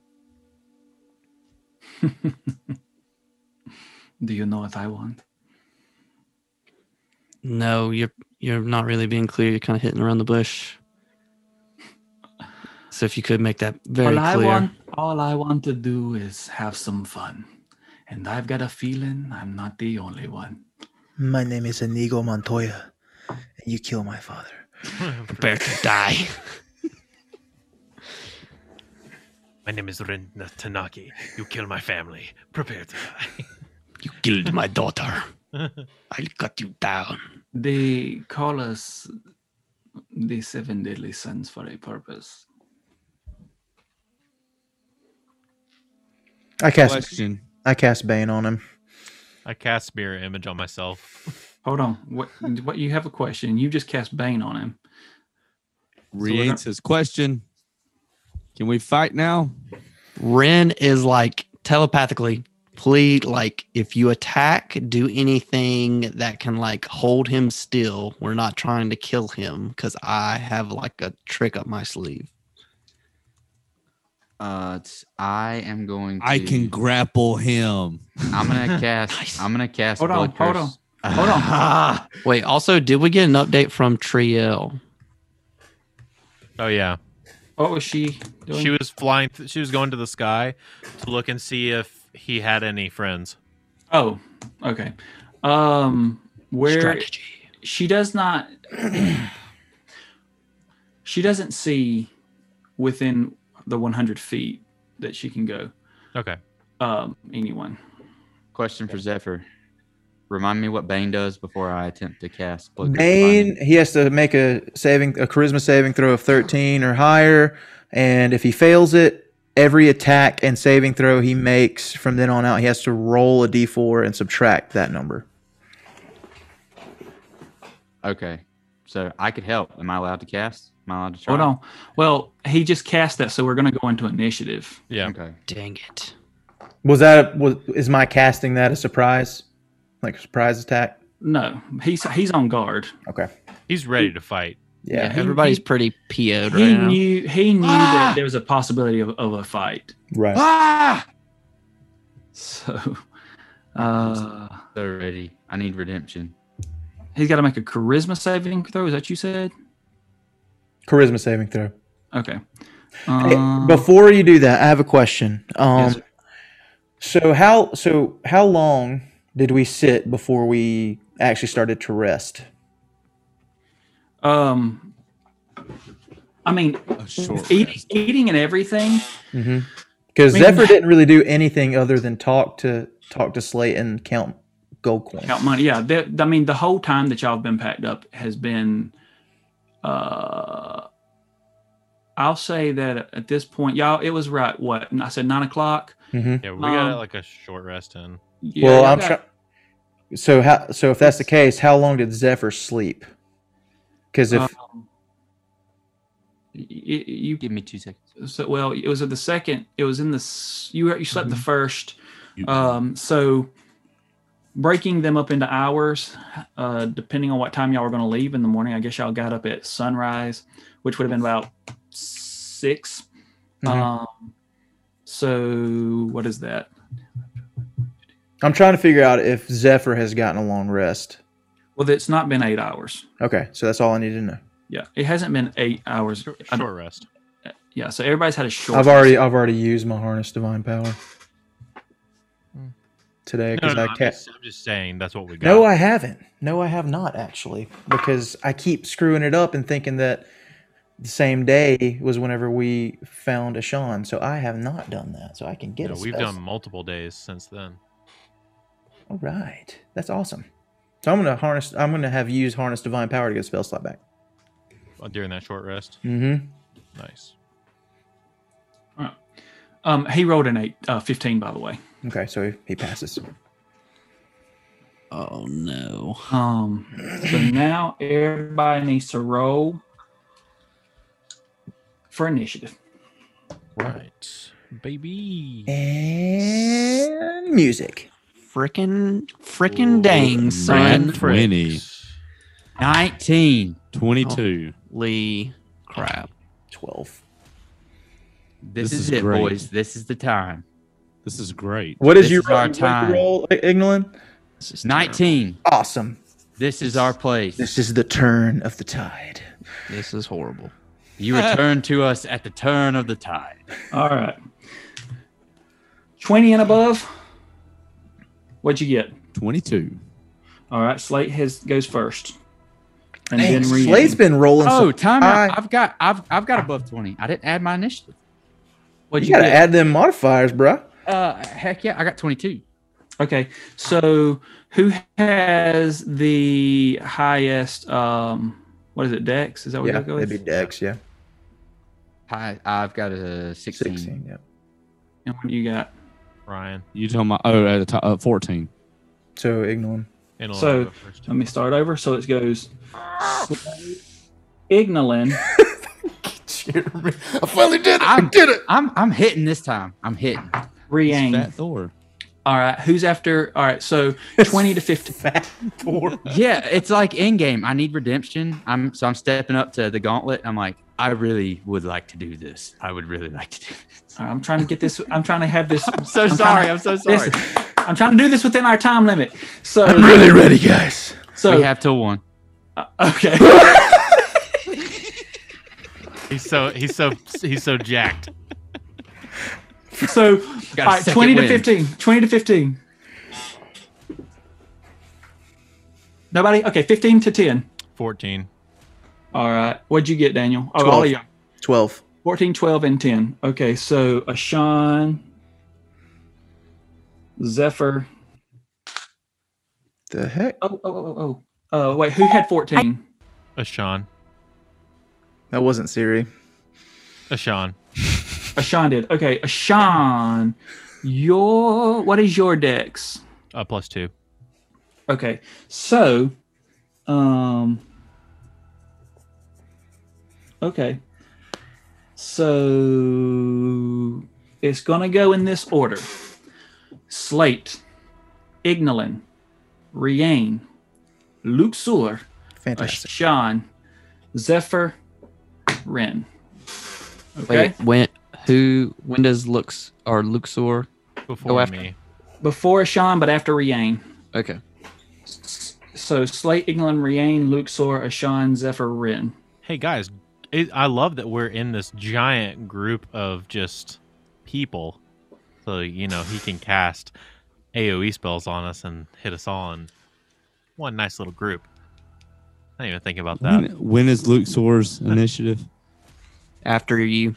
Do you know what I want?
No, you're you're not really being clear. You're kind of hitting around the bush. So if you could make that very
all I
clear.
want, all I want to do is have some fun, and I've got a feeling I'm not the only one.
My name is Inigo Montoya, and you kill my father.
prepare to die.
My name is Rin Tanaki. You kill my family. Prepare to die.
You killed my daughter. I'll cut you down.
They call us the seven deadly sons for a purpose.
I cast
Question.
I cast Bane on him.
I cast spirit image on myself.
Hold on, what? what you have a question? You just cast Bane on him. we're not-
Reads his question. Can we fight now?
Ren is like telepathically, plead like if you attack, do anything that can like hold him still. We're not trying to kill him because I have like a trick up my sleeve.
Uh, it's- I am going. To,
I can grapple him.
I'm gonna cast.
Nice.
I'm gonna cast.
Hold on,
Blood
hold
Curse.
on, hold on.
Wait, also, did we get an update from Triel?
Oh yeah,
What was she doing?
she was flying. Th- she was going to the sky to look and see if he had any friends.
oh, okay. Um, where
Strategy.
she does not she doesn't see within the 100 feet that she can go
Okay.
um anyone
Question for Zephyr. Remind me what Bane does before I attempt to cast. Blood Curse
Bane,
Binding.
he has to make a saving a charisma saving throw of 13 or higher, and if he fails it, every attack and saving throw he makes from then on out, he has to roll a d4 and subtract that number.
Okay, so I could help. Am I allowed to cast? Am I allowed to try?
hold on well he just cast that so we're gonna go into initiative
Yeah.
Hmm.
Okay.
Dang it.
Was that a, was is my casting that a surprise? Like a surprise attack?
no he's he's on guard
Okay.
He's ready to fight.
Yeah.
Yeah. He-
Everybody's
he-
pretty PO'd
he
right now.
knew he knew that there was a possibility of, of a fight
Right.
Ah!
so uh
So ready. I need redemption.
he's got to make a charisma saving throw is that you said
Charisma saving throw.
okay
Hey,
um,
before you do that, I have a question. Um,
Yes, sir.
so how so how long did we sit before we actually started to rest?
um i mean
A short
eating, eating and everything
Because mm-hmm.
I mean-
Zephyr didn't really do anything other than talk to talk to Slate and count gold coins.
Count money. Yeah. that- I mean, the whole time that y'all have been packed up has been, uh, I'll say that at this point, y'all, it was right. What? I said nine o'clock.
hmm
Yeah, we got
Um,
like a short rest in.
Yeah,
well,
y'all
I'm
got-
trying. So how so if that's the case, how long did Zephyr sleep? Because if
um, y- y- you,
Give me two seconds.
so, well, it was at the second, it was in the, s- you, were- you slept
Mm-hmm.
the first.
You-
Um, so breaking them up into hours, uh, depending on what time y'all were going to leave in the morning, I guess y'all got up at sunrise, which would have been about 6
Mhm.
Um, so what is that?
I'm trying to figure out if Zephyr has gotten a long rest.
Well, it's not been eight hours.
Okay, so that's all I need to know.
Yeah, it hasn't been eight hours.
Short,
I-
short rest.
Yeah, so everybody's had a short.
I've already I've already used my harness divine power today
No,
because
no,
I
I'm,
ca-
just, I'm just saying that's what we got.
No, I haven't. No, I have not actually, because I keep screwing it up and thinking that the same day was whenever we found Ashan. So I have not done that. So I can
You
get.
know,
a
we've
spell-
done multiple days since then.
All right, that's awesome. So I'm gonna harness. I'm gonna have used harness divine power to get a spell slot back.
uh, During that short rest,
Mm-hmm.
nice.
Um, he rolled an eight, uh, 15, by the way.
Okay, so he passes.
Oh no.
Um, so now everybody needs to roll for initiative.
Right, baby.
And music.
Frickin' frickin' dang, son.
man. Twenty.
Nineteen.
22.
Lee crap.
Twelve.
This,
This
is,
is
it,
great.
boys. This is the time.
This is great.
What
This is our
what did you
time.
roll, Ignolin?
This is terrible.
Nineteen.
Awesome.
This is our place.
This is the turn of the tide.
This is horrible.
You return to us at the turn of the tide.
All right. 20 and above. What'd you get?
22.
All right. Slate has goes first. And
Dang,
Reed.
Slade's been rolling.
Oh,
so
time
I-
out. I've got I've I've got above twenty. I didn't add my initiative.
What'd
you
you,
gotta
get?
add them modifiers, bruh.
Uh heck yeah, I got twenty two.
Okay. So who has the highest um what is it, Dex? Is that what
Yeah,
you Oh, go
it'd
with?
be Dex. Yeah,
Hi I've got a sixteen.
sixteen. Yeah.
and what you got?
Ryan.
You told my oh at the top uh, 14.
So ignore him.
And I'll
So-
go first.
Let me start over. So it goes Ignolin.
Jeremy, I finally did it.
I'm-
did it.
I'm I'm hitting this time. I'm hitting.
It's
Riang.
Fat Thor.
All right. Who's after? All right. So 20 to 50.
Fat Thor.
Yeah, it's like in game. I need redemption. I'm so I'm stepping up to the gauntlet. I'm like, I really would like to do this. I would really like to do this.
All right, I'm trying to get this. I'm trying to have this. I'm
So
trying
sorry.
to-
I'm so sorry.
Listen, I'm trying to do this within our time limit. So,
I'm really ready, guys.
so
we have till one.
uh, okay.
he's so he's so he's so jacked.
So, all
Got a
right,
second
20 to
win.
15. 20 to 15. Nobody? Okay, 15 to 10.
Fourteen.
All right. What'd you get, Daniel? Oh, all
Twelve.
of you.
Twelve.
14, 12, and 10. Okay, so Ashan, Zephyr.
The heck?
Oh, oh, oh, oh. oh. Uh, wait, who had 14?
Ashan.
That wasn't Siri.
Ashan.
Ashan did. Okay, Ashan, your what is your dex?
Uh, plus two.
Okay, so, um, okay, so it's gonna go in this order: Slate, Ignolin, Riane, Luxor,
Fantastic.
Ashan, Zephyr, Ren. Okay.
Wait, when who when does looks or Luxor?
Before
after-
me.
Before Ashan, but after Riane.
Okay.
So Slate, England, Riane, Luxor, Ashan, Zephyr, Rin.
Hey guys, it, I love that we're in this giant group of just people. So you know he can cast AOE spells on us and hit us all in one nice little group. I didn't even think about
Mm-hmm.
When,
that.
when is Luke Soar's initiative?
After you.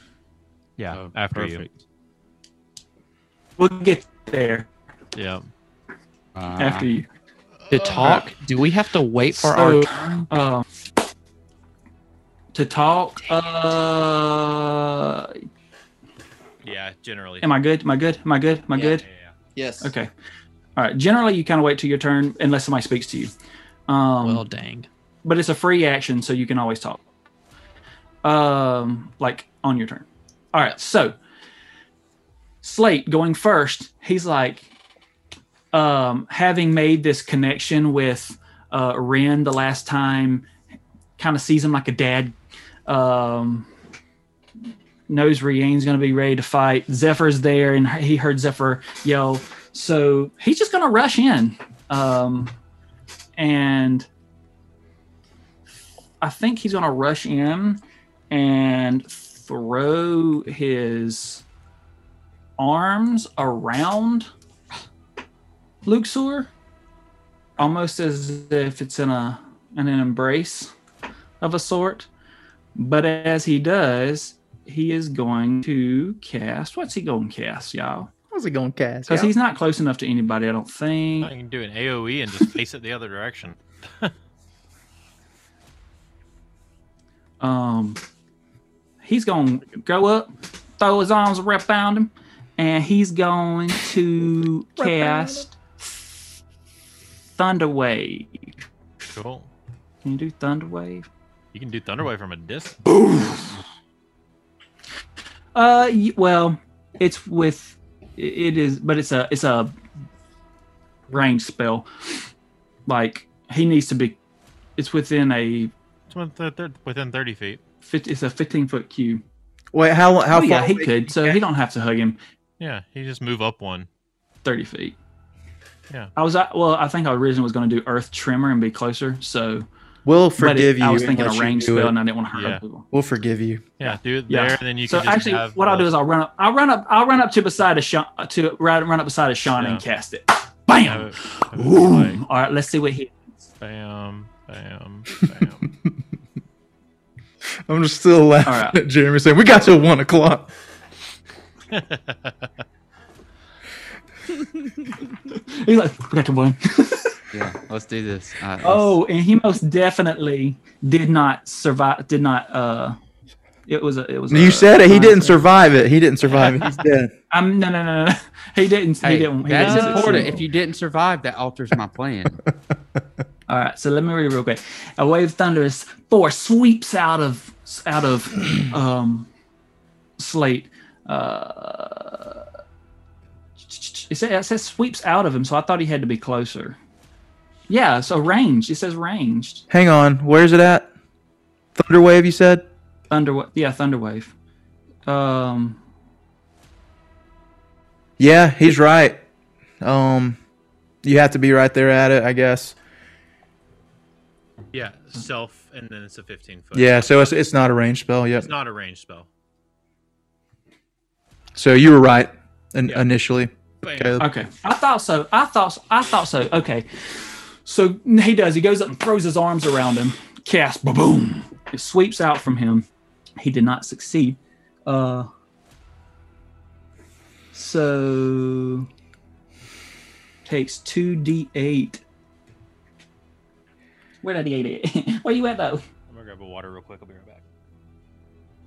Yeah,
Oh,
after
We'll get there
you. Yeah.
Uh,
you.
Ah,
after you.
To talk? Uh, Do we have to wait for our
So, um, to talk. Uh,
Yeah, generally.
am I good? Am I good? Am I good? Am I good?
Yes.
Okay. All right. Generally, you kind of wait till your turn unless somebody speaks to you. Um,
Well dang.
but it's a free action, so you can always talk. Um, like on your turn. All right, so Slate going first. He's like, um, having made this connection with uh, Ren the last time, kind of sees him like a dad. Um, knows Riane's gonna be ready to fight. Zephyr's there, and he heard Zephyr yell, so he's just gonna rush in. Um, and I think he's gonna rush in and throw his arms around Luxor, almost as if it's in a in an embrace of a sort. But as he does, he is going to cast. What's he going to cast, y'all?
How's it going, Cass?
Because he's not close enough to anybody, I don't think.
I can do an AOE and just face it the other direction.
um he's gonna go up throw his arms around him and he's going to cast thunder wave
Cool.
can you do thunder wave
You can do Thunderwave from a distance.
uh y- well it's with i- it is but it's a it's a range spell like he needs to be it's within a
It's within thir- thir- within 30 feet.
fif- it's a 15 foot cube
Wait, how how
oh
far?
yeah he
away-
could so he don't have to hug him
Yeah, you just move up one.
30 feet
Yeah.
I was at, well. I think I originally was going to do Earth Tremor and be closer. So,
We'll
but
forgive
it,
you.
I was thinking a
unless you
range
do
spell,
it.
and I didn't want to hurt
Yeah.
people.
We'll forgive you.
Yeah, do it
Yeah.
there, and then you
so
can just
actually,
have
what I'll
the-
do is I'll run up. I'll run up. I'll run up to beside a Sean, uh, to right, run up beside a Sean
Yeah.
and cast it. Bam!
have it- have it
Ooh.
play.
All right, let's see what he.
Bam, bam, bam.
I'm just still laughing
All right.
at Jeremy saying, "We got till one o'clock."
He's like, "We got to win."
Yeah, let's do this. I,
Oh, and he most definitely did not survive. Did not. uh It was a. It was.
You
a-
said it. He didn't
survive.
survive it. He didn't survive it. He's dead.
I'm no, no, no, no. no. He didn't. he
Hey,
didn't. He
that's
didn't
important.
succeed.
If you didn't survive, that alters my plan.
All right, so let me read it real quick. A wave of thunderous force sweeps out of out of um, Slate. Uh, it, says, it says sweeps out of him, so I thought he had to be closer. Yeah, so ranged. It says ranged.
Hang on. Where's it at? Thunderwave. You said.
Thunder. Yeah, thunder wave. Um,
Yeah, he's right. Um, you have to be right there at it, I guess.
yeah, self, and then it's a 15 foot.
Yeah. So it's it's not a range spell. Yep.
It's not a ranged spell.
So you were right in,
Yeah.
initially.
Bam.
Caleb.
Okay. I thought so. I thought so. I thought so. Okay. So he does. He goes up and throws his arms around him. Cast. Ba boom. It sweeps out from him. He did not succeed. Uh. So takes two d eight. Where that d eight at? Where you at though?
I'm gonna grab a water real quick. I'll be right back.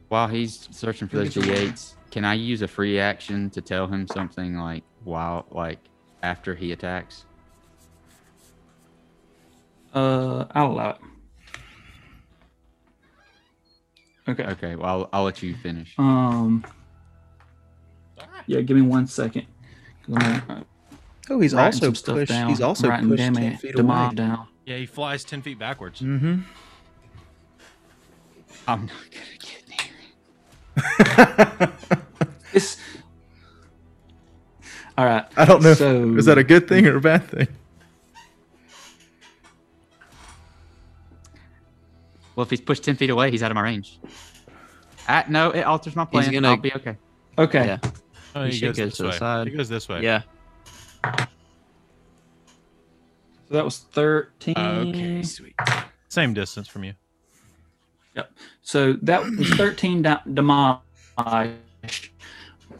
While he's searching for those d8s, can I use a free action to tell him something like while like after he attacks?
Uh, I'll allow it. Okay.
Okay, well I'll, I'll let you finish.
Um. Yeah, give me one second. 'Cause I'm gonna-
Oh, he's
writing
also
some stuff
pushed.
down.
He's
I'm
also
writing
pushed
Demi-
ten feet
Demar
away.
down.
Yeah, he flies 10 feet backwards.
Mm-hmm.
I'm not gonna get near him.
It's all right.
I don't know. if-
So-
is that a good thing or a bad thing?
Well, if he's pushed ten feet away, he's out of my range. Ah, no, it alters my plan.
gonna-
I'll be okay.
Okay.
Yeah.
Oh,
He
he
should
goes
go
this
to the
way.
side.
He goes this way.
Yeah.
So that was thirteen.
Okay, sweet.
Same distance from you.
So that was thirteen da- damage,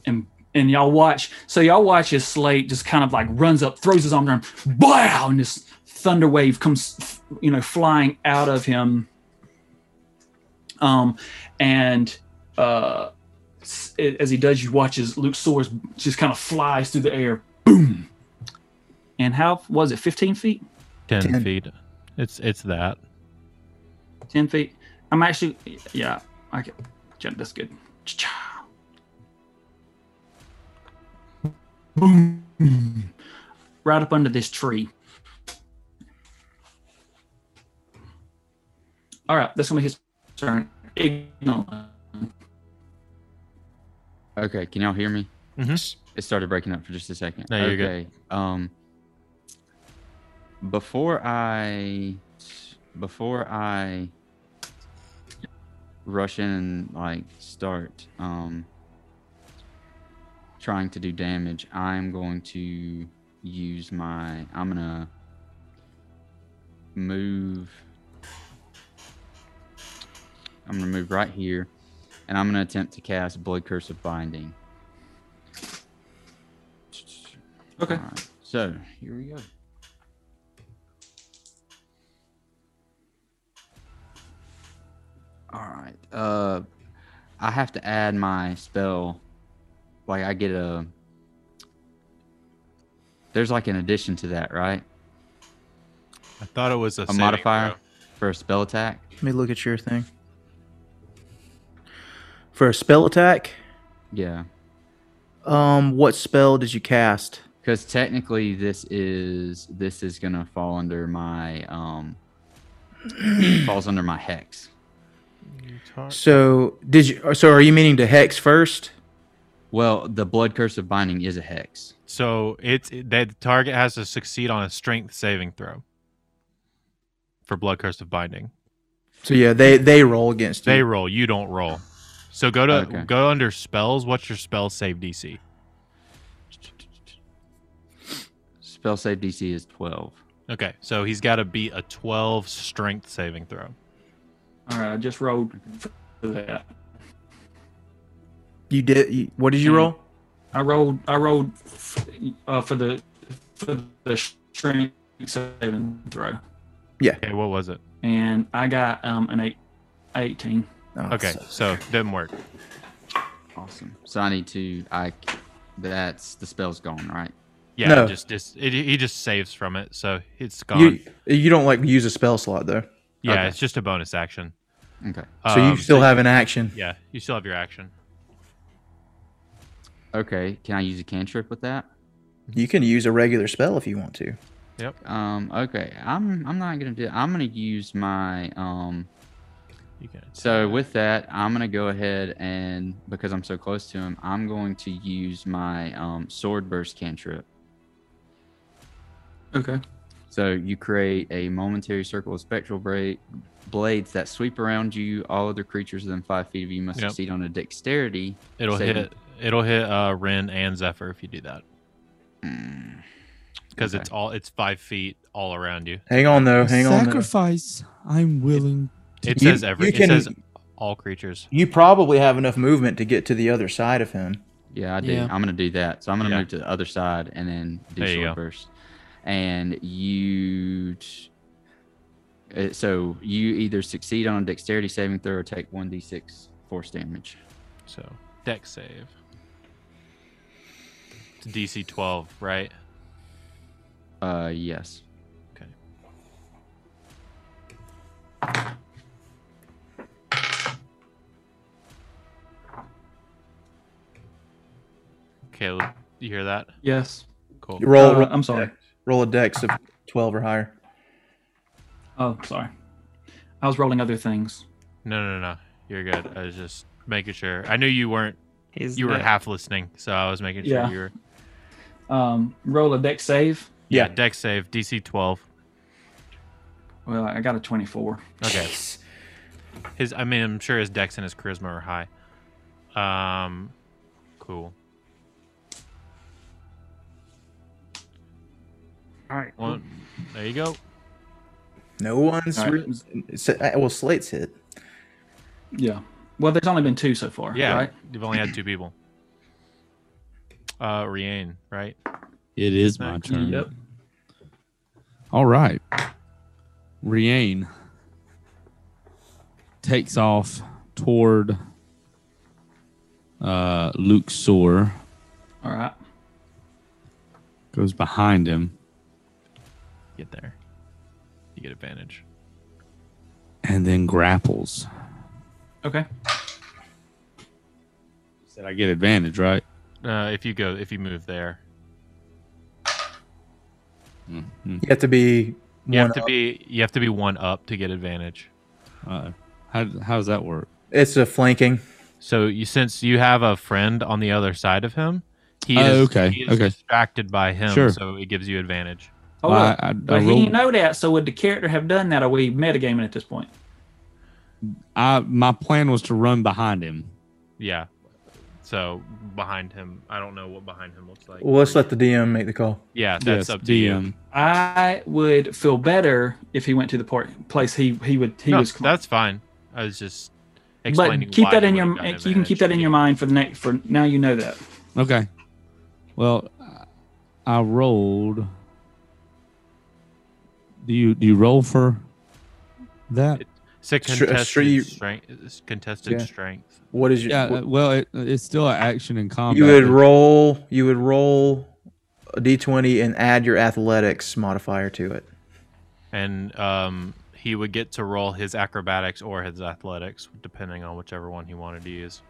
and and y'all watch. So y'all watch as Slate just kind of like runs up, throws his arm around, wow, and this thunder wave comes, you know, flying out of him. Um, and uh, s- as he does, you watch as Luke soars, just kind of flies through the air, boom. And how was it? Fifteen feet?
10,
Ten.
feet. It's it's that.
10 feet. I'm actually, yeah, I can jump this good. Cha-cha. Boom. Right up under this tree. All right, that's gonna be his turn. Ignore.
Okay, can y'all hear me?
Mhm.
It started breaking up for just a second.
No, you're good.
okay. Um before I before I rush in and like start um trying to do damage, I'm going to use my I'm gonna move I'm gonna move right here and I'm gonna attempt to cast Blood Curse of Binding.
Okay.
Alright, So here we go. All right. Uh, I have to add my spell. Like I get a. There's like an addition to that, right?
I thought it was a,
A
saving
modifier
throw.
for a spell attack.
Let me look at your thing. For a spell attack,
Yeah,
um, what spell did you cast?
because technically this is this is gonna fall under my um. falls under my hex.
So did you? So are you meaning to hex first?
Well, the blood curse of binding is a hex.
So it's it, that the target has to succeed on a strength saving throw for blood curse of binding.
So yeah, they they roll against
They
you.
roll, you don't roll. So go to
Okay.
go under spells. What's your spell save DC?
Spell save DC is 12.
Okay, so he's got to beat a 12 strength saving throw.
All right, I just rolled for that.
you did. You, what did you
Mm.
roll?
I rolled. I rolled f- uh, for the for the strength saving throw,
Okay, what was it?
and I got um an eight, 18.
Oh,
Okay,
so-
so didn't work.
Awesome. So I need to. I. That's the spell's gone, right?
Yeah,
No.
it just just it, he just saves from it, so it's gone.
You you don't like use a spell slot though,
yeah,
okay.
it's just a bonus action.
Okay.
so
Um,
you still have an action.
yeah, you still have your action.
Okay. Can I use a cantrip with that?
You can use a regular spell if you want to.
Um. Okay. I'm. I'm not gonna do. I'm gonna use my. Um.
You can.
So with that, I'm gonna go ahead and because I'm so close to him, I'm going to use my um sword burst cantrip.
Okay.
So you create a momentary circle of spectral bra- blades that sweep around you. All other creatures within five feet of you must
Yep.
succeed on a dexterity.
It'll
Saving-
hit. It'll hit uh, Ren and Zephyr if you do that,
Mm,
because
Okay.
it's all it's five feet all around you.
Hang on though. Hang on. though.
Sacrifice. I'm willing.
It
You-
says every.
you
It
can-
says all creatures.
You probably have enough movement to get to the other side of him.
Yeah, I do.
Yeah.
I'm gonna do that. So I'm gonna
Yeah.
move to the other side and then do
There you
sword
go.
burst. And you, t- uh, so you either succeed on a dexterity saving throw or take one d6 force damage.
So deck save. It's DC twelve, right?
Uh, yes.
Okay. Caleb, you hear that?
Yes.
Cool.
Roll.
Uh,
roll
I'm sorry.
Roll a dex of twelve or higher.
Oh, sorry. I was rolling other things.
No, no, no, no. You're good. I was just making sure. I knew you weren't.
He's
You were
not-
half listening, so I was making sure
Yeah.
you were.
Um, roll a deck save.
Yeah.
Deck save DC twelve.
Well, I got a 24.
Okay. His, I mean, I'm sure his dex and his charisma are high. Um, cool.
All right.
Well, there you go.
No one's.
All right.
re- it's- uh, well, Slate's hit.
Yeah. Well, there's only been two so far.
Yeah,
Right?
you've only had two people. Uh, Rian, right?
It is my
Thank
turn.
Yep.
All right. Rian takes off toward uh, Luxor,
All right.
goes behind him,
Get there. You get advantage.
and then grapples.
Okay.
Said I get advantage, right?
Uh, if you go, if you move there,
Mm-hmm.
You have to be.
you have
one
to
up.
be you have to be one up to get advantage.
Uh, how, how does that work?
It's a flanking.
So you since you have a friend on the other side of him, he
Oh,
is,
okay,
he is
okay.
distracted by him,
Sure.
so it gives you advantage.
Hold
Well,
up.
I, I, I,
But he
rolled,
didn't know that, so would the character have done that? Are we metagaming at this point?
I my plan was to run behind him.
Yeah. So behind him, I don't know what behind him looks like.
Well, let's let the DM make the call.
yeah, that's
Yes,
up to
DM.
um,
you.
I would feel better if he went to the part, place he he would he
No,
was.
that's fine. I was just explaining.
but keep
why
that
he
in
would've
your
gotten
you can keep
advantage.
that in your mind for the next for now you know that.
Okay. Well, I rolled. Do you do you roll for that?
It's a
Str- a
contested
stre-
strength. it's contested
Yeah.
strength.
What is your?
Yeah. um, uh, Well, it, it's still an action in combat.
you would roll. You would roll a d20 and add your athletics modifier to it.
And um, he would get to roll his acrobatics or his athletics, depending on whichever one he wanted to use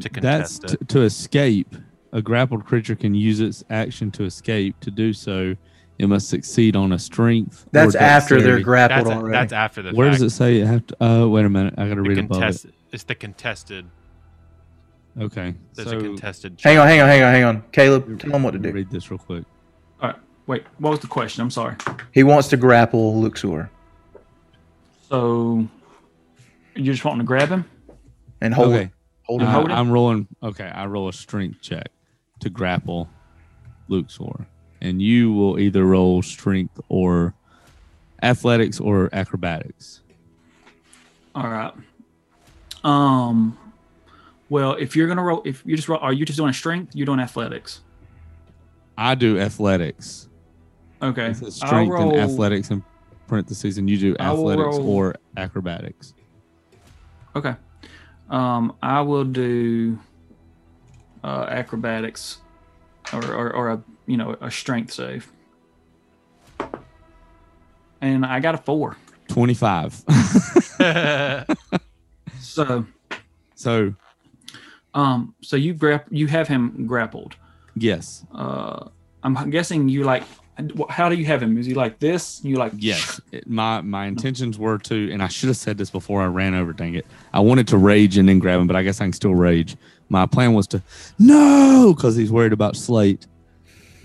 to
That's
contest
t-
it.
to escape. A grappled creature can use its action to escape. To do so, it must succeed on a strength. or
That's after they're
dexterity.
grappled
That's,
already.
that's after the
Where
fact.
uh, does it say? It have to, oh, wait a minute. I got to
The
read above it.
contest- It's the contested
Okay.
There's
so
a contested.
Hang on, hang on, hang on, hang on. Caleb, tell him what to do.
read this real quick.
All right. Wait, what was the question? I'm sorry.
He wants to grapple Luxor
So you're just wanting to grab him?
and hold
okay.
hold him.
Uh,
hold it?
I'm rolling. Okay, I roll a strength check to grapple Luxor, and you will either roll strength or athletics or acrobatics.
All right. Um. Well, if you're gonna roll, if you just roll, are you just doing strength? You're doing athletics.
I do athletics.
Okay.
It says
I'll
strength and
roll-
athletics in parentheses, and you do
I will
athletics
roll-
or acrobatics.
Okay. Um, I will do uh, acrobatics or, or, or a you know a strength save. And I got a four.
Twenty-five.
So
so
um so you grap you have him grappled.
yes,
Uh I'm guessing you like how do you have him? Is he like this? You like
yes. It- my my intentions were to, and I should have said this before I ran over. Dang it! I wanted to rage and then grab him, but I guess I can still rage. My plan was to no, because he's worried about Slate,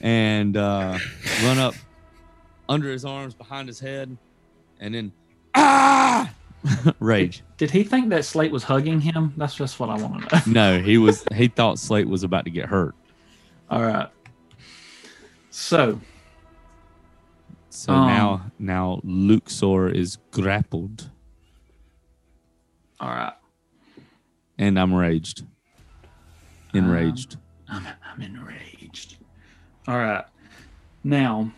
and uh, run up under his arms, behind his head, and then ah, rage.
Did he think that Slate was hugging him? That's just what I want to know.
No, he was. He thought Slate was about to get hurt.
All right. So
So
Um,
now, now Luxor is grappled,
all right.
and I'm raged. Enraged.
I'm, I'm enraged. All right. Now,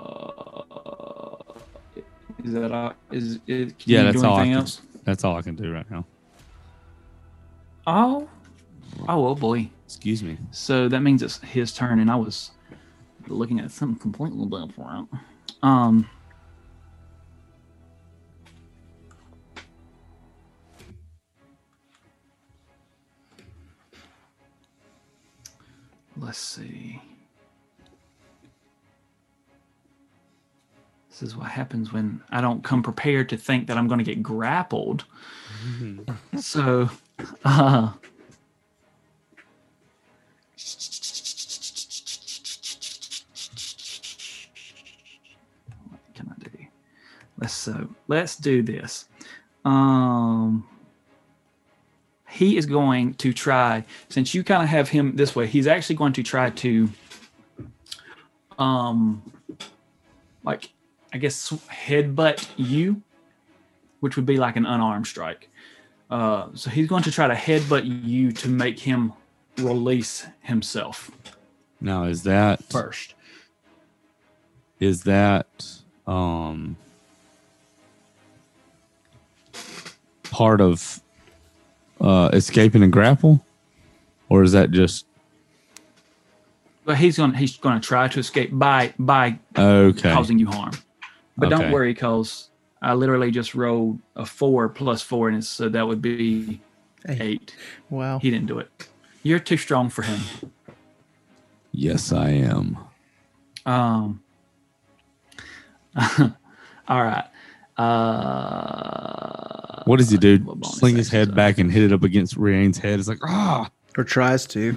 uh, is that all? Is, is can
Yeah,
you
that's
do
all I
anything
can-
else?
That's all I can do right now.
Oh, oh, oh boy.
Excuse me.
So that means it's his turn, and I was looking at something completely different. Um. Let's see. This is what happens when I don't come prepared to think that I'm going to get grappled. so, uh, what can I do? Let's so let's do this. Um he is going to try since you kind of have him this way, he's actually going to try to um like I guess headbutt you, which would be like an unarmed strike. Uh, so he's going to try to headbutt you to make him release himself
Now is that is
first.
that um part of uh escaping and grapple, or is that just
But he's going to he's going to try to escape by by
okay?
causing you harm. But don't
Okay.
worry, cause I literally just rolled a four plus four, and it's, so that would be
Eight.
eight.
Wow.
He didn't do it. You're too strong for him.
Yes, I am.
Um. all right. Uh,
What does he do?
Well, bonus
Sling his
action,
head
so-
back and hit it up against Rianne's head. It's like ah.
or tries to.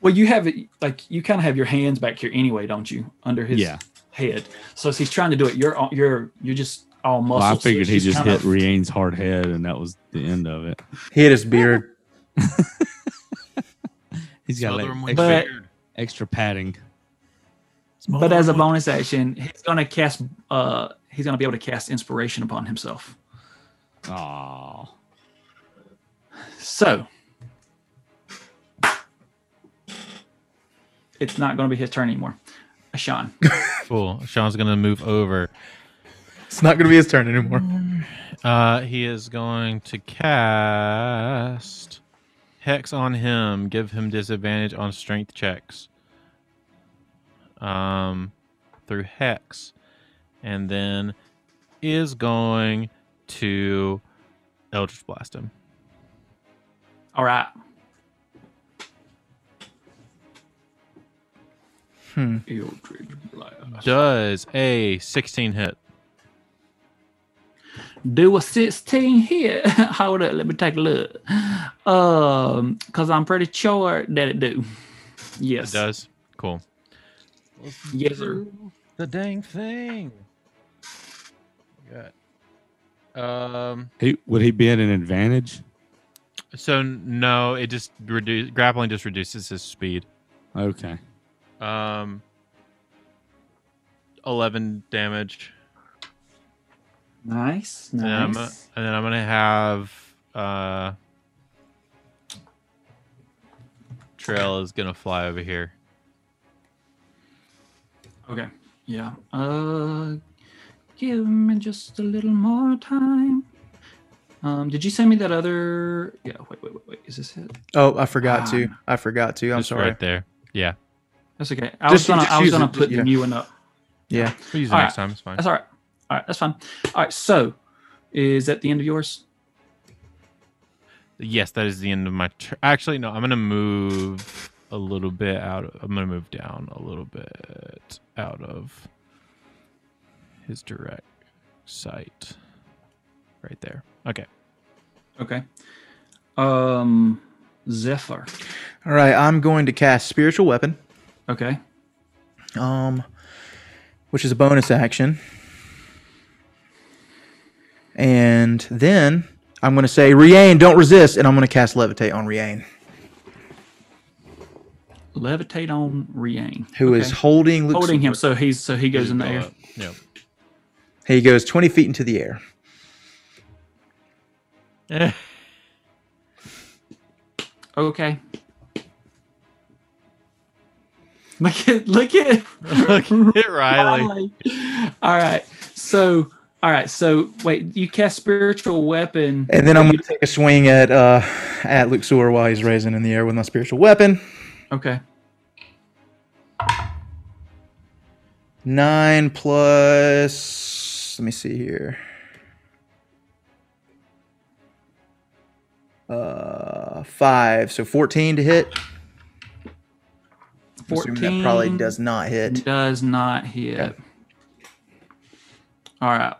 Well, you have it like you kind of have your hands back here anyway, don't you? Under his
Yeah.
head. So as he's trying to do it, you're all- you're you're just all muscle.
Well, I figured he just hit
of,
Rianne's hard head, and that was the end of it.
He hit his beard.
He's got
Smother him with
like,
But-
extra, extra padding.
But as a bonus action, he's gonna cast. Uh, he's gonna be able to cast inspiration upon himself.
Oh,
So it's not going to be his turn anymore. Sean.
Cool. Sean's gonna move over.
It's not gonna be his turn anymore.
Uh, he is going to cast hex on him. Give him disadvantage on strength checks. Um, through hex, and then is going to eldritch blast him.
All right.
Hmm.
uh, Eldritch Blast.
Does a sixteen hit?
do a 16 here. Hold up, let me take a look. Um, cause I'm pretty sure that it do.
It
Yes.
does. Cool.
Yes, sir.
The dang thing. Got. Um.
He, would he be at an advantage?
So no, it just reduce grappling just reduces his speed.
Okay.
Um. Eleven damage.
Nice.
And, I'm,
Nice.
and then I'm gonna have uh Trail is gonna fly over here.
Okay. Yeah. Uh, give me just a little more time. Um, did you send me that other? Yeah. Wait. Wait. Wait. Wait. Is this it?
Oh, I forgot to.
Ah.
I forgot to. I'm
just
sorry.
right there. Yeah.
That's okay. I was
Just-
gonna.
just
I was
use it,
gonna
just-
put the
yeah.
new one up.
Yeah.
We'll use it
All
next time, it's fine.
That's all right. All right. That's fine. All right. So, is that the end of yours?
Yes, that is the end of my turn. Actually, no, I'm gonna move a little bit out. Of, I'm gonna move down a little bit out of his direct sight, right there. Okay,
Okay. Um, Zephyr.
All right. I'm going to cast spiritual weapon.
Okay.
um, which is a bonus action. And then I'm going to say, Riane, don't resist, and I'm going to cast Levitate on Riane,
Levitate on Rian.
who is holding Luke.
holding him, so he's so he goes in
Uh,
the air.
yeah,
He goes 20 feet into the air.
Okay. Look at look at
look at Riley.
Riley. All right. So all right. So wait, you cast spiritual weapon.
And then I'm going to take a swing at uh, at Luxor while he's raising in the air with my spiritual weapon.
Okay.
Nine plus. Let me see here. Uh, five, so 14 to hit. I'm assuming That probably
14.
does not hit.
Does not hit.
Okay.
All right.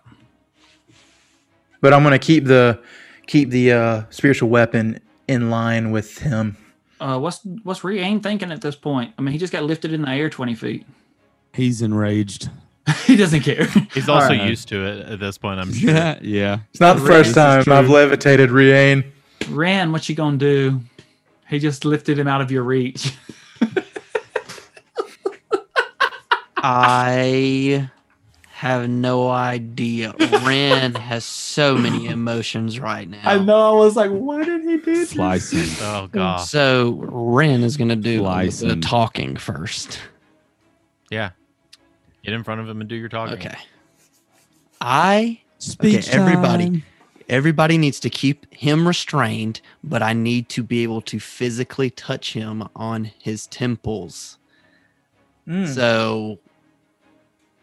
But I'm gonna keep the keep the uh, spiritual weapon in line with him.
Uh, what's what's Rian thinking at this point? I mean, he just got lifted in the air twenty feet.
He's enraged.
he doesn't care.
He's also
right.
used to it at this point. I'm sure.
Yeah. Yeah.
It's not the
Right,
first time I've levitated Rian.
Ran, what you gonna do? He just lifted him out of your reach.
I have no idea. Ren has so many emotions right now.
know. I was like, what did he do? to
Slicing.
Oh god.
So Ren is gonna do a little bit
Slicing.
of talking first.
Yeah. Get in front of him and do your talking.
Okay. I
Speech
everybody.
time.
everybody needs to keep him restrained, but I need to be able to physically touch him on his temples.
Hmm.
Mm.
So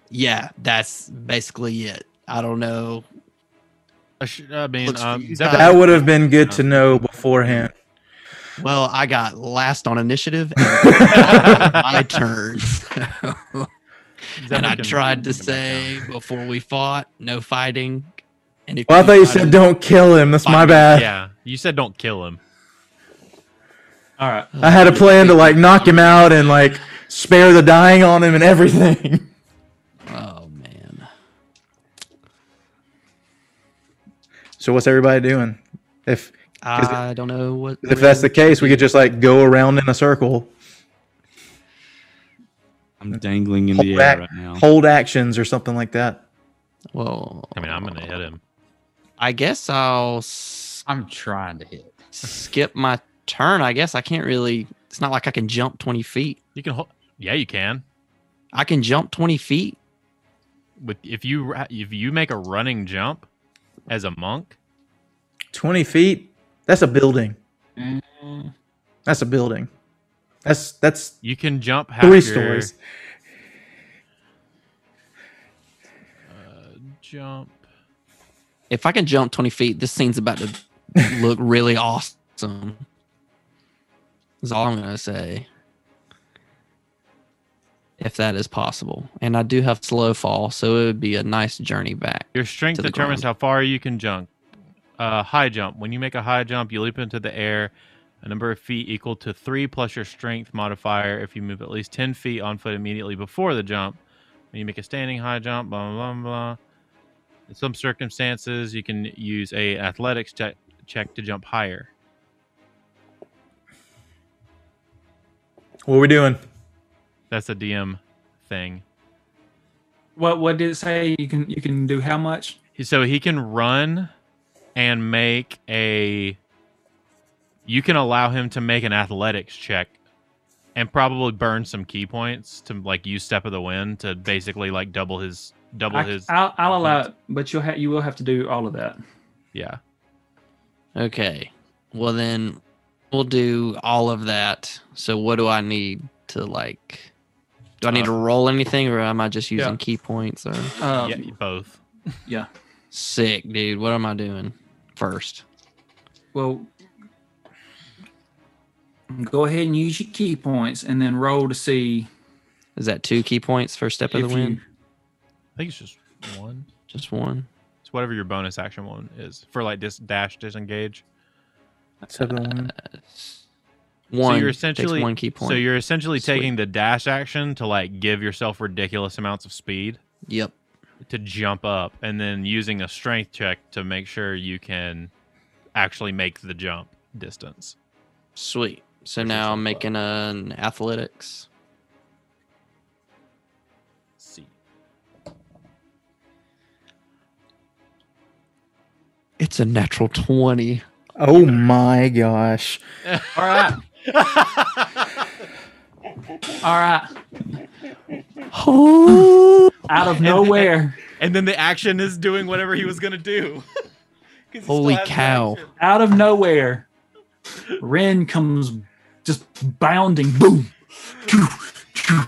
yeah, that's basically it. I don't know.
I, Uh, sh- I mean,
Looks for
um,
you
Zephyr-
That would have been good to know beforehand.
Well, I got last on initiative and my turn. so-
Zephyr
and I
can-
tried to
can back down.
say before we fought, no fighting. And if
Well, I thought you
try
said
to-
don't kill him. That's my bad.
Yeah, you said don't kill him.
All right.
I had a plan to like knock him out and like spare the dying on him and everything.
Oh man.
So what's everybody doing? If
I don't know what
if that's the case, we could just like go around in a circle,
I'm dangling in the
hold,
air
ac-
right now.
hold actions or something like that.
well
I mean, I'm gonna hit him.
I guess I'll s-
I'm trying to hit.
skip my turn. I guess I can't really. It's not like I can jump 20 feet.
You can hold. Yeah, you can.
I can jump 20 feet.
with if you ra- if you make a running jump as a monk,
Twenty feet. That's a building.
Uh,
That's a building. That's that's
you can jump half
three
your,
stories.
uh, Jump.
If I can jump 20 feet, this scene's about to look really awesome. Is all I'm gonna say. if that is possible. And I do have slow fall, so it would be a nice journey back.
Your strength
To the
determines how far you can jump. Uh, high jump. When you make a high jump, you leap into the air a number of feet equal to three plus your strength modifier if you move at least 10 feet on foot immediately before the jump. When you make a standing high jump, blah, blah, blah, blah. In some circumstances, you can use a athletics check, check to jump higher.
What are we doing?
That's a DM thing.
What what did it say? You can you can do how much?
so he can run and make a you can allow him to make an athletics check and probably burn some key points to like use step of the wind to basically like double his double
I,
his
will I'll allow it, but you'll ha- you will have to do all of that.
yeah
Okay. Well then we'll do all of that. So what do I need to like do I need to roll anything or am I just using
Uh, yeah.
key points or
Um,
yeah both
yeah.
sick, dude? What am I doing first?
Well, go ahead and use your key points, and then roll to see
Is that two key points for step of
if
the
you.
wind?
I think it's just one
Just one.
it's whatever your bonus action one is for like dis- dash disengage
Seven.
One
so you're
takes
essentially
one key point.
so you're essentially
Sweet.
taking the dash action to like give yourself ridiculous amounts of speed
Yep.
to jump up and then using a strength check to make sure you can actually make the jump distance.
Sweet. So now I'm making an athletics.
See.
It's a natural 20.
Oh my gosh.
All right. all right. Out of nowhere.
And then the action is doing whatever he was going to do. 'Cause he still
Holy
has the
cow.
action.
out of nowhere, Ren comes just bounding, boom, choo, choo,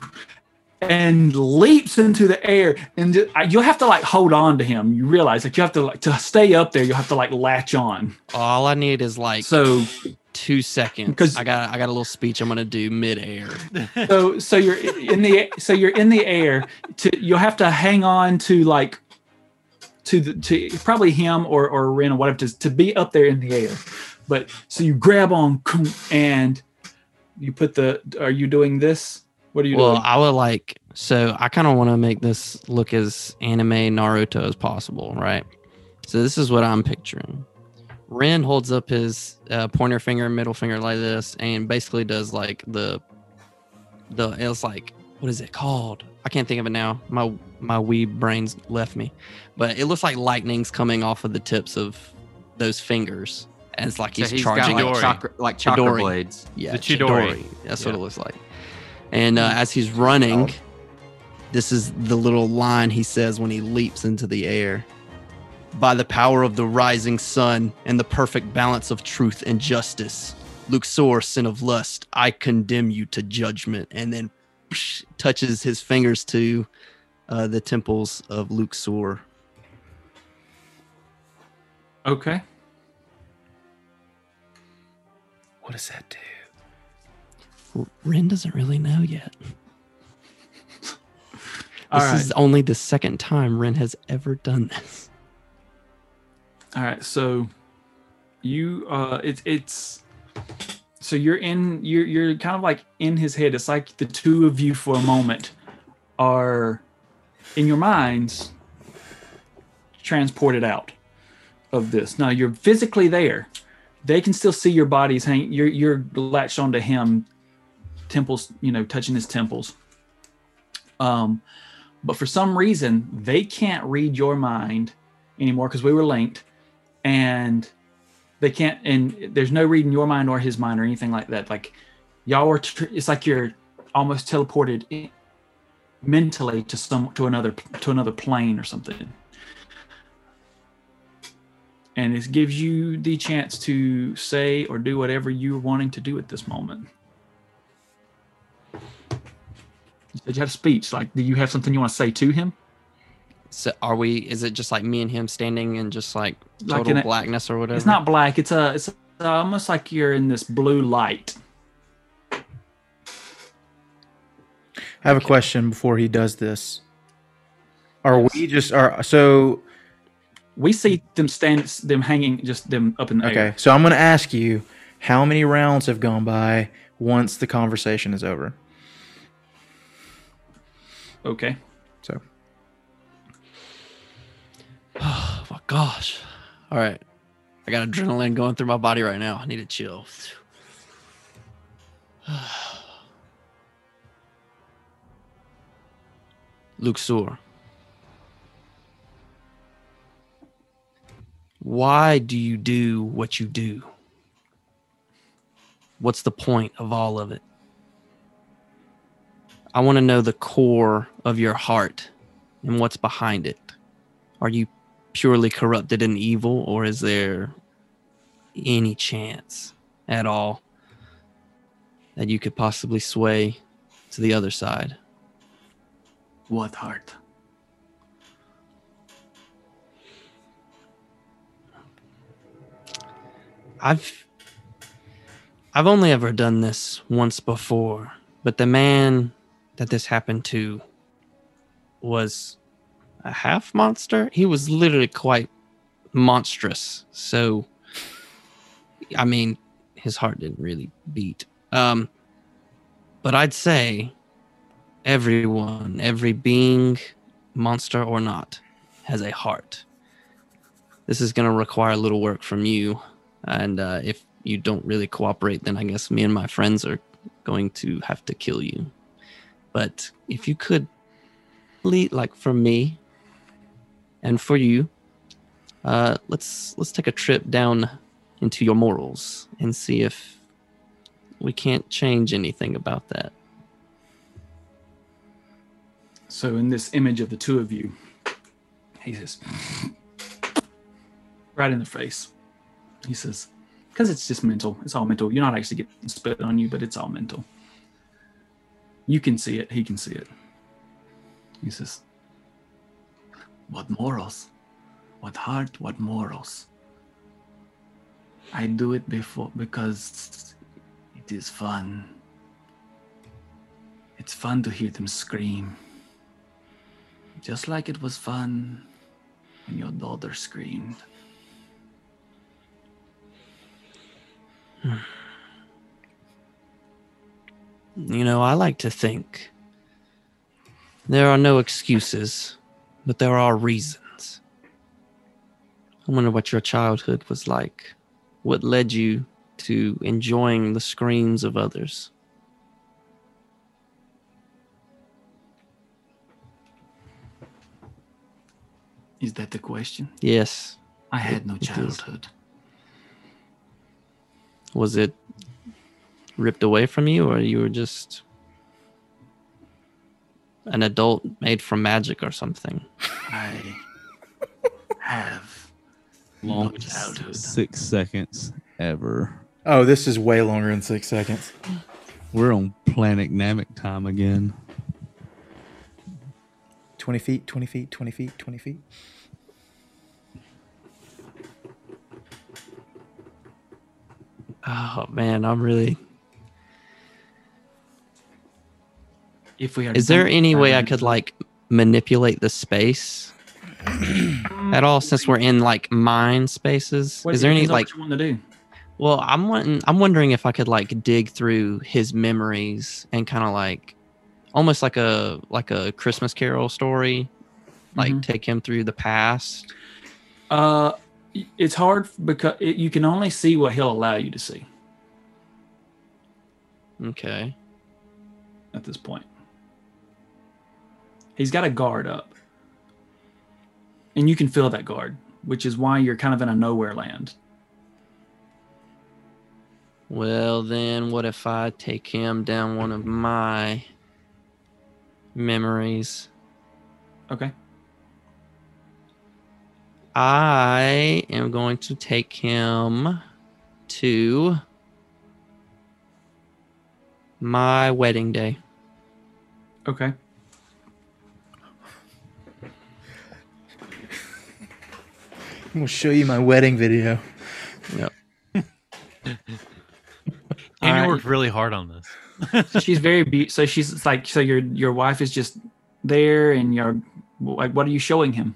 and leaps into the air. And ju- I- you'll have to like hold on to him. You realize like you have to like to stay up there. You'll have to like latch on.
All I need is like
So
two seconds.
'Cause-
I got I got a little speech I'm gonna do midair.
so so you're in the so you're in the air. To you'll have to hang on to like to the to probably him or or Ren or whatever to to be up there in the air. But so you grab on coom, and you put the. Are you doing this? What are you
Well,
doing?
I would like so I kind of want to make this look as anime Naruto as possible, right? So this is what I'm picturing. Ren holds up his uh, pointer finger, and middle finger like this, and basically does like the the it's like what is it called? I can't think of it now. My my weeb brains left me, but it looks like lightning's coming off of the tips of those fingers, and it's like
So
he's, charging
got
Chidori.
like chakra, like chakra
Chidori.
blades.
yeah,
The Chidori.
That's what
Yeah.
it looks like. And uh, as he's running, this is the little line he says when he leaps into the air. By the power of the rising sun and the perfect balance of truth and justice, Luxor, sin of lust, I condemn you to judgment. And then psh, touches his fingers to uh, the temples of Luxor.
Okay.
What does that do?
Ren doesn't really know yet.
All
This
right.
is only the second time Ren has ever done this.
All right. So you uh it's it's so you're in you're you're kind of like in his head. It's like the two of you for a moment are in your minds transported out of this. Now you're physically there. They can still see your bodies hang you're you're latched onto him temples, you know, touching his temples. Um but for some reason they can't read your mind anymore because we were linked and they can't and there's no reading your mind or his mind or anything like that like y'all are tr- it's like you're almost teleported i- mentally to some to another to another plane or something and it gives you the chance to say or do whatever you're wanting to do at this moment you said you have speech like do you have something you want to say to him
So are we? Is it just like me and him standing in just like
Like
total
in a-
blackness or whatever?
It's not black. It's a. It's almost like you're in this blue light.
I have a question before he does this. Are we just are so
We see them stand, them hanging, just them up in the
okay?
air.
So I'm going to ask you how many rounds have gone by once the conversation is over.
Okay.
So
Oh my gosh. All right. I got adrenaline going through my body right now. I need to chill. Luxor. Why do you do what you do? What's the point of all of it? I want to know the core of your heart and what's behind it. Are you purely corrupted and evil, or is there any chance at all that you could possibly sway to the other side?
What heart?
I've I've only ever done this once before, but the man that this happened to was a half monster. He was literally quite monstrous. So I mean, his heart didn't really beat. Um but I'd say everyone, every being, monster or not, has a heart. This is going to require a little work from you and uh, if you don't really cooperate then i guess me and my friends are going to have to kill you but if you could please like for me and for you uh, let's let's take a trip down into your morals and see if we can't change anything about that
So in this image of the two of you, he says, right in the face. He says, because it's just mental. It's all mental. You're not actually getting spit on you, but it's all mental. You can see it. He can see it. He says, what morals? What heart? What morals? I do it before because it is fun. It's fun to hear them scream. Just like it was fun when your daughter screamed.
You know, I like to think there are no excuses, but there are reasons. I wonder what your childhood was like. What led you to enjoying the screams of others?
Is that the question?
Yes.
I had no
is.
childhood.
Was it ripped away from you, or you were just an adult made from magic or something?
I have
Longest
childhood.
six seconds ever.
oh, this is way longer than six seconds.
We're on Planet Namek time again.
Twenty feet, twenty feet, twenty feet, twenty feet.
Oh, man, I'm really.
If we are
Is there any way I
done-
could like manipulate the space at all since we're in like mine spaces?
What-
Is there
it
any
depends on
like
what you want to do?
well, I'm wondering, I'm wondering if I could like dig through his memories and kind of like almost like a like a Christmas carol story, like
Mhm.
take him through the past.
Uh, y- it's hard because it, you can only see what he'll allow you to see
Okay.
at this point. He's got a guard up, and you can feel that guard, which is why you're kind of in a nowhere land.
Well, then what if I take him down one of my memories?
Okay.
I am going to take him to my wedding day.
Okay.
I'm gonna show you my wedding video.
Andrew
Alright.
worked really hard on this.
she's very be- so she's it's like so your your wife is just there and you're like what are you showing him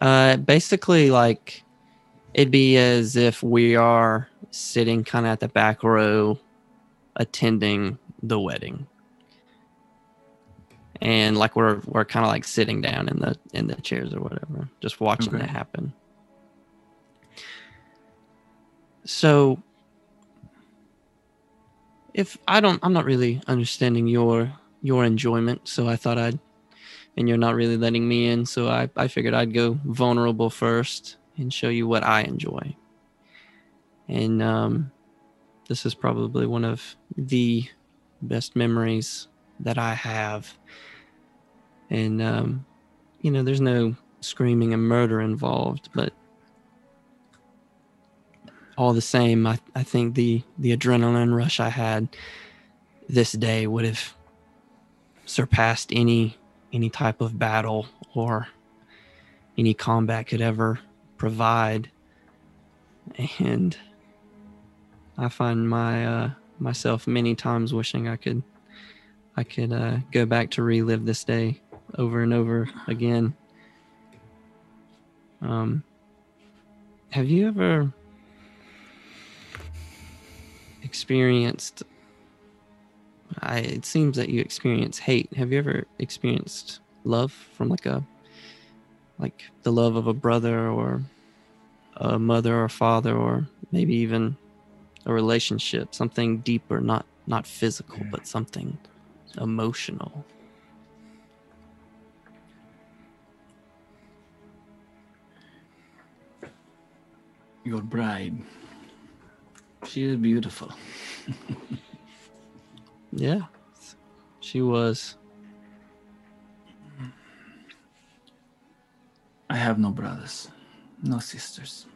Uh, basically, like it'd be as if we are sitting kind of at the back row, attending the wedding, and like we're we're kind of like sitting down in the in the chairs or whatever, just watching
Okay.
it happen. So, if I don't, I'm not really understanding your your enjoyment. So I thought I'd and you're not really letting me in. So I, I figured I'd go vulnerable first and show you what I enjoy. And um, this is probably one of the best memories that I have. And, um, you know, there's no screaming and murder involved, but all the same, I, I think the, the adrenaline rush I had this day would have surpassed any any type of battle or any combat could ever provide and i find my uh, myself many times wishing i could i could uh, go back to relive this day over and over again um have you ever experienced I, it seems that you experience hate. Have you ever experienced love from like a like the love of a brother or a mother or father or maybe even a relationship, something deeper, not not physical, but something emotional.
your bride she is beautiful
Yeah. She was
i have no brothers no sisters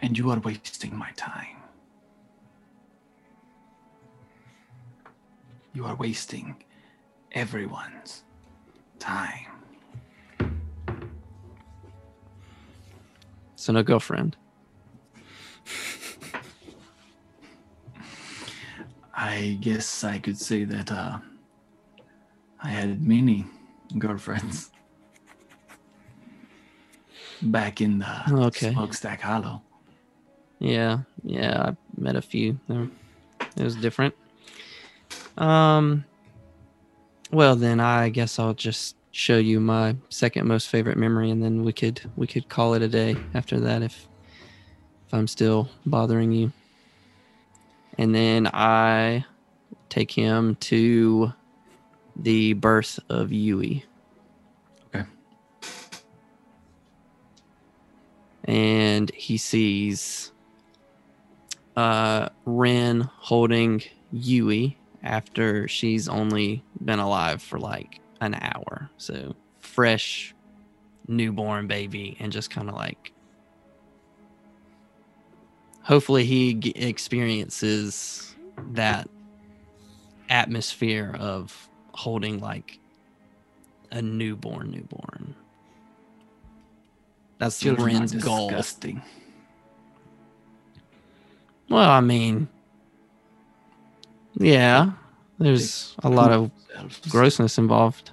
and you are wasting my time you are wasting everyone's time
so no girlfriend.
I guess I could say that uh, I had many girlfriends back in the
Okay.
Smokestack Hollow.
Yeah, yeah, I met a few. They were- It was different. Um, well then, I guess I'll just show you my second most favorite memory, and then we could we could call it a day after that if if I'm still bothering you. And then I take him to the birth of Yui.
Okay.
And he sees uh, Ren holding Yui after she's only been alive for like an hour. So fresh, newborn baby, and just kind of like. Hopefully, he g- experiences that atmosphere of holding like a newborn, newborn. That's
Children are
Ren's goal.
disgusting.
Well, I mean, yeah, there's a lot of grossness involved,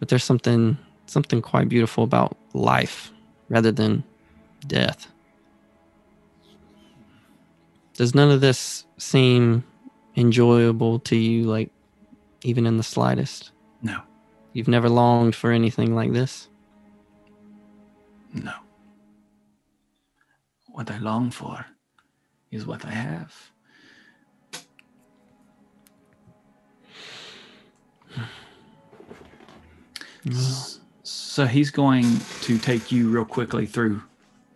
but there's something something quite beautiful about life rather than death. Does none of this seem enjoyable to you, like even in the slightest?
No,
You've never longed for anything like this.
no. What I long for is what I have. S- So he's going to take you real quickly through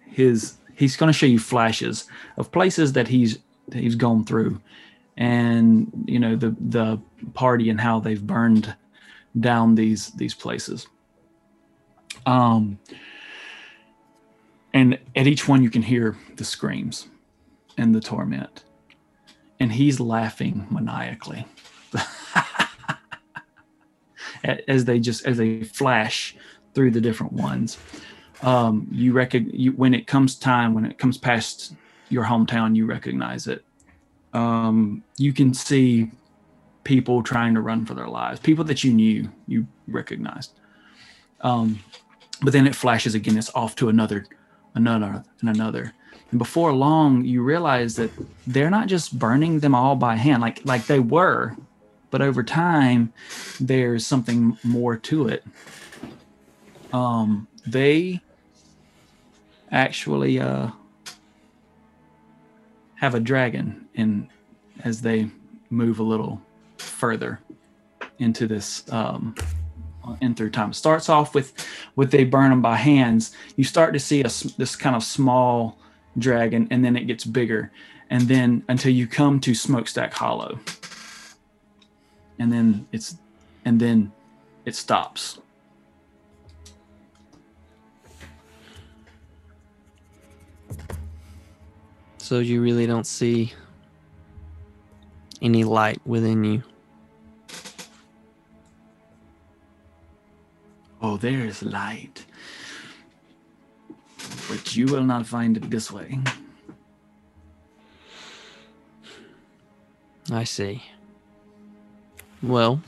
his. He's going to show you flashes of places that he's that he's gone through, and you know the the party and how they've burned down these these places. Um, and at each one you can hear the screams and the torment, and he's laughing maniacally a- as they just as they flash through the different ones. Um, you reckon you, when it comes time when it comes past your hometown, you recognize it. Um, you can see people trying to run for their lives, people that you knew, you recognized. Um, but then it flashes again. It's off to another, another, and another. And before long, you realize that they're not just burning them all by hand, like like they were, but over time, there's something more to it. Um, they actually uh, have a dragon in as they move a little further into this um, in through time. It starts off with with they burn them by hands. You start to see a, s- this kind of small dragon, and then it gets bigger, and then until you come to Smokestack Hollow, and then it's and then it stops.
So you really don't see any light within you.
Oh, there is light. But you will not find it this way.
I see. Well,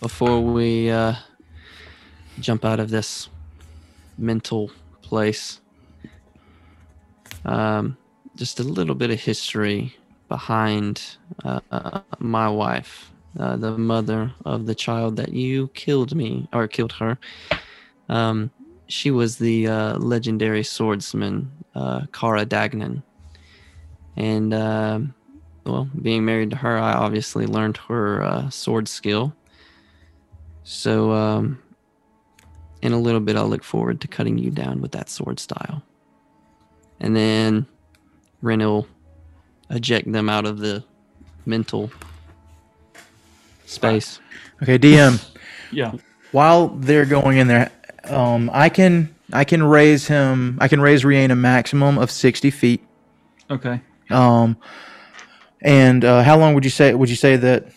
before we uh, jump out of this mental place, um, just a little bit of history behind uh, uh, my wife, uh, the mother of the child that you killed me or killed her. Um, she was the uh, legendary swordsman, uh, Kara Dagnan. And. um well, being married to her, I obviously learned her uh, sword skill. So, um, in a little bit, I'll look forward to cutting you down with that sword style. And then Ren will eject them out of the mental space.
Okay, DM.
Yeah.
While they're going in there, um, I can I can raise him. I can raise Rian a maximum of sixty feet.
Okay.
Um, and uh, how long would you say? Would you say that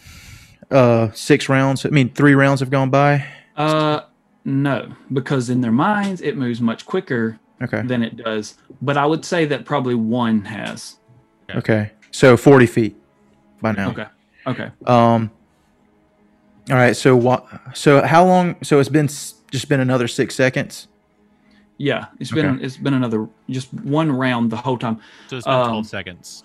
uh, six rounds? I mean, three rounds have gone by.
Uh, no, because in their minds it moves much quicker
Okay.
than it does. But I would say that probably one has.
Okay. So forty feet by now.
Okay. Okay.
Um. All right. So what? So how long? So it's been s- just been another six seconds.
Yeah. It's been
Okay.
it's been another just one round the whole time.
So it's been
Um,
12 seconds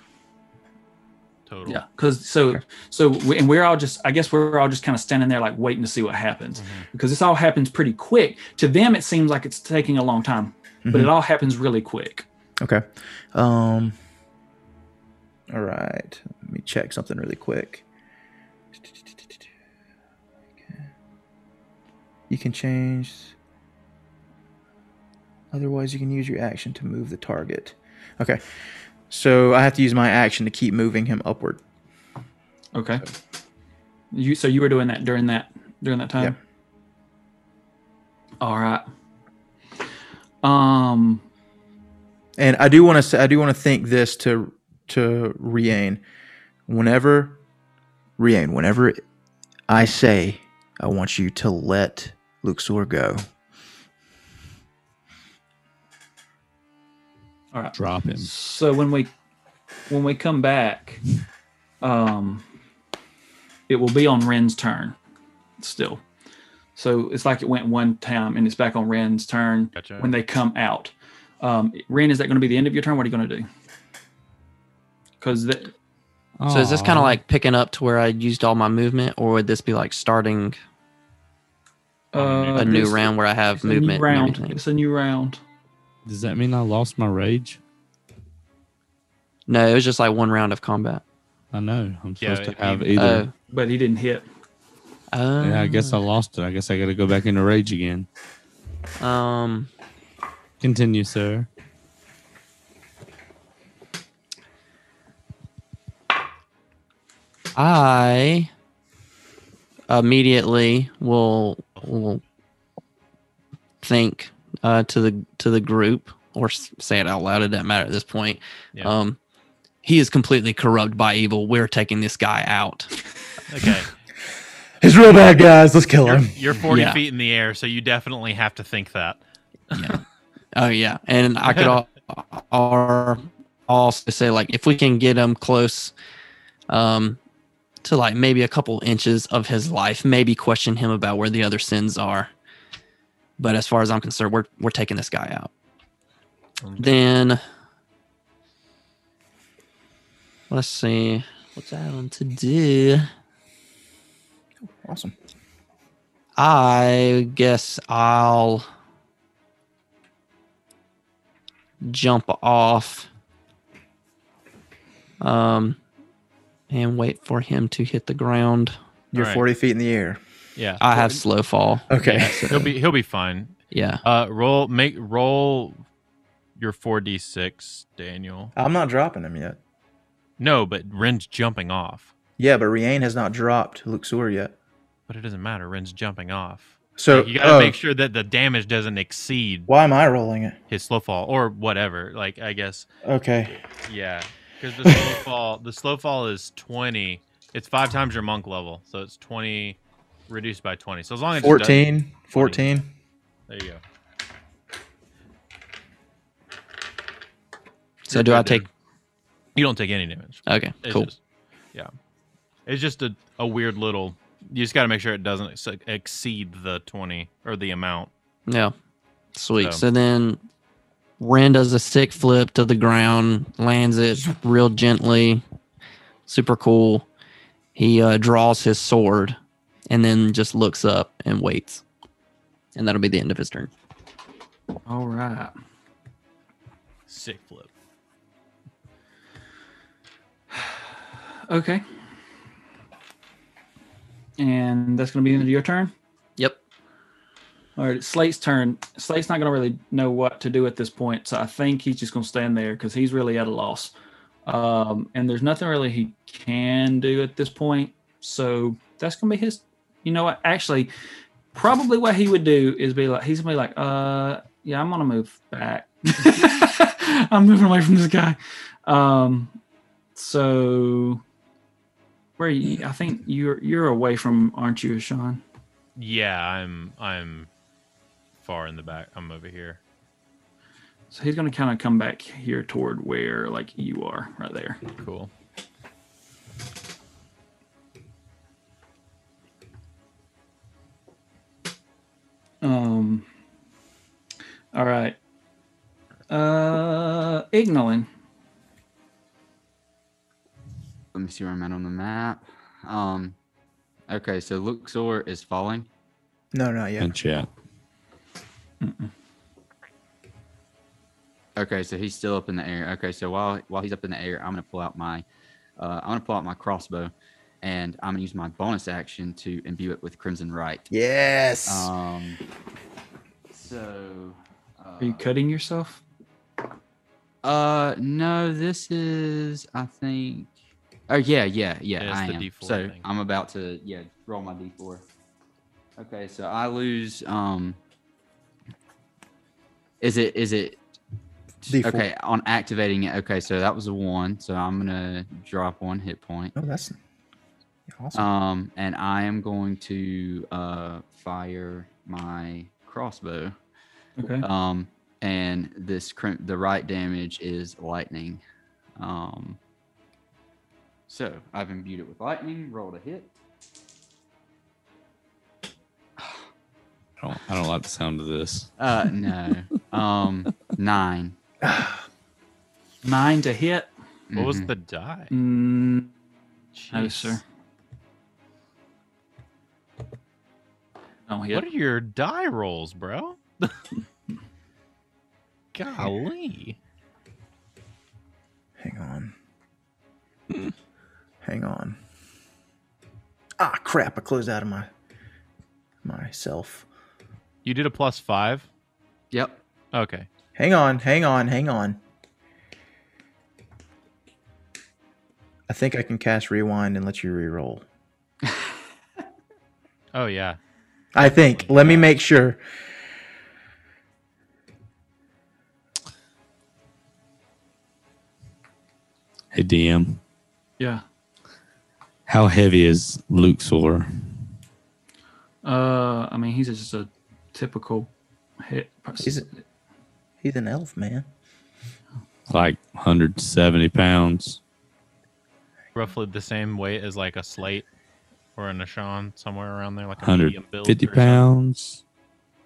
total.
Yeah. Cause so so we, and we're all just I guess we're all just kind of standing there like waiting to see what happens because this all happens pretty quick. To them it seems like it's taking a long time, but it all happens really quick.
Okay. Um. All right. Let me check something really quick. You can change. Otherwise, you can use your action to move the target. Okay. So I have to use my action to keep moving him upward.
Okay. You so you were doing that during that during that time. All right. Um.
And I do want to say, I do want to thank this to to Rian. Whenever Rian, whenever I say I want you to let Luxor go,
All right.
Drop him.
So when we when we come back, um, it will be on Ren's turn still. So it's like it went one time and it's back on Ren's turn
Gotcha.
when they come out. Um, Ren, is that going to be the end of your turn? What are you going to do? Because
So, is this kind of like picking up to where I used all my movement, or would this be like starting
uh,
a new
this-
round where I have
it's a new
movement and
round.
everything?
It's a new round.
Does that mean I lost my rage?
No, it was just like one round of combat.
I know. I'm
Yeah,
supposed
it-
to have
you-
either.
But he didn't hit.
Oh. Oh.
yeah, I guess I lost it. I guess I got to go back into rage again.
Um.
Continue, sir.
I immediately will will think uh, to the to the group or s- say it out loud. It doesn't matter at this point.
Yeah.
Um, he is completely corrupt by evil. We're taking this guy out.
Okay.
he's real bad, guys. Let's kill
You're,
him.
you're 40
Yeah.
feet in the air, so you definitely have to think that.
Yeah. oh yeah, and I could all, or also say like if we can get him close um to like maybe a couple inches of his life, maybe question him about where the other sins are. But as far as I'm concerned, we're we're taking this guy out. Then let's see. What's Adam to do?
Awesome.
I guess I'll jump off um, and wait for him to hit the ground.
You're
Alright.
40 feet in the air.
Yeah.
I have slow fall.
Okay.
He'll be he'll be fine.
Yeah.
Uh, roll make roll your four d six, Daniel.
I'm not dropping him yet.
No, but Ren's jumping off.
Yeah, but Rianne has not dropped Luxor yet.
But it doesn't matter. Ren's jumping off.
So
Like, you got to
oh,
make sure that the damage doesn't exceed
Why am I rolling it?
his slow fall or whatever. Like I guess
Okay.
yeah, because the slow fall the slow fall is twenty. It's five times your monk level, so it's twenty reduced by twenty. So as long as it does-
14. 14.
there you go.
So do I take?
You don't take any damage.
Okay.
It's
Cool.
Just, yeah. It's just a, a weird little. You just got to make sure it doesn't ex- exceed the 20 or the amount.
Yeah. Sweet.
So-
So then Ren does a sick flip to the ground, lands it real gently. Super cool. He uh, draws his sword and then just looks up and waits. And that'll be the end of his turn.
All right.
Sick flip.
Okay. And that's going to be the end of your turn.
Yep.
All right, it's Slate's turn. Slate's not going to really know what to do at this point, so I think he's just going to stand there because he's really at a loss. Um, and there's nothing really he can do at this point, so that's going to be his. You know what? Actually, probably what he would do is be like, he's going to be like, uh, yeah, I'm going to move back. I'm moving away from this guy. Um, so where are you? I think you're you're away from, aren't you, Sean?
Yeah, I'm I'm far in the back. I'm over here.
So he's going to kind of come back here toward where like you are right there.
Cool.
Um All right. Uh Ignolin.
Let me see where I'm at on the map. Um, okay, so Luxor is falling.
No, not yet.
and chat.
Okay, so he's still up in the air. Okay, so while while he's up in the air, I'm gonna pull out my, uh, I'm gonna pull out my crossbow, and I'm gonna use my bonus action to imbue it with crimson right.
Yes.
Uh,
Um, so. Uh,
Are you cutting yourself?
uh, no, this is I think. Oh yeah, yeah, yeah.
Yeah, it's
I
the
am.
D4
so
thing.
I'm about to yeah roll my d4. Okay, so I lose. Um, is it is it
D4.
Okay, on activating it. Okay, so that was a one. So I'm gonna drop one hit point.
oh, that's
uh,
awesome.
Um, and I am going to uh fire my crossbow.
Okay.
Um, and this crim- the right damage is lightning. Um, so I've imbued it with lightning. Rolled a hit.
I don't, I don't like the sound of this.
Uh, no. um, nine.
Nine to hit.
What was
Mm-hmm.
Mhm.
the die?
Mm, no,
Jeez.
sir. No
What
hit.
are your die rolls, bro? Golly.
Hang on. Hmm. Hang on. Ah, crap! I closed out of my myself.
You did a plus five?
Yep.
Okay.
Hang on, hang on, hang on. I think I can cast rewind and let you re-roll.
Oh, yeah.
I think. Let me make sure.
Hey DM,
Yeah.
how heavy is Luxor?
Uh I mean he's just a typical hit.
He's a- He's an elf, man.
Like 170 pounds.
Roughly the same weight as like a slate or an Ashan, somewhere around there, like a medium build.
150
or something.
pounds.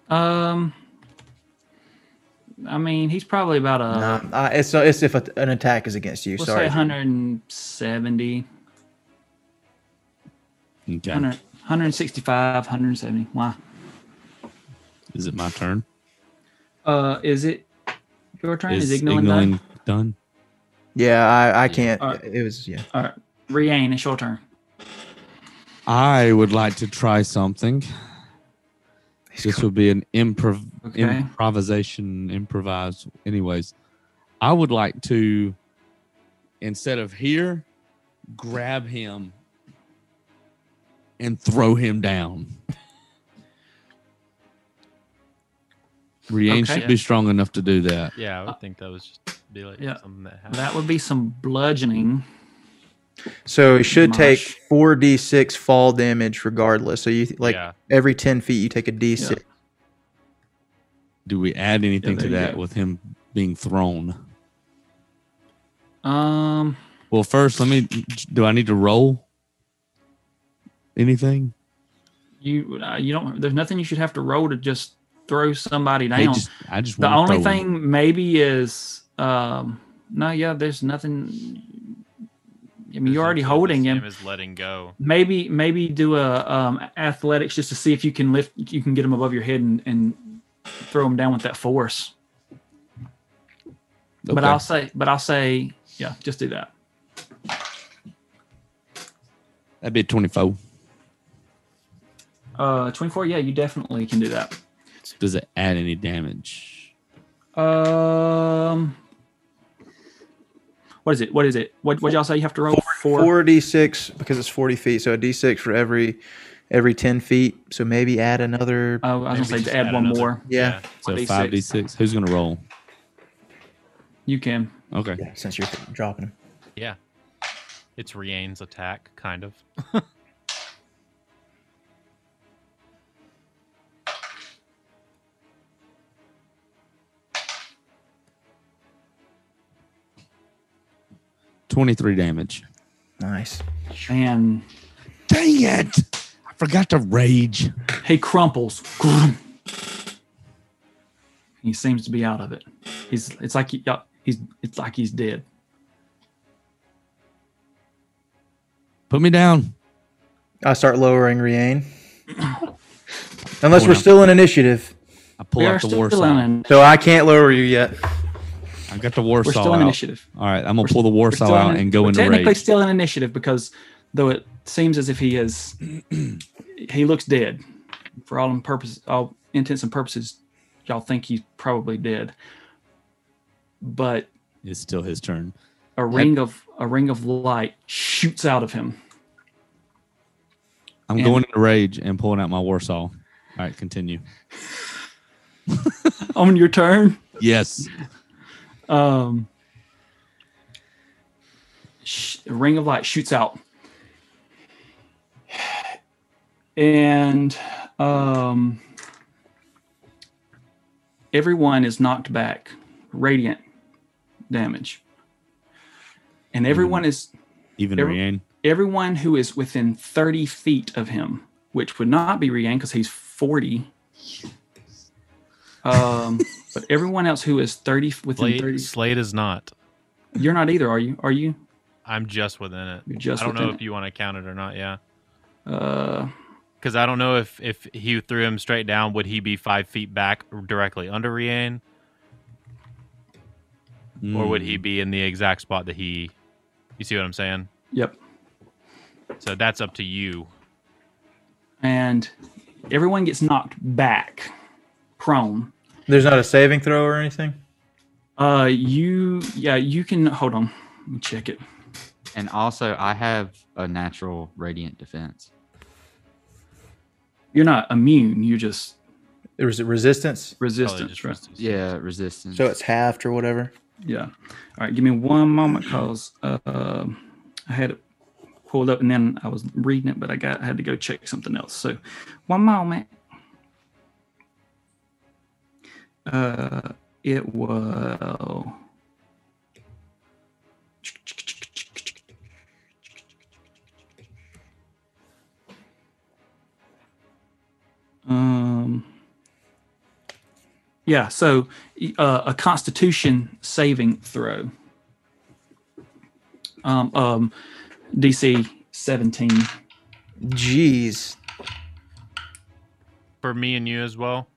Um, I mean, he's probably about a
Nah, uh, it's not. It's if a, an attack is against you.
Uh-huh. we'll say
Sorry.
170,
Okay.
100, 165, 170. Why?
Is it my turn?
Uh, is it your turn? Is,
Is
is Ignolin done?
Ignoling done?
Yeah, I, I can't.
Alright.
It was yeah.
All right, Rianne, it's your turn.
I would like to try something. This would be an improv
Okay.
improvisation improvise anyways. I would like to instead of here grab him and throw him down. Rianne
Okay.
should be strong enough to do that.
Yeah, I would think that was just be like
Uh, Yeah.
something that happened.
That would be some bludgeoning.
So it should take
Mosh.
four d six fall damage regardless. So you like
yeah.
every ten feet you take a d six.
Do we add anything
there
to
you
that
go.
with him being thrown?
Um,
Well, first, let me. Do I need to roll anything?
you uh, you don't. There's nothing you should have to roll to just throw somebody
They
down.
just- I just
the
wanna
only
throw him.
thing maybe is um, no, yeah. There's nothing. I mean,
There's
you're already
nothing-
holding
this
him.
game is letting go.
maybe maybe do a um, athletics just to see if you can lift you can get him above your head and, and throw him down with that force but
Okay.
i'll say but i'll say yeah just do that
That'd be 24.
uh 24 yeah you definitely can do that
Does it add any damage?
um what is it what is it what what y'all say you have to roll four,
Four d six because it's forty feet. So a d six for every every ten feet. So maybe add another.
Oh,
Maybe
i was gonna say
just
to add,
add
one
another-
more
yeah.
So
5d6.
5d6. Who's going to roll?
you can
Okay.
yeah. Since you're dropping him.
Yeah. It's Riane's attack, kind of.
Twenty-three damage.
Nice.
and
Dang it! I forgot to rage.
he crumples he seems to be out of it he's it's like he, he's it's like he's dead
Put me down.
I start lowering Rian. Unless
Oh,
Hold
we're
on.
still in initiative,
I pull
we
out
are
the
still
war
in
saw.
an-
so I can't lower you yet.
I got the war
we're
saw
still in
out.
initiative.
All right, I'm gonna
We're
pull the war
We're
saw
still
out
in-
and go
we're
into
technically
rage.
still in initiative because though it seems as if he is, he looks dead. For all in purpose, all intents and purposes, y'all think he's probably dead. But
It's still his turn.
a ring of a ring of light shoots out of him.
I'm
And-
going into rage and pulling out my war saw. All right, continue.
On your turn,
Yes.
um, sh- a ring of light shoots out, and um, everyone is knocked back, radiant damage, and everyone is
Even
Every-
Rian.
everyone who is within thirty feet of him, which would not be Rian because he's forty. Um, but everyone else who is thirty within
Slade,
thirty,
Slade is not.
you're not either, are you? Are you?
I'm just within it.
You're just
I don't know
within
if you want to count it or not. Yeah.
Uh,
Because I don't know if if he threw him straight down, would he be five feet back directly under Rian,
Mm.
or would
Hmm.
he be in the exact spot that he? You see what I'm saying?
yep.
So that's up to you.
And everyone gets knocked back, prone.
There's not a saving throw or anything.
Uh, you, yeah, you can hold on. Let me check it.
And also, I have a natural radiant defense.
You're not immune. You just
There was resistance,
Probably
resistance.
just
right?
resistance.
Yeah, resistance.
so it's halved or whatever.
Yeah. All right. Give me one moment, cause uh, I had it pulled up and then I was reading it, but I got I had to go check something else. So, one moment. Uh, it was Um, Yeah, so uh, a Constitution saving throw. Um, um, DC 17.
Jeez.
For me and you as well.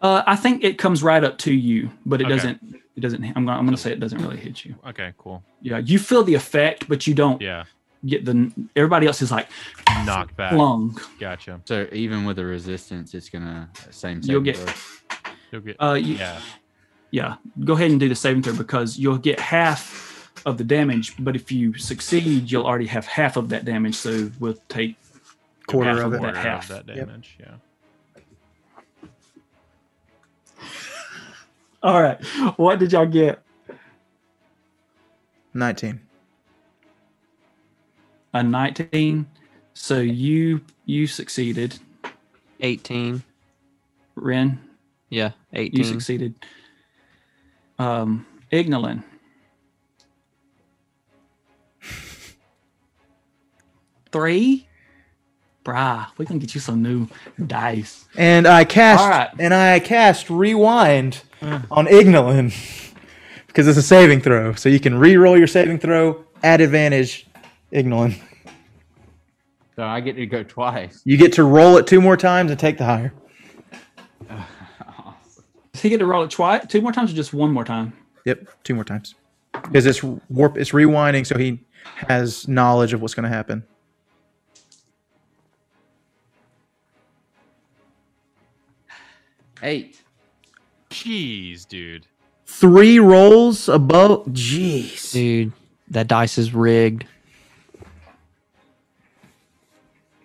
Uh, I think it comes right up to you, but it
Okay.
doesn't. It doesn't. I'm gonna. I'm gonna say it doesn't really hit you.
Okay, cool.
Yeah, you feel the effect, but you don't
Yeah,
get the. Everybody else is like
knock back.
flung.
Gotcha.
So even with the resistance, it's gonna same.
You'll
saving
get-
throw.
You'll get-
Uh, you,
yeah.
yeah go ahead and do the saving throw because you'll get half of the damage but if you succeed you'll already have half of that damage so we'll take
Quarter
half
of it.
that half
that
Yep.
damage. Yeah.
all right what did y'all get
19.
a 19 so you you succeeded
18.
ren
Yeah,
you
18.
succeeded um ignolin three brah we can get you some new dice
And I cast
All right.
and I cast rewind on Ignolin because it's a saving throw. So you can re-roll your saving throw at advantage, Ignolin.
So I get to go twice.
You get to roll it two more times and take the higher.
Does he get to roll it twice, two more times, or just one more time?
Yep, two more times. Because it's warp it's rewinding, so he has knowledge of what's gonna happen.
Eight.
Jeez, dude.
Three rolls above jeez.
Dude, that dice is rigged.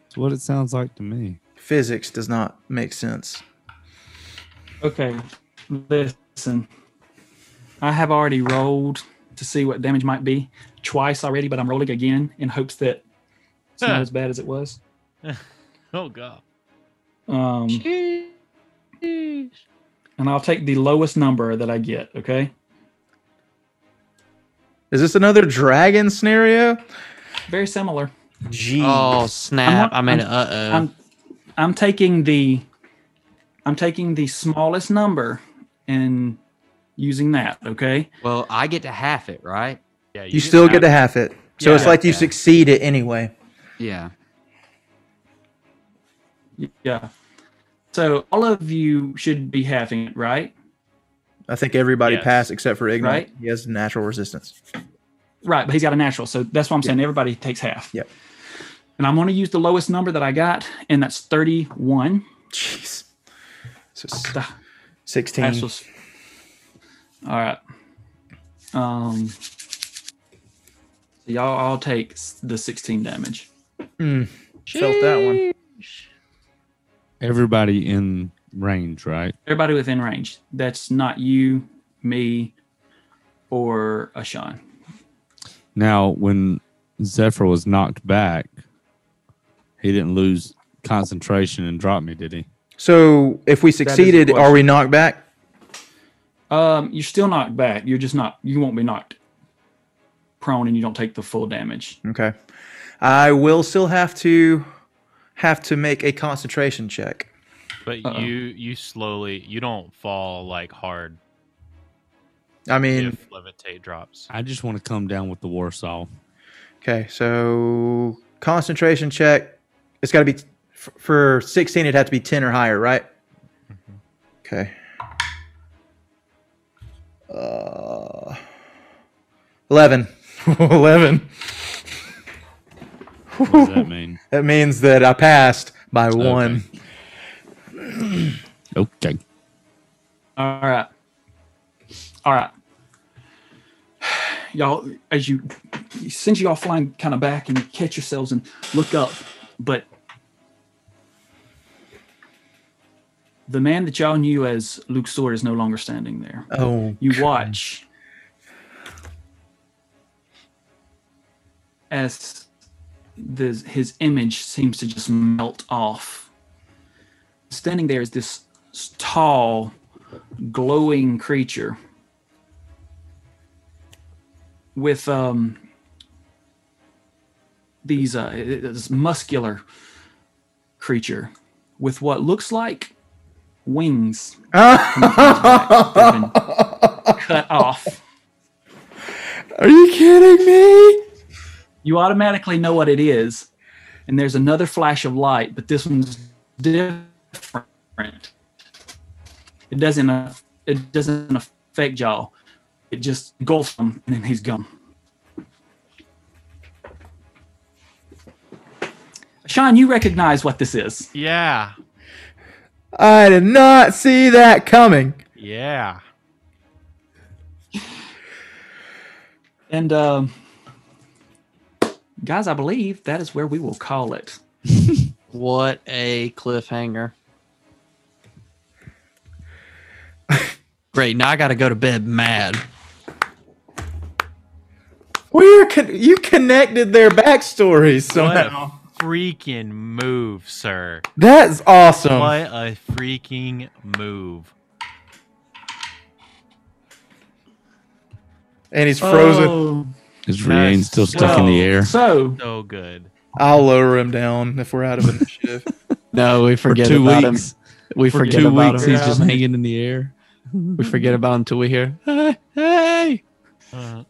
It's what it sounds like to me.
Physics does not make sense.
Okay, listen. I have already rolled to see what damage might be twice already, but I'm rolling again in hopes that it's not
Huh.
as bad as it was.
Oh god.
Um, and I'll take the lowest number that I get. Okay.
Is this another dragon scenario?
Very similar.
Jeez.
Oh, snap.
I'm-
I made an
I'm-
uh
I'm, I'm taking the, I'm taking the smallest number and using that. Okay.
Well, I get to half it, right?
Yeah.
you still get to
half.
half it. So it's
Yeah.
like you
Yeah.
succeed it anyway.
Yeah.
Yeah. So all of you should be having it, right?
I think everybody
Yes.
passed except for Ignite.
Right?
He has natural resistance.
Right, but he's got a natural. So that's why I'm saying everybody takes half.
Yep.
And I'm going to use the lowest number that I got, and that's 31.
Jeez. So s-
Th-
16.
That's what's- All right. Um, so y'all all take s- the 16 damage.
Mm, felt that one.
Everybody in range, right?
Everybody within range. That's not you, me, or Ashan.
Now, when Zephyr was knocked back, he didn't lose concentration and drop me, did he?
So if we succeeded, are we knocked back?
Um, you're still knocked back. You're just not. You won't be knocked prone, and you don't take the full damage.
Okay. I will still have to have to make a concentration check.
But
Uh-oh.
you you slowly you don't fall like hard
I mean,
if levitate drops.
I just want to come down with the Warsaw.
okay, so concentration check. It's got to be f- for 16 it'd have to be 10 or higher, right? Okay. Uh 11. 11.
What does that mean?
That means that I passed by one.
Okay.
All right. All right. Y'all, as you, since y'all flying kind of back and you catch yourselves and look up, but the man that y'all knew as Luxor is no longer standing there.
Oh,
You watch as the, his image seems to just melt off. Standing there is this s- tall, glowing creature with um, these uh, this muscular creature with what looks like wings
Are
cut off.
you kidding me?
You automatically know what it is, and there's another flash of light, but this one's different. It doesn't. uh, It doesn't affect y'all. It just engulfs him, and then he's gone. Sean, you recognize what this is.
Yeah.
I did not see that coming.
Yeah.
And um, guys, I believe that is where we will call it.
What a cliffhanger. Great. Now I got to go to bed mad.
We're con- you connected their backstories
What
somehow.
a freaking move, sir.
That's awesome.
What a freaking move.
And he's frozen.
Oh,
Is Rian
Nice.
still stuck in the
well,
air?
So
So good.
I'll lower him down if we're out of initiative.
No, we
For
forget
two
about
weeks.
him. We
For
forget
two
about
weeks,
him.
he's just hanging in the air.
We forget about him until we hear, hey, hey,
Uh,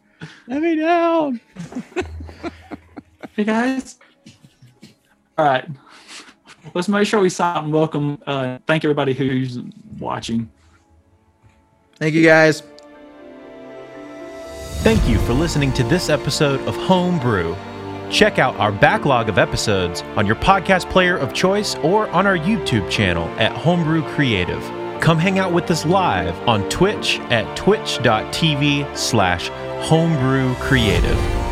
let me down.
Hey guys. All right. Let's make sure we stop and welcome. Uh, thank everybody who's watching.
Thank you guys.
Thank you for listening to this episode of Homebrew. Check out our backlog of episodes on your podcast player of choice or on our YouTube channel at Homebrew Creative. Come hang out with us live on Twitch at twitch.tv slash homebrew creative.